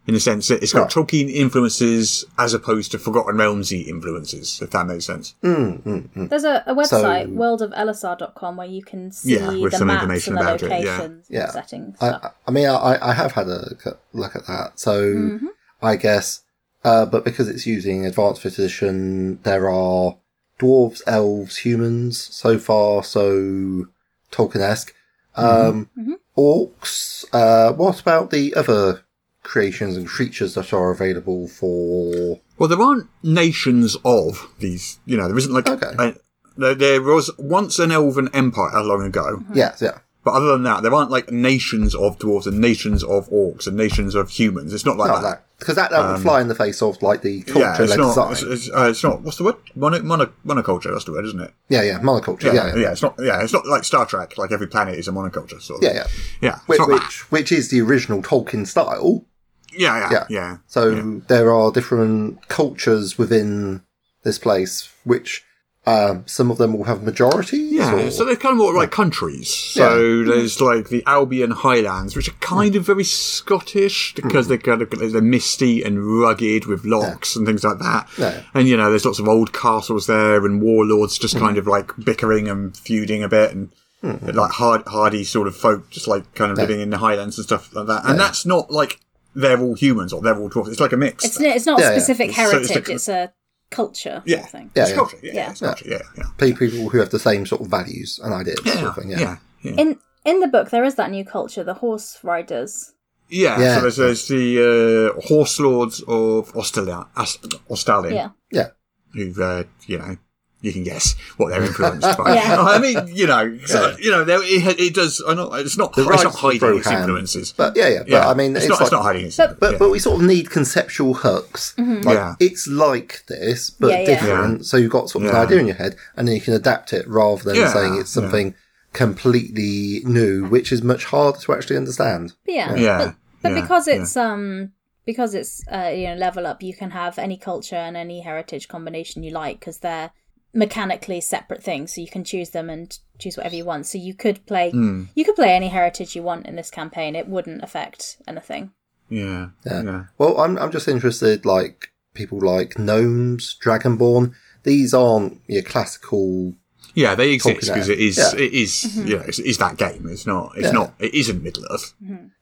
Speaker 5: in the sense that it's got Tolkien influences as opposed to Forgotten Realmsy influences, if that makes sense.
Speaker 7: There's a, a website,
Speaker 6: So-
Speaker 7: worldofelisar.com, where you can see
Speaker 5: Yeah, with
Speaker 7: the
Speaker 5: some
Speaker 7: maps
Speaker 5: information
Speaker 7: and the
Speaker 5: about it, yeah.
Speaker 7: locations, and
Speaker 6: Yeah.
Speaker 7: settings.
Speaker 6: I, I- I mean, I, I have had a look at, look at that. So
Speaker 7: Mm-hmm.
Speaker 6: I guess, uh, but because it's using advanced fifth edition, there are dwarves, elves, humans so far, so Tolkien-esque.
Speaker 7: Mm-hmm.
Speaker 6: Um, Orcs. Uh, what about the other creations and creatures that are available for?
Speaker 5: Well, there aren't nations of these, you know, there isn't like,
Speaker 6: Okay.
Speaker 5: a- there, there was once an elven empire long ago,
Speaker 7: Mm-hmm.
Speaker 6: Yes, yeah.
Speaker 5: but other than that, there aren't like nations of dwarves and nations of orcs and nations of humans. It's not like
Speaker 6: Not
Speaker 5: that.
Speaker 6: that because that, that would fly in the face of like the
Speaker 5: Um, yeah,
Speaker 6: culture-led
Speaker 5: it's not.
Speaker 6: design.
Speaker 5: It's, it's, uh, it's not. What's the word? Mono, mono, monoculture. That's the word, isn't it?
Speaker 6: yeah, yeah, monoculture. Yeah, yeah,
Speaker 5: yeah. It's not. Yeah, it's not like Star Trek. Like every planet is a monoculture. Sort of.
Speaker 6: yeah, yeah.
Speaker 5: yeah. It's
Speaker 6: Which,
Speaker 5: not that.
Speaker 6: which, which is the original Tolkien style.
Speaker 5: Yeah, yeah, yeah.
Speaker 6: Yeah. So there are different cultures within this place, which um, some of them will have majorities.
Speaker 5: yeah,
Speaker 6: or-
Speaker 5: so they're kind of more like countries. So there's like the Albion Highlands, which are kind of very Scottish because they're kind of they're misty and rugged with locks and things like that.
Speaker 6: Yeah.
Speaker 5: And you know, there's lots of old castles there and warlords just kind of like bickering and feuding a bit and like hard hardy sort of folk just like kind of living in the highlands and stuff like that. And that's not like they're all humans or they're all dwarfs. It's like a mix.
Speaker 7: It's, n- it's not
Speaker 6: Yeah,
Speaker 7: a
Speaker 6: yeah.
Speaker 7: specific
Speaker 5: So it's
Speaker 7: heritage,
Speaker 5: the-
Speaker 7: it's a culture
Speaker 5: yeah.
Speaker 7: thing.
Speaker 5: yeah,
Speaker 6: Yeah,
Speaker 5: it's
Speaker 6: yeah.
Speaker 5: culture. Yeah, yeah,
Speaker 7: Yeah.
Speaker 5: it's culture. Yeah, yeah.
Speaker 6: pe- people who have the same sort of values and ideas. sort of thing, yeah.
Speaker 5: yeah, yeah.
Speaker 7: In in the book, there is that new culture, the horse riders.
Speaker 5: Yeah,
Speaker 6: Yeah.
Speaker 5: so there's, there's the uh, horse lords of Ostalia, As- Ostalin,
Speaker 7: Yeah.
Speaker 6: Yeah.
Speaker 5: who, uh, you know, you can guess what they're influenced by.
Speaker 7: Yeah.
Speaker 5: I mean, you know, so,
Speaker 6: Yeah.
Speaker 5: you know, there, it, it does, I know, it's not, it's
Speaker 6: rights
Speaker 5: not
Speaker 6: of
Speaker 5: hiding its
Speaker 6: Rohan,
Speaker 5: influences.
Speaker 6: But yeah, yeah. But I mean,
Speaker 5: it's,
Speaker 6: it's,
Speaker 5: not,
Speaker 6: like,
Speaker 5: it's not hiding its
Speaker 7: But- Mm-hmm.
Speaker 6: But
Speaker 5: yeah.
Speaker 6: but we sort of need conceptual hooks. Like,
Speaker 5: Yeah.
Speaker 6: It's like this, but
Speaker 7: Yeah, yeah.
Speaker 6: different. So you've got sort of
Speaker 5: Yeah.
Speaker 6: an idea in your head, and then you can adapt it rather than
Speaker 5: Yeah,
Speaker 6: saying it's
Speaker 5: yeah.
Speaker 6: something completely new, which is much harder to actually understand.
Speaker 7: But yeah,
Speaker 5: Yeah,
Speaker 7: but, but
Speaker 5: yeah,
Speaker 7: because it's um because it's uh, you know level up, you can have any culture and any heritage combination you like because they're mechanically separate things, so you can choose them and choose whatever you want.
Speaker 5: Hmm.
Speaker 7: So you could play you could play any heritage you want in this campaign; it wouldn't affect anything.
Speaker 5: Yeah.
Speaker 6: Yeah.
Speaker 5: Yeah.
Speaker 6: Well, I'm I'm just interested, like people like gnomes, dragonborn. These aren't your classical.
Speaker 5: Yeah, they exist because it is,
Speaker 6: Yeah.
Speaker 5: it is,
Speaker 7: Mm-hmm.
Speaker 5: you know, it's, it's that game. It's not, it's
Speaker 6: Yeah.
Speaker 5: not, it isn't Middle Earth.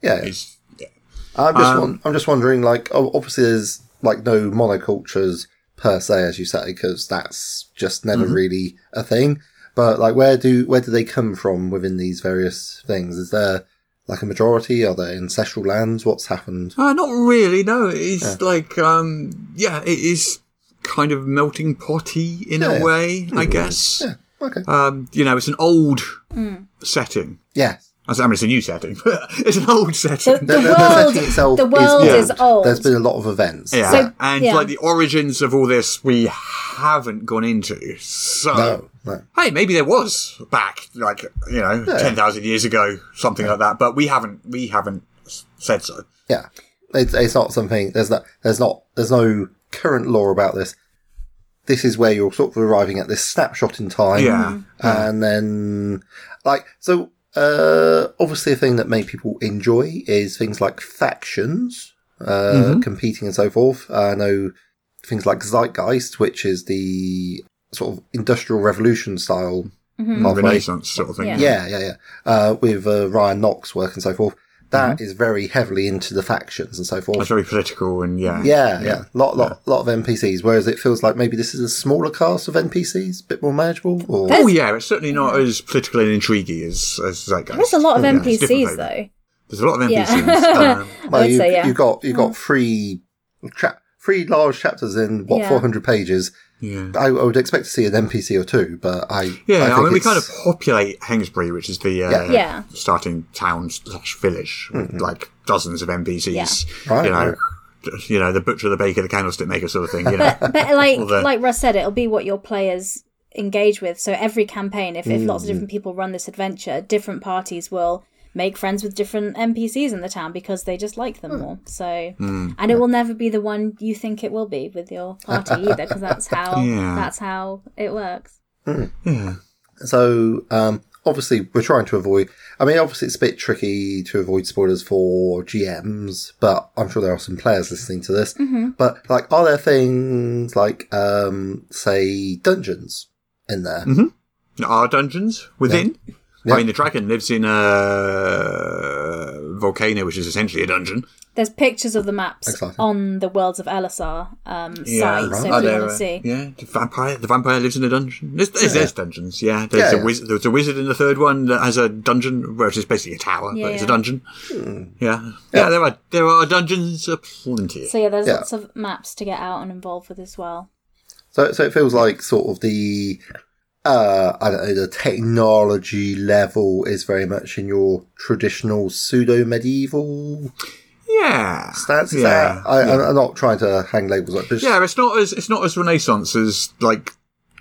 Speaker 6: Yeah,
Speaker 5: It's, yeah.
Speaker 6: I'm just
Speaker 5: Um,
Speaker 6: won- I'm just wondering, like ob- obviously there's like no monocultures per se, as you say, because that's just
Speaker 5: Mm-hmm.
Speaker 6: never really a thing. But like, where do where do they come from within these various things? Is there like a majority? Are there ancestral lands? What's happened?
Speaker 5: Uh, not really. No, it's like, um, yeah, it is kind of melting potty in
Speaker 6: Yeah.
Speaker 5: a way, I guess.
Speaker 6: Okay.
Speaker 5: Um, you know, it's an old
Speaker 7: Mm.
Speaker 5: setting.
Speaker 6: Yeah.
Speaker 5: I s- I mean, it's a new setting, but it's an old
Speaker 7: The,
Speaker 5: setting.
Speaker 7: the
Speaker 6: The- the
Speaker 7: world,
Speaker 6: setting itself
Speaker 7: the
Speaker 6: is
Speaker 7: world
Speaker 5: old.
Speaker 7: is old.
Speaker 6: There's been a lot of events.
Speaker 5: yeah,
Speaker 7: so-
Speaker 5: and
Speaker 7: yeah.
Speaker 5: like the origins of all this, we haven't gone into. So,
Speaker 6: No. No.
Speaker 5: hey, maybe there was back, like you know, ten thousand years ago, something like that. But we haven't, we haven't s- said so.
Speaker 6: Yeah, it's, it's not something. There's not. There's not. There's no current law about this. This is where you're sort of arriving at this snapshot in time.
Speaker 5: Yeah.
Speaker 6: and then like so. Uh, obviously, a thing that many people enjoy is things like factions uh,
Speaker 5: Mm-hmm.
Speaker 6: competing and so forth. I know things like Zeitgeist, which is the sort of industrial revolution style
Speaker 5: Mm-hmm.
Speaker 6: pathway.
Speaker 5: Renaissance sort of thing.
Speaker 7: Mm. Yeah.
Speaker 6: Yeah, yeah, yeah. Uh, with uh, Ryan Knox work and so forth. that is
Speaker 5: Mm-hmm.
Speaker 6: very heavily into the factions and so
Speaker 5: It's
Speaker 6: forth.
Speaker 5: very political and yeah,
Speaker 6: Yeah, yeah. Lot, lot, lot of NPCs. Whereas it feels like maybe this is a smaller cast of NPCs, a bit more manageable. Or
Speaker 5: Oh yeah, it's certainly not as political and intriguing as as Zeitgeist. Oh,
Speaker 7: There's a lot of
Speaker 5: Yeah, it's
Speaker 7: NPCs
Speaker 5: different flavour.
Speaker 7: though.
Speaker 5: There's a lot of
Speaker 7: Yeah.
Speaker 5: NPCs. um,
Speaker 6: Well,
Speaker 7: I'd
Speaker 6: you,
Speaker 7: say, yeah. Mm.
Speaker 6: you got you got three, chap three large chapters in what
Speaker 7: Yeah.
Speaker 6: four hundred pages.
Speaker 5: yeah.
Speaker 6: I, I would expect to see an NPC or two, but I
Speaker 5: Yeah, I,
Speaker 6: think
Speaker 5: mean, we
Speaker 6: it's-
Speaker 5: kind of populate Hengsbury, which is the uh,
Speaker 6: Yeah.
Speaker 7: Yeah.
Speaker 5: starting town slash village, with like dozens of NPCs.
Speaker 6: Mm-hmm. Right,
Speaker 5: You know,
Speaker 6: right.
Speaker 5: you know, the butcher, the baker, the candlestick maker, sort of thing. You know,
Speaker 7: But like
Speaker 5: Well, the-
Speaker 7: like Russ said, it'll be what your players engage with. So every campaign, if, if lots
Speaker 6: Hmm.
Speaker 7: of different people run this adventure, different parties will make friends with different NPCs in the town because they just like
Speaker 5: Hmm.
Speaker 7: them more. So and it will never be the one you think it will be with your party either, because that's how
Speaker 5: Yeah.
Speaker 7: that's how it works.
Speaker 6: So um, obviously, we're trying to avoid. I mean, obviously, it's a bit tricky to avoid spoilers for GMs, but I'm sure there are some players listening to this. But like, are there things like, um, say, dungeons in there?
Speaker 5: Mm-hmm. our dungeons within.
Speaker 6: Yeah.
Speaker 5: I mean, the dragon lives in a volcano, which is essentially a dungeon.
Speaker 7: There's pictures of the maps
Speaker 6: Exciting. Oh,
Speaker 7: on the Worlds of Elisar um, site, so
Speaker 5: Are
Speaker 7: if you
Speaker 5: there,
Speaker 7: want
Speaker 5: uh,
Speaker 7: to see.
Speaker 5: Yeah, the vampire. The vampire lives in a dungeon. There's, there's, there's dungeons. Yeah, there's
Speaker 6: Yeah,
Speaker 5: a
Speaker 6: yeah.
Speaker 5: wizard. There's a wizard in the third one that has a dungeon, where it's just basically a tower,
Speaker 7: Yeah,
Speaker 5: but it's a
Speaker 7: yeah.
Speaker 5: dungeon.
Speaker 6: Hmm.
Speaker 5: Yeah. yeah, There are there are dungeons aplenty.
Speaker 7: So yeah, there's
Speaker 6: Yeah.
Speaker 7: lots of maps to get out and involved with as well.
Speaker 6: So, so it feels like sort of the, uh, I don't know, the technology level is very much in your traditional pseudo medieval
Speaker 5: yeah,
Speaker 6: stance. Is
Speaker 5: yeah,
Speaker 6: that, I,
Speaker 5: yeah.
Speaker 6: I'm not trying to hang labels up. But just,
Speaker 5: Yeah, it's not as it's not as Renaissance as like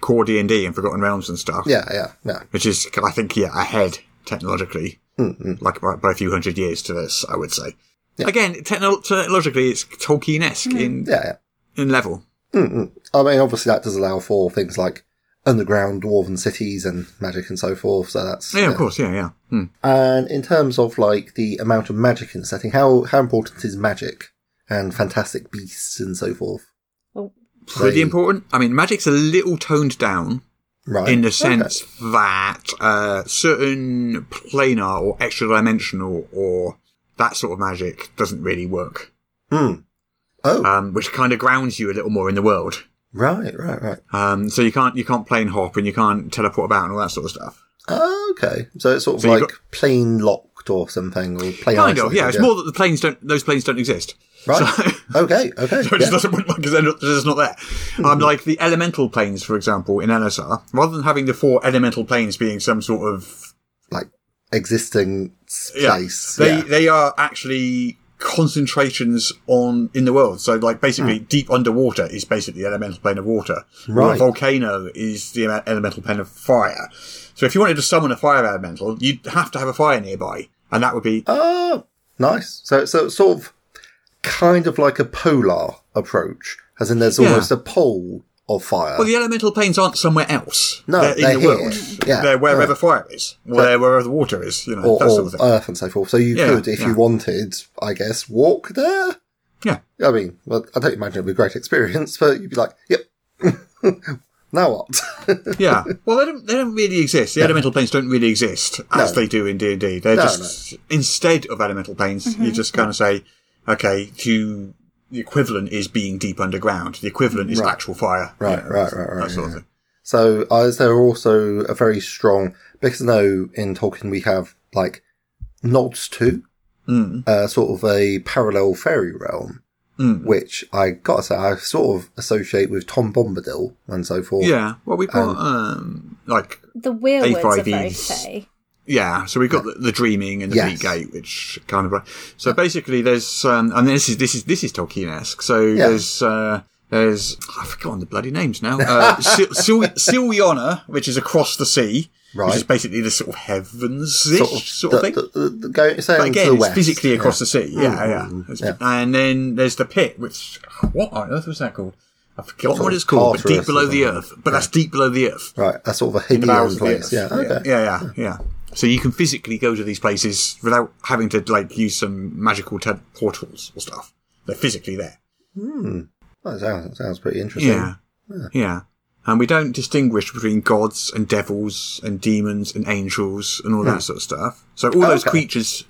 Speaker 5: core D and D and Forgotten Realms and stuff.
Speaker 6: yeah, yeah, yeah.
Speaker 5: which is I think yeah ahead technologically,
Speaker 6: Mm-hmm.
Speaker 5: like by, by a few hundred years to this, I would say. Again, techno- technologically, it's Tolkien esque in
Speaker 6: Mm-hmm. Yeah, yeah.
Speaker 5: in level.
Speaker 6: Mm-hmm. I mean, obviously that does allow for things like underground dwarven cities and magic and so forth. So that's
Speaker 5: Yeah, of course. Yeah, yeah. Hmm.
Speaker 6: And in terms of like the amount of magic in the setting, how how important is magic and fantastic beasts and so forth?
Speaker 7: Well,
Speaker 5: Pretty
Speaker 6: They-
Speaker 5: important. I mean, magic's a little toned down.
Speaker 6: right?
Speaker 5: in the
Speaker 6: Okay.
Speaker 5: sense that uh, certain planar or extra dimensional or that sort of magic doesn't really work,
Speaker 6: Hmm. Oh,
Speaker 5: um, which kind of grounds you a little more in the world.
Speaker 6: right, right, right.
Speaker 5: Um, so you can't you can't plane hop and you can't teleport about and all that sort of stuff.
Speaker 6: Oh, okay, so it's sort of
Speaker 5: So you've
Speaker 6: like plane locked or something, or plane
Speaker 5: Kind of, yeah.
Speaker 6: isolated,
Speaker 5: It's more that the planes don't those planes don't exist.
Speaker 6: right. okay, okay.
Speaker 5: So it
Speaker 6: yeah. Mm-hmm.
Speaker 5: just doesn't work because they're not- they're just not there. Um, like the elemental planes, for example, in NSR, rather than having the four elemental planes being some sort of
Speaker 6: Like existing space.
Speaker 5: They
Speaker 6: yeah.
Speaker 5: they are actually concentrations on in the world. So like basically deep underwater is basically the elemental plane of water. Or
Speaker 6: Hmm. Right.
Speaker 5: a volcano is the ele- elemental plane of fire. So if you wanted to summon a fire elemental, you'd have to have a fire nearby. And that would be
Speaker 6: Oh, nice. So, so it's sort of kind of like a polar approach, as in there's
Speaker 5: Yeah.
Speaker 6: almost a pole of fire.
Speaker 5: Well, the elemental planes aren't somewhere else.
Speaker 6: No,
Speaker 5: they're in
Speaker 6: they're
Speaker 5: the
Speaker 6: here.
Speaker 5: world.
Speaker 6: Yeah,
Speaker 5: they're wherever
Speaker 6: yeah.
Speaker 5: fire is, or
Speaker 6: But-
Speaker 5: they're wherever the water is. You know,
Speaker 6: or,
Speaker 5: that
Speaker 6: or uh,
Speaker 5: sort of thing.
Speaker 6: earth and so forth. So you
Speaker 5: Yeah,
Speaker 6: could, if you
Speaker 5: yeah.
Speaker 6: wanted, I guess, walk there.
Speaker 5: yeah,
Speaker 6: I mean, well, I don't imagine it'd be a great experience, but you'd be like, yep. now what?
Speaker 5: yeah. Well, they don't. They don't really exist. The elemental planes don't really exist as they do in D and D. They're
Speaker 6: No, Mm-hmm.
Speaker 5: just instead of elemental planes, you just kind of say, okay, to the equivalent is being deep underground. The equivalent is
Speaker 6: Right.
Speaker 5: actual fire.
Speaker 6: Right,
Speaker 5: you know,
Speaker 6: right,
Speaker 5: that-
Speaker 6: right,
Speaker 5: That
Speaker 6: right,
Speaker 5: sort
Speaker 6: yeah.
Speaker 5: of thing.
Speaker 6: So uh, is there also a very strong because no in Tolkien we have like nods to
Speaker 5: Hmm.
Speaker 6: uh, sort of a parallel fairy realm,
Speaker 5: Hmm.
Speaker 6: which I gotta say I sort of associate with Tom Bombadil and so forth.
Speaker 5: Yeah. Well, we've got um, like
Speaker 7: The weirwoods are very
Speaker 5: A5Es.
Speaker 7: fey.
Speaker 5: Yeah, so we've got the, the dreaming and the Fleet
Speaker 6: Yes.
Speaker 5: Gate, which kind of. So basically, there's um, and this is this is this is Tolkien-esque. So there's uh, there's I've forgotten the bloody names now. Uh, Sil- Sil- Siliana, which is across the sea, which
Speaker 6: Right.
Speaker 5: is basically the sort of heavens sort of, sort of
Speaker 6: the-
Speaker 5: thing.
Speaker 6: the- the- the go- sailing
Speaker 5: but
Speaker 6: to
Speaker 5: again,
Speaker 6: the
Speaker 5: it's
Speaker 6: west.
Speaker 5: physically
Speaker 6: Yeah.
Speaker 5: across the sea. Yeah, yeah.
Speaker 6: mm,
Speaker 5: It's-
Speaker 6: yeah.
Speaker 5: And then there's the pit, which what on earth was that called? I forgot what
Speaker 6: of
Speaker 5: it's called, but
Speaker 6: Tartarus
Speaker 5: deep
Speaker 6: or
Speaker 5: below the
Speaker 6: something.
Speaker 5: earth. But that's deep below the earth
Speaker 6: Right, that's sort of a
Speaker 5: in the
Speaker 6: hidden
Speaker 5: bowels of the earth.
Speaker 6: place. Yeah, okay.
Speaker 5: yeah, yeah, yeah, yeah. So you can physically go to these places without having to like use some magical te- portals or stuff. They're physically there.
Speaker 6: That sounds, that sounds pretty interesting.
Speaker 5: Yeah, yeah. And we don't distinguish between gods and devils and demons and angels and all that sort of stuff. So all those
Speaker 6: Hmm. Okay.
Speaker 5: creatures,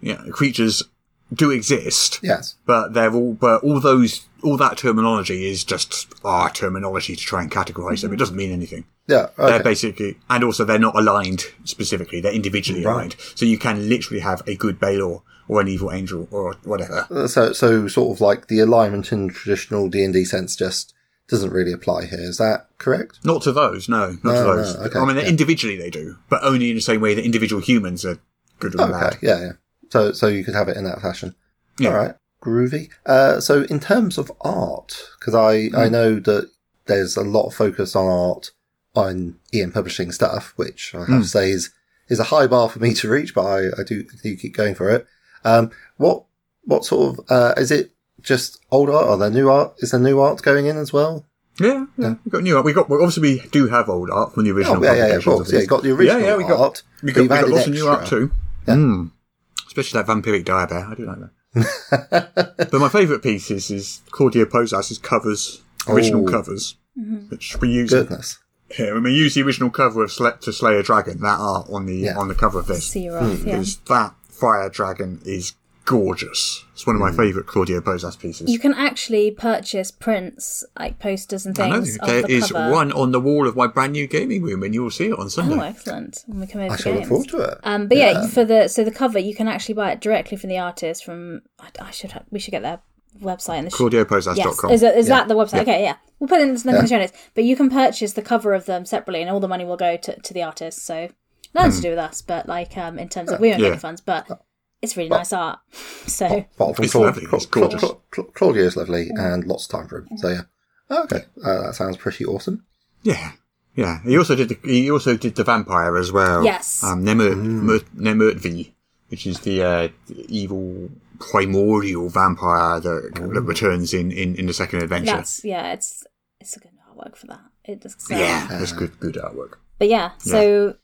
Speaker 5: yeah, creatures do exist.
Speaker 6: Yes.
Speaker 5: But they're all, but all those, all that terminology is just our terminology to try and categorize
Speaker 6: Hmm.
Speaker 5: them. It doesn't mean anything.
Speaker 6: Yeah.
Speaker 5: They're
Speaker 6: Okay.
Speaker 5: basically, and also they're not aligned specifically. They're individually
Speaker 6: Right.
Speaker 5: aligned. So you can literally have a good Baylor or an evil angel or whatever.
Speaker 6: Uh, So, so sort of like the alignment in traditional D and D sense just doesn't really apply here. Is that correct?
Speaker 5: Not to those, no, not to
Speaker 6: No,
Speaker 5: those.
Speaker 6: no, okay,
Speaker 5: I mean,
Speaker 6: yeah.
Speaker 5: individually they do, but only in the same way that individual humans are good or
Speaker 6: Okay.
Speaker 5: bad.
Speaker 6: Yeah. Yeah. So, so you could have it in that fashion.
Speaker 5: Yeah.
Speaker 6: All right. Groovy. Uh, so in terms of art, because I, I know that there's a lot of focus on art on Ian publishing stuff, which I have to say is, is a high bar for me to reach, but I, I do, I do keep going for it. Um, what, what sort of, uh, is it just old art? Are there new art? Is there new art going in as well?
Speaker 5: Yeah, yeah. We've got new art. We got, well, obviously we do have old art from the original
Speaker 6: Oh, yeah, yeah, yeah, of
Speaker 5: publications
Speaker 6: course. Yeah, you
Speaker 5: these.
Speaker 6: got the original
Speaker 5: yeah, yeah, we got,
Speaker 6: art,
Speaker 5: We
Speaker 6: but
Speaker 5: got, we
Speaker 6: you've
Speaker 5: got
Speaker 6: added
Speaker 5: lots of new art
Speaker 6: extra.
Speaker 5: too. Mm. Especially that vampiric dire bear. I do like that. but my favourite piece is, is Claudia Posas's covers, original
Speaker 6: Oh.
Speaker 5: covers,
Speaker 7: Mm-hmm.
Speaker 5: which we use
Speaker 6: Goodness.
Speaker 5: Yeah, when we use the original cover of Sle- to Slay a Dragon, that art on the
Speaker 6: Yeah.
Speaker 5: on the cover of this,
Speaker 7: See you off. Yeah.
Speaker 5: is that fire dragon is gorgeous. It's one of my favourite Claudio Bozas pieces.
Speaker 7: You can actually purchase prints, like posters and
Speaker 5: I know
Speaker 7: things. of
Speaker 5: there
Speaker 7: the
Speaker 5: is
Speaker 7: cover.
Speaker 5: one on the wall of my brand new gaming room, and you'll see it on
Speaker 7: Oh,
Speaker 5: Sunday.
Speaker 7: excellent! When we come over
Speaker 6: I
Speaker 7: to
Speaker 6: shall look
Speaker 7: games.
Speaker 6: forward to it.
Speaker 7: Um, but yeah. for the so the cover, you can actually buy it directly from the artist. From I, I should ha- we should get their website and the sh- Yes,
Speaker 5: ClaudioPozas.com.
Speaker 7: is, that is
Speaker 6: Yeah.
Speaker 7: that the website? Okay, yeah, we'll put it in the yeah. show notes. But you can purchase the cover of them separately, and all the money will go to, to the artist. So nothing to do with us, but like um, in terms of we don't
Speaker 5: Hmm. Yeah.
Speaker 7: get any funds, but
Speaker 6: Oh.
Speaker 7: it's really nice art. So
Speaker 6: Apart from
Speaker 5: It's
Speaker 6: Claude,
Speaker 5: lovely,
Speaker 6: Cla-
Speaker 5: it's gorgeous.
Speaker 6: Cla- Cla- Cla- Claudio's lovely and lots of time for him. So yeah. Okay. Uh, that sounds pretty awesome.
Speaker 5: Yeah, yeah. He also did the, he also did the vampire as well.
Speaker 7: Yes.
Speaker 5: um, Nemurt, Murt, Nemurtvi, which is the, uh, the evil primordial vampire that, that returns in, in, in the second adventure.
Speaker 7: that's yeah, it's it's a good artwork for that. It just so-
Speaker 5: yeah, that's good good artwork.
Speaker 7: but yeah, so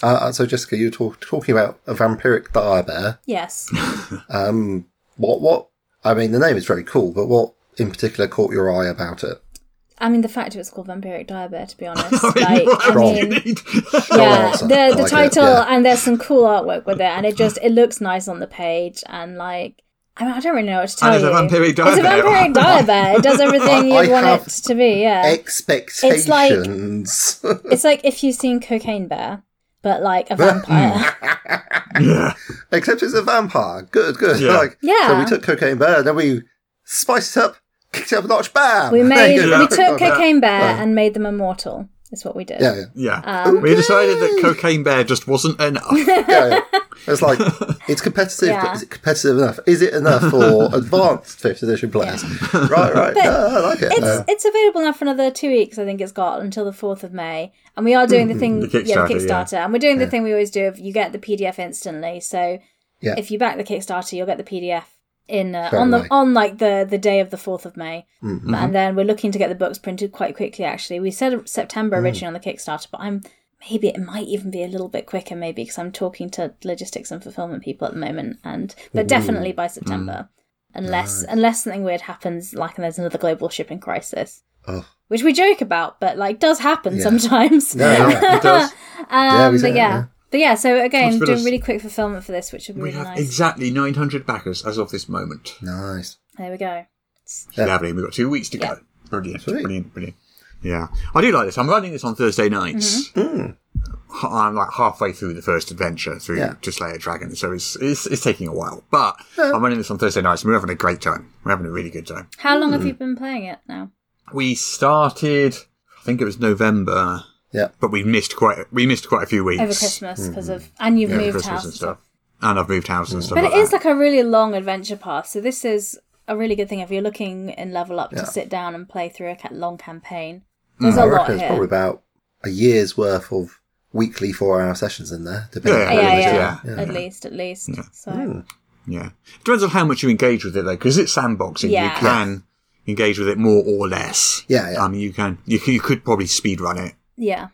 Speaker 6: Uh, Uh, so Jessica, you were talk- talking about a vampiric dire bear.
Speaker 7: yes,
Speaker 6: Um, what, what, I mean, the name is very cool, but what in particular caught your eye about it?
Speaker 7: I mean the fact it was called Vampiric Dire Bear, to be honest,
Speaker 5: I mean, what
Speaker 7: like I
Speaker 5: else do you
Speaker 7: mean.
Speaker 5: need?
Speaker 7: yeah,
Speaker 6: answer.
Speaker 7: the,
Speaker 6: I
Speaker 7: the
Speaker 6: like it,
Speaker 7: title
Speaker 6: yeah.
Speaker 7: uh, and there's some cool artwork with it, and it just it looks nice on the page, and like I mean I don't really know what to tell
Speaker 5: And it's
Speaker 7: you.
Speaker 5: a vampiric dire
Speaker 7: It's a
Speaker 5: bear.
Speaker 7: vampiric dire bear. It does everything
Speaker 6: I
Speaker 7: you'd want
Speaker 6: have
Speaker 7: it to be. Yeah,
Speaker 6: Expectations.
Speaker 7: it's like if you've seen Cocaine Bear, but like a
Speaker 6: Mm.
Speaker 7: vampire.
Speaker 5: yeah,
Speaker 6: Except it's a vampire. Good, good.
Speaker 5: Yeah.
Speaker 6: Like, So
Speaker 7: Yeah.
Speaker 6: we took Cocaine Bear, then we spiced it up, kicked it up a notch, bam!
Speaker 7: we
Speaker 6: There
Speaker 7: made
Speaker 6: you go,
Speaker 7: we
Speaker 6: vampiric
Speaker 7: took
Speaker 6: dire bear.
Speaker 7: Cocaine Bear and made them immortal. Is what we did.
Speaker 6: Yeah, yeah.
Speaker 5: yeah. we decided that cocaine bear just wasn't enough. Um,
Speaker 6: yeah, yeah. It's like it's competitive,
Speaker 7: Yeah.
Speaker 6: but is it competitive enough? Is it enough for advanced fifth edition players? Right, right. Yeah, I like it.
Speaker 7: It's
Speaker 6: Uh,
Speaker 7: it's available now for another two weeks. I think it's got until the fourth of May, and we are doing the thing,
Speaker 5: Mm-hmm. The
Speaker 7: yeah, the
Speaker 5: Kickstarter, yeah.
Speaker 7: Kickstarter, and we're doing the thing we always do. Of you get the PDF instantly, so
Speaker 6: yeah,
Speaker 7: if you back the Kickstarter, you'll get the PDF in uh,
Speaker 6: Fair
Speaker 7: on the
Speaker 6: enough. Mm-hmm.
Speaker 7: on like the the day of the fourth of May, and then we're looking to get the books printed quite quickly. Actually, we said September
Speaker 6: Mm.
Speaker 7: originally on the Kickstarter, but I'm maybe it might even be a little bit quicker, maybe because I'm talking to logistics and fulfillment people at the moment, and but definitely
Speaker 6: Mm.
Speaker 7: by September, unless unless something weird happens, like and there's another global shipping crisis.
Speaker 6: Oh.
Speaker 7: Which we joke about, but like does happen
Speaker 6: Yeah.
Speaker 7: sometimes.
Speaker 6: Yeah, yeah, it does.
Speaker 7: um,
Speaker 6: Yeah, we say
Speaker 7: but
Speaker 6: that,
Speaker 7: yeah.
Speaker 6: yeah.
Speaker 7: but yeah. So again,
Speaker 5: Must be
Speaker 7: doing
Speaker 5: nice.
Speaker 7: really quick fulfillment for this, which would be
Speaker 5: We
Speaker 7: really
Speaker 5: have
Speaker 7: nice.
Speaker 5: exactly 900 backers as of this moment.
Speaker 6: Nice.
Speaker 7: There we go.
Speaker 6: Yeah.
Speaker 5: Lovely. We've got two weeks to
Speaker 7: Yeah.
Speaker 5: go. Brilliant.
Speaker 6: Sweet.
Speaker 5: Brilliant. Brilliant. Yeah. I do like this. I'm running this on Thursday nights.
Speaker 7: Mm-hmm. Mm.
Speaker 5: H- I'm like halfway through the first adventure through
Speaker 6: Yeah.
Speaker 5: to Slay a Dragon, so it's, it's it's taking a while. But I'm running this on Thursday nights and we're having a great time. We're having a really good time.
Speaker 7: How long
Speaker 5: Mm.
Speaker 7: have you been playing it now?
Speaker 5: We started I think it was November,
Speaker 6: Yeah.
Speaker 5: but we missed quite a- we missed quite a few weeks.
Speaker 7: Over Christmas because of
Speaker 6: Mm-hmm.
Speaker 7: and you've
Speaker 5: Yeah,
Speaker 7: moved
Speaker 5: Christmas
Speaker 7: house
Speaker 5: and stuff. And I've moved house and stuff
Speaker 7: But
Speaker 5: like
Speaker 7: it is
Speaker 5: that.
Speaker 7: like a really long adventure path, so this is a really good thing if you're looking in level up
Speaker 6: Yeah. Mm.
Speaker 7: to sit down and play through a ca- long campaign. There's a
Speaker 6: I
Speaker 7: lot
Speaker 6: reckon it's
Speaker 7: here.
Speaker 6: probably about a year's worth of weekly four hour sessions in there, depending
Speaker 5: Yeah,
Speaker 6: on what
Speaker 7: yeah,
Speaker 6: we do.
Speaker 7: yeah,
Speaker 5: yeah.
Speaker 7: At least, at least. So
Speaker 5: Yeah. It depends on how much you engage with it though, because it's sandboxing. You
Speaker 7: Yeah.
Speaker 5: can engage with it more or less.
Speaker 6: Yeah, yeah.
Speaker 5: I mean, you can, you, c- you could probably speed run it.
Speaker 6: Ah.
Speaker 7: yeah.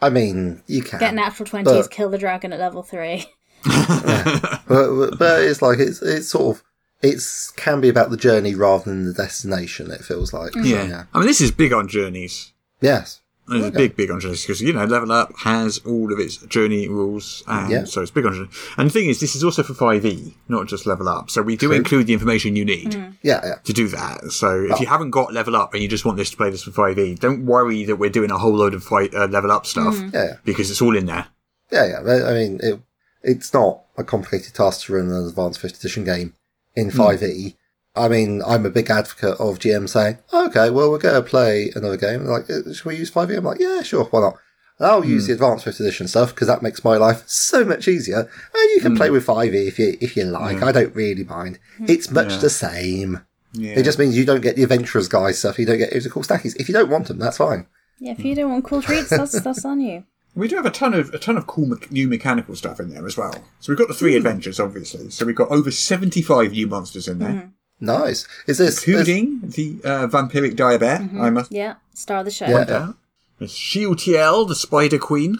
Speaker 6: I mean, you can.
Speaker 7: Get natural twenties,
Speaker 6: But-
Speaker 7: kill the dragon at level three.
Speaker 6: But, but it's like, it's, it's sort of, it's can be about the journey rather than the destination, it feels like. So,
Speaker 5: I mean, this is big on journeys.
Speaker 6: Yes.
Speaker 5: It's
Speaker 6: Okay.
Speaker 5: big, big on journeys because, you know, Level Up has all of its journey rules. And
Speaker 6: Yeah.
Speaker 5: so it's big on journeys. And the thing is, this is also for 5e, not just Level Up. So we do
Speaker 6: True.
Speaker 5: include the information you need.
Speaker 6: Yeah, yeah.
Speaker 5: To do that, so
Speaker 6: Oh.
Speaker 5: if you haven't got level up and you just want this to play this for five e, don't worry that we're doing a whole load of fight, uh, level up stuff
Speaker 6: Yeah, yeah.
Speaker 5: because it's all in there.
Speaker 6: Yeah, yeah. but, I mean, it, it's not a complicated task to run an advanced fifth edition game in 5e. I mean, I'm a big advocate of GM saying, okay, well, we're going to play another game. They're Like, "Uh, should we use 5e? I'm like, yeah, sure, why not? And I'll use the advanced fifth edition stuff because that makes my life so much easier. And you can play with 5e if you if you like. I don't really mind. It's much the same. It just means you don't get the adventurers guy stuff. You don't get the cool stackies. If you don't want them, that's fine.
Speaker 7: Yeah, if you don't want cool treats, that's that's on you.
Speaker 5: We do have a ton of a ton of cool me- new mechanical stuff in there as well. So we've got the three
Speaker 6: Hmm.
Speaker 5: adventures, obviously. So we've got over seventy five new monsters in there,
Speaker 6: Nice. Is Hmm. this is-
Speaker 5: including the uh, vampiric diabear. I must.
Speaker 7: Yeah, star of the show.
Speaker 6: Yeah.
Speaker 5: Yeah. There's Shealtiel, the Spider Queen.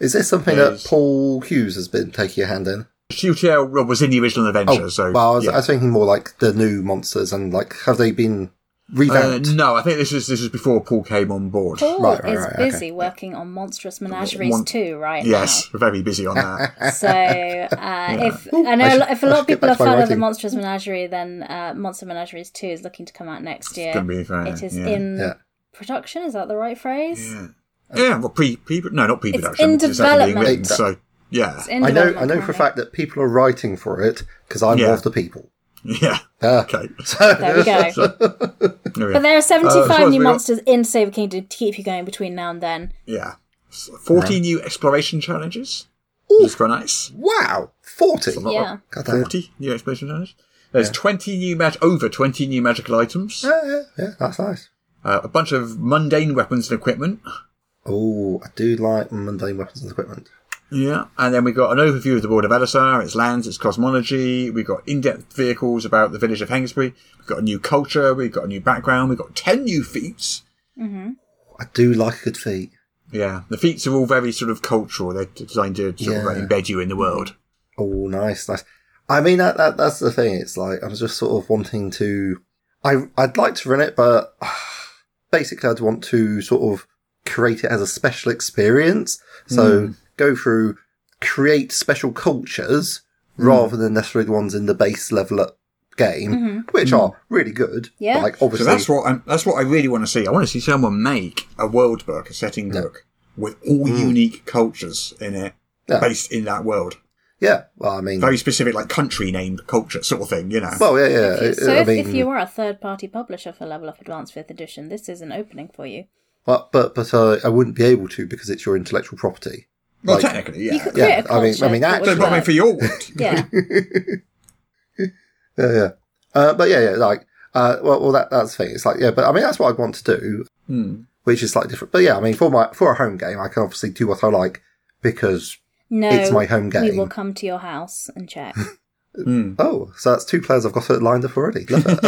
Speaker 6: Is this something
Speaker 5: Yes.
Speaker 6: that Paul Hughes has been taking a hand in?
Speaker 5: Shealtiel was in the original adventure, so
Speaker 6: Oh, well, I was,
Speaker 5: yeah.
Speaker 6: I was thinking more like the new monsters and like have they been revamped?
Speaker 5: Uh, no, I think this is this is before Paul came on board.
Speaker 7: Paul
Speaker 6: Right, right,
Speaker 7: is
Speaker 6: right, okay.
Speaker 7: busy working on monstrous menageries
Speaker 5: Mon-
Speaker 7: too, right? now.
Speaker 5: Yes, we're very busy on that.
Speaker 7: So uh, if
Speaker 6: Ooh,
Speaker 7: I know
Speaker 6: I
Speaker 7: a
Speaker 6: should-
Speaker 7: lot if a
Speaker 6: I
Speaker 7: lot
Speaker 6: should
Speaker 7: of
Speaker 6: get
Speaker 7: people are
Speaker 6: back to my
Speaker 7: fan of the
Speaker 6: writing.
Speaker 7: Monsters Menagerie, then uh, Monster Menageries Two is looking to come out next year.
Speaker 5: gonna be fine,
Speaker 7: It is
Speaker 5: yeah.
Speaker 7: in
Speaker 6: Yeah.
Speaker 7: production. Is that the right phrase?
Speaker 5: yeah, yeah. Well, pre pre no, not pre production.
Speaker 7: It's in
Speaker 5: Being
Speaker 7: development.
Speaker 5: written, so yeah,
Speaker 7: It's in
Speaker 6: I know, I
Speaker 7: development
Speaker 6: know for a
Speaker 7: currently.
Speaker 6: fact that people are writing for it because I'm
Speaker 5: Yeah.
Speaker 6: one of the people.
Speaker 5: yeah.
Speaker 6: Uh,
Speaker 5: Okay.
Speaker 7: There we go.
Speaker 5: There we
Speaker 7: But
Speaker 5: go.
Speaker 7: there are
Speaker 5: Uh, as
Speaker 7: seventy-five
Speaker 5: well as
Speaker 7: new
Speaker 5: we got-
Speaker 7: monsters in Saber Kingdom to keep you going between now and then.
Speaker 5: Yeah. 40 new exploration challenges.
Speaker 6: Ooh.
Speaker 5: That's quite nice.
Speaker 6: Wow, forty.
Speaker 5: A lot
Speaker 7: Yeah.
Speaker 5: of-
Speaker 6: God damn.
Speaker 5: 40 new exploration challenges. There's 20 new mag- over 20 new magical items.
Speaker 6: Yeah, yeah, yeah, that's nice.
Speaker 5: Uh, a bunch of mundane weapons and equipment.
Speaker 6: Oh, I do like mundane weapons and equipment.
Speaker 5: Yeah. And then we got an overview of the world of Elisar, its lands, its cosmology. We got in-depth vehicles about the village of Hengesbury. We've got a new culture. We've got a new background. We've got 10 new feats.
Speaker 6: I do like a good feat.
Speaker 5: Yeah. The feats are all very sort of cultural. They're designed to sort of
Speaker 6: Yeah.
Speaker 5: like, embed you in the world.
Speaker 6: Oh, nice, nice. I mean, that, that that's the thing. It's like I'm just sort of wanting to. I I'd like to run it, but basically, I'd want to sort of create it as a special experience. So
Speaker 7: Hmm.
Speaker 6: go through, create special cultures
Speaker 7: Hmm.
Speaker 6: rather than necessarily the ones in the base level up game, which are really good.
Speaker 7: Mm-hmm. Hmm. Yeah.
Speaker 6: like obviously,
Speaker 5: So that's what I'm, that's what I really want to see. I want to see someone make a world book, a setting book with all unique cultures in it,
Speaker 6: Mm. Yeah.
Speaker 5: based in that world.
Speaker 6: yeah. Well, I mean,
Speaker 5: Very specific, like country named culture sort of thing. You know,
Speaker 6: well, yeah, yeah.
Speaker 7: Okay,
Speaker 6: it-
Speaker 7: so
Speaker 6: I
Speaker 7: if,
Speaker 6: mean,
Speaker 7: if you are a third-party publisher for Level Up Advanced Fifth Edition, this is an opening for you.
Speaker 6: but but but uh, I wouldn't be able to because it's your intellectual property.
Speaker 5: well,
Speaker 6: like-
Speaker 5: technically, yeah.
Speaker 7: You could
Speaker 6: Yeah,
Speaker 7: create a
Speaker 6: I mean- I
Speaker 7: culture.
Speaker 6: mean,
Speaker 7: that would
Speaker 5: so, but I mean,
Speaker 7: work.
Speaker 5: for your world,
Speaker 7: yeah,
Speaker 6: Yeah, yeah. Uh, but yeah, yeah, like, uh, well, well, that, that's the thing. It's like, yeah, but I mean, that's what I'd want to do,
Speaker 5: Hmm.
Speaker 6: which is slightly different. But yeah, I mean, for my, for a home game, I can obviously do what I like because
Speaker 7: no,
Speaker 6: It's my home
Speaker 7: We will
Speaker 6: game.
Speaker 7: come to your house and check.
Speaker 5: Hmm.
Speaker 6: Oh, so that's two players I've got it lined up already. Love it.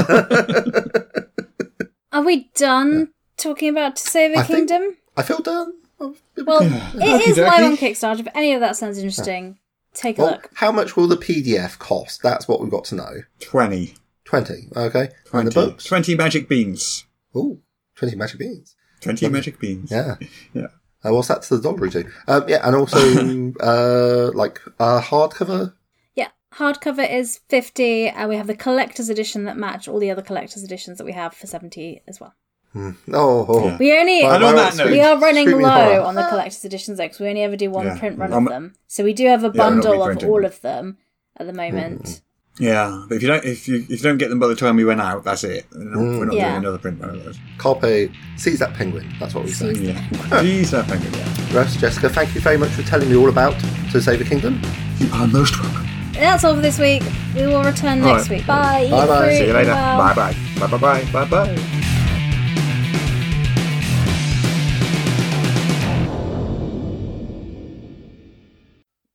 Speaker 7: Are we done talking about To Save a
Speaker 6: I think-
Speaker 7: Kingdom?
Speaker 6: I feel done. Oh, I've-
Speaker 7: Well, it is
Speaker 2: Okie dokie.
Speaker 7: live on Kickstarter. If any of that sounds interesting, take a
Speaker 6: Well,
Speaker 7: look.
Speaker 6: how much will the PDF cost? That's what we've got to know.
Speaker 5: 20.
Speaker 6: 20, okay. And the
Speaker 5: 20,
Speaker 6: books?
Speaker 5: 20 magic beans.
Speaker 6: Ooh, 20 magic beans.
Speaker 5: 20 magic beans.
Speaker 6: Yeah.
Speaker 5: Yeah.
Speaker 6: Uh, what's that to the dollar too? Um, yeah, and also, uh, like, uh, hardcover?
Speaker 7: Yeah, hardcover is 50, and we have the collector's edition that match all the other collector's editions that we have for 70 as well.
Speaker 6: Oh, oh.
Speaker 5: Yeah.
Speaker 7: We only
Speaker 5: Well, And on
Speaker 6: Well,
Speaker 5: that
Speaker 6: it's
Speaker 5: note,
Speaker 7: we are running
Speaker 6: Extremely
Speaker 7: low
Speaker 6: hard.
Speaker 7: on the collector's editions though, 'cause we only ever do one
Speaker 5: Yeah.
Speaker 7: print run
Speaker 5: Um,
Speaker 7: of them. So we do have a
Speaker 5: Yeah, we're not
Speaker 7: bundle of
Speaker 5: reprinting
Speaker 7: all
Speaker 5: them.
Speaker 7: of them at the moment.
Speaker 5: Yeah, but if you don't if you, if you don't get them by the time we went out, that's it. We're not, we're not
Speaker 7: Mm. Yeah.
Speaker 5: doing another print run of those.
Speaker 6: Carpe sees that penguin. That's what we say.
Speaker 5: Yeah. Jeez, I think yeah.
Speaker 6: Russ, Jessica, thank you very much for telling me all about To Save a Kingdom.
Speaker 5: You are most welcome.
Speaker 7: That's all for this week. We will return
Speaker 5: All
Speaker 7: next
Speaker 5: right.
Speaker 7: week. Bye. eat
Speaker 6: Bye-bye.
Speaker 7: fruit,
Speaker 5: See you later.
Speaker 7: be well.
Speaker 5: Bye bye. Bye bye bye bye bye.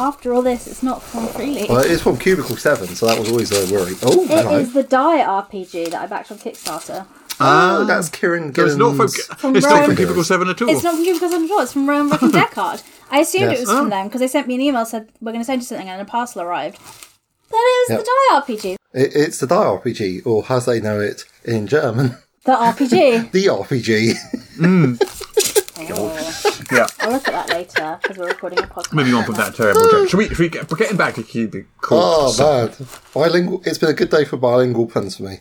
Speaker 7: After all this, it's not fun freely.
Speaker 6: Well, it is from Cubicle 7, so that was always a worry. Oh,
Speaker 7: It
Speaker 6: hello.
Speaker 7: is the Diet RPG that I backed on Kickstarter.
Speaker 6: Oh, that's Kieran
Speaker 5: So it's not from,
Speaker 6: Gillen's-
Speaker 7: From
Speaker 5: it's not
Speaker 7: Rome.
Speaker 5: from Cubicle 7 at all.
Speaker 7: It's not from you because I'm sure it's from Rowan Rock and Deckard. I assumed
Speaker 6: Yes. Oh.
Speaker 7: it was from them because they sent me an email said we're going to send you something and a parcel arrived. That is
Speaker 6: Yep.
Speaker 7: the Die RPG.
Speaker 6: It, it's the Die RPG, or as they know it in German,
Speaker 7: The RPG.
Speaker 6: the RPG.
Speaker 7: Oh,
Speaker 5: yeah.
Speaker 7: I'll look at that later because we're recording a podcast.
Speaker 5: Moving on from that terrible joke. Should we, should we get, we're getting back to Cubicle
Speaker 6: Ah, oh, man. Bilingual. It's been a good day for bilingual puns for me.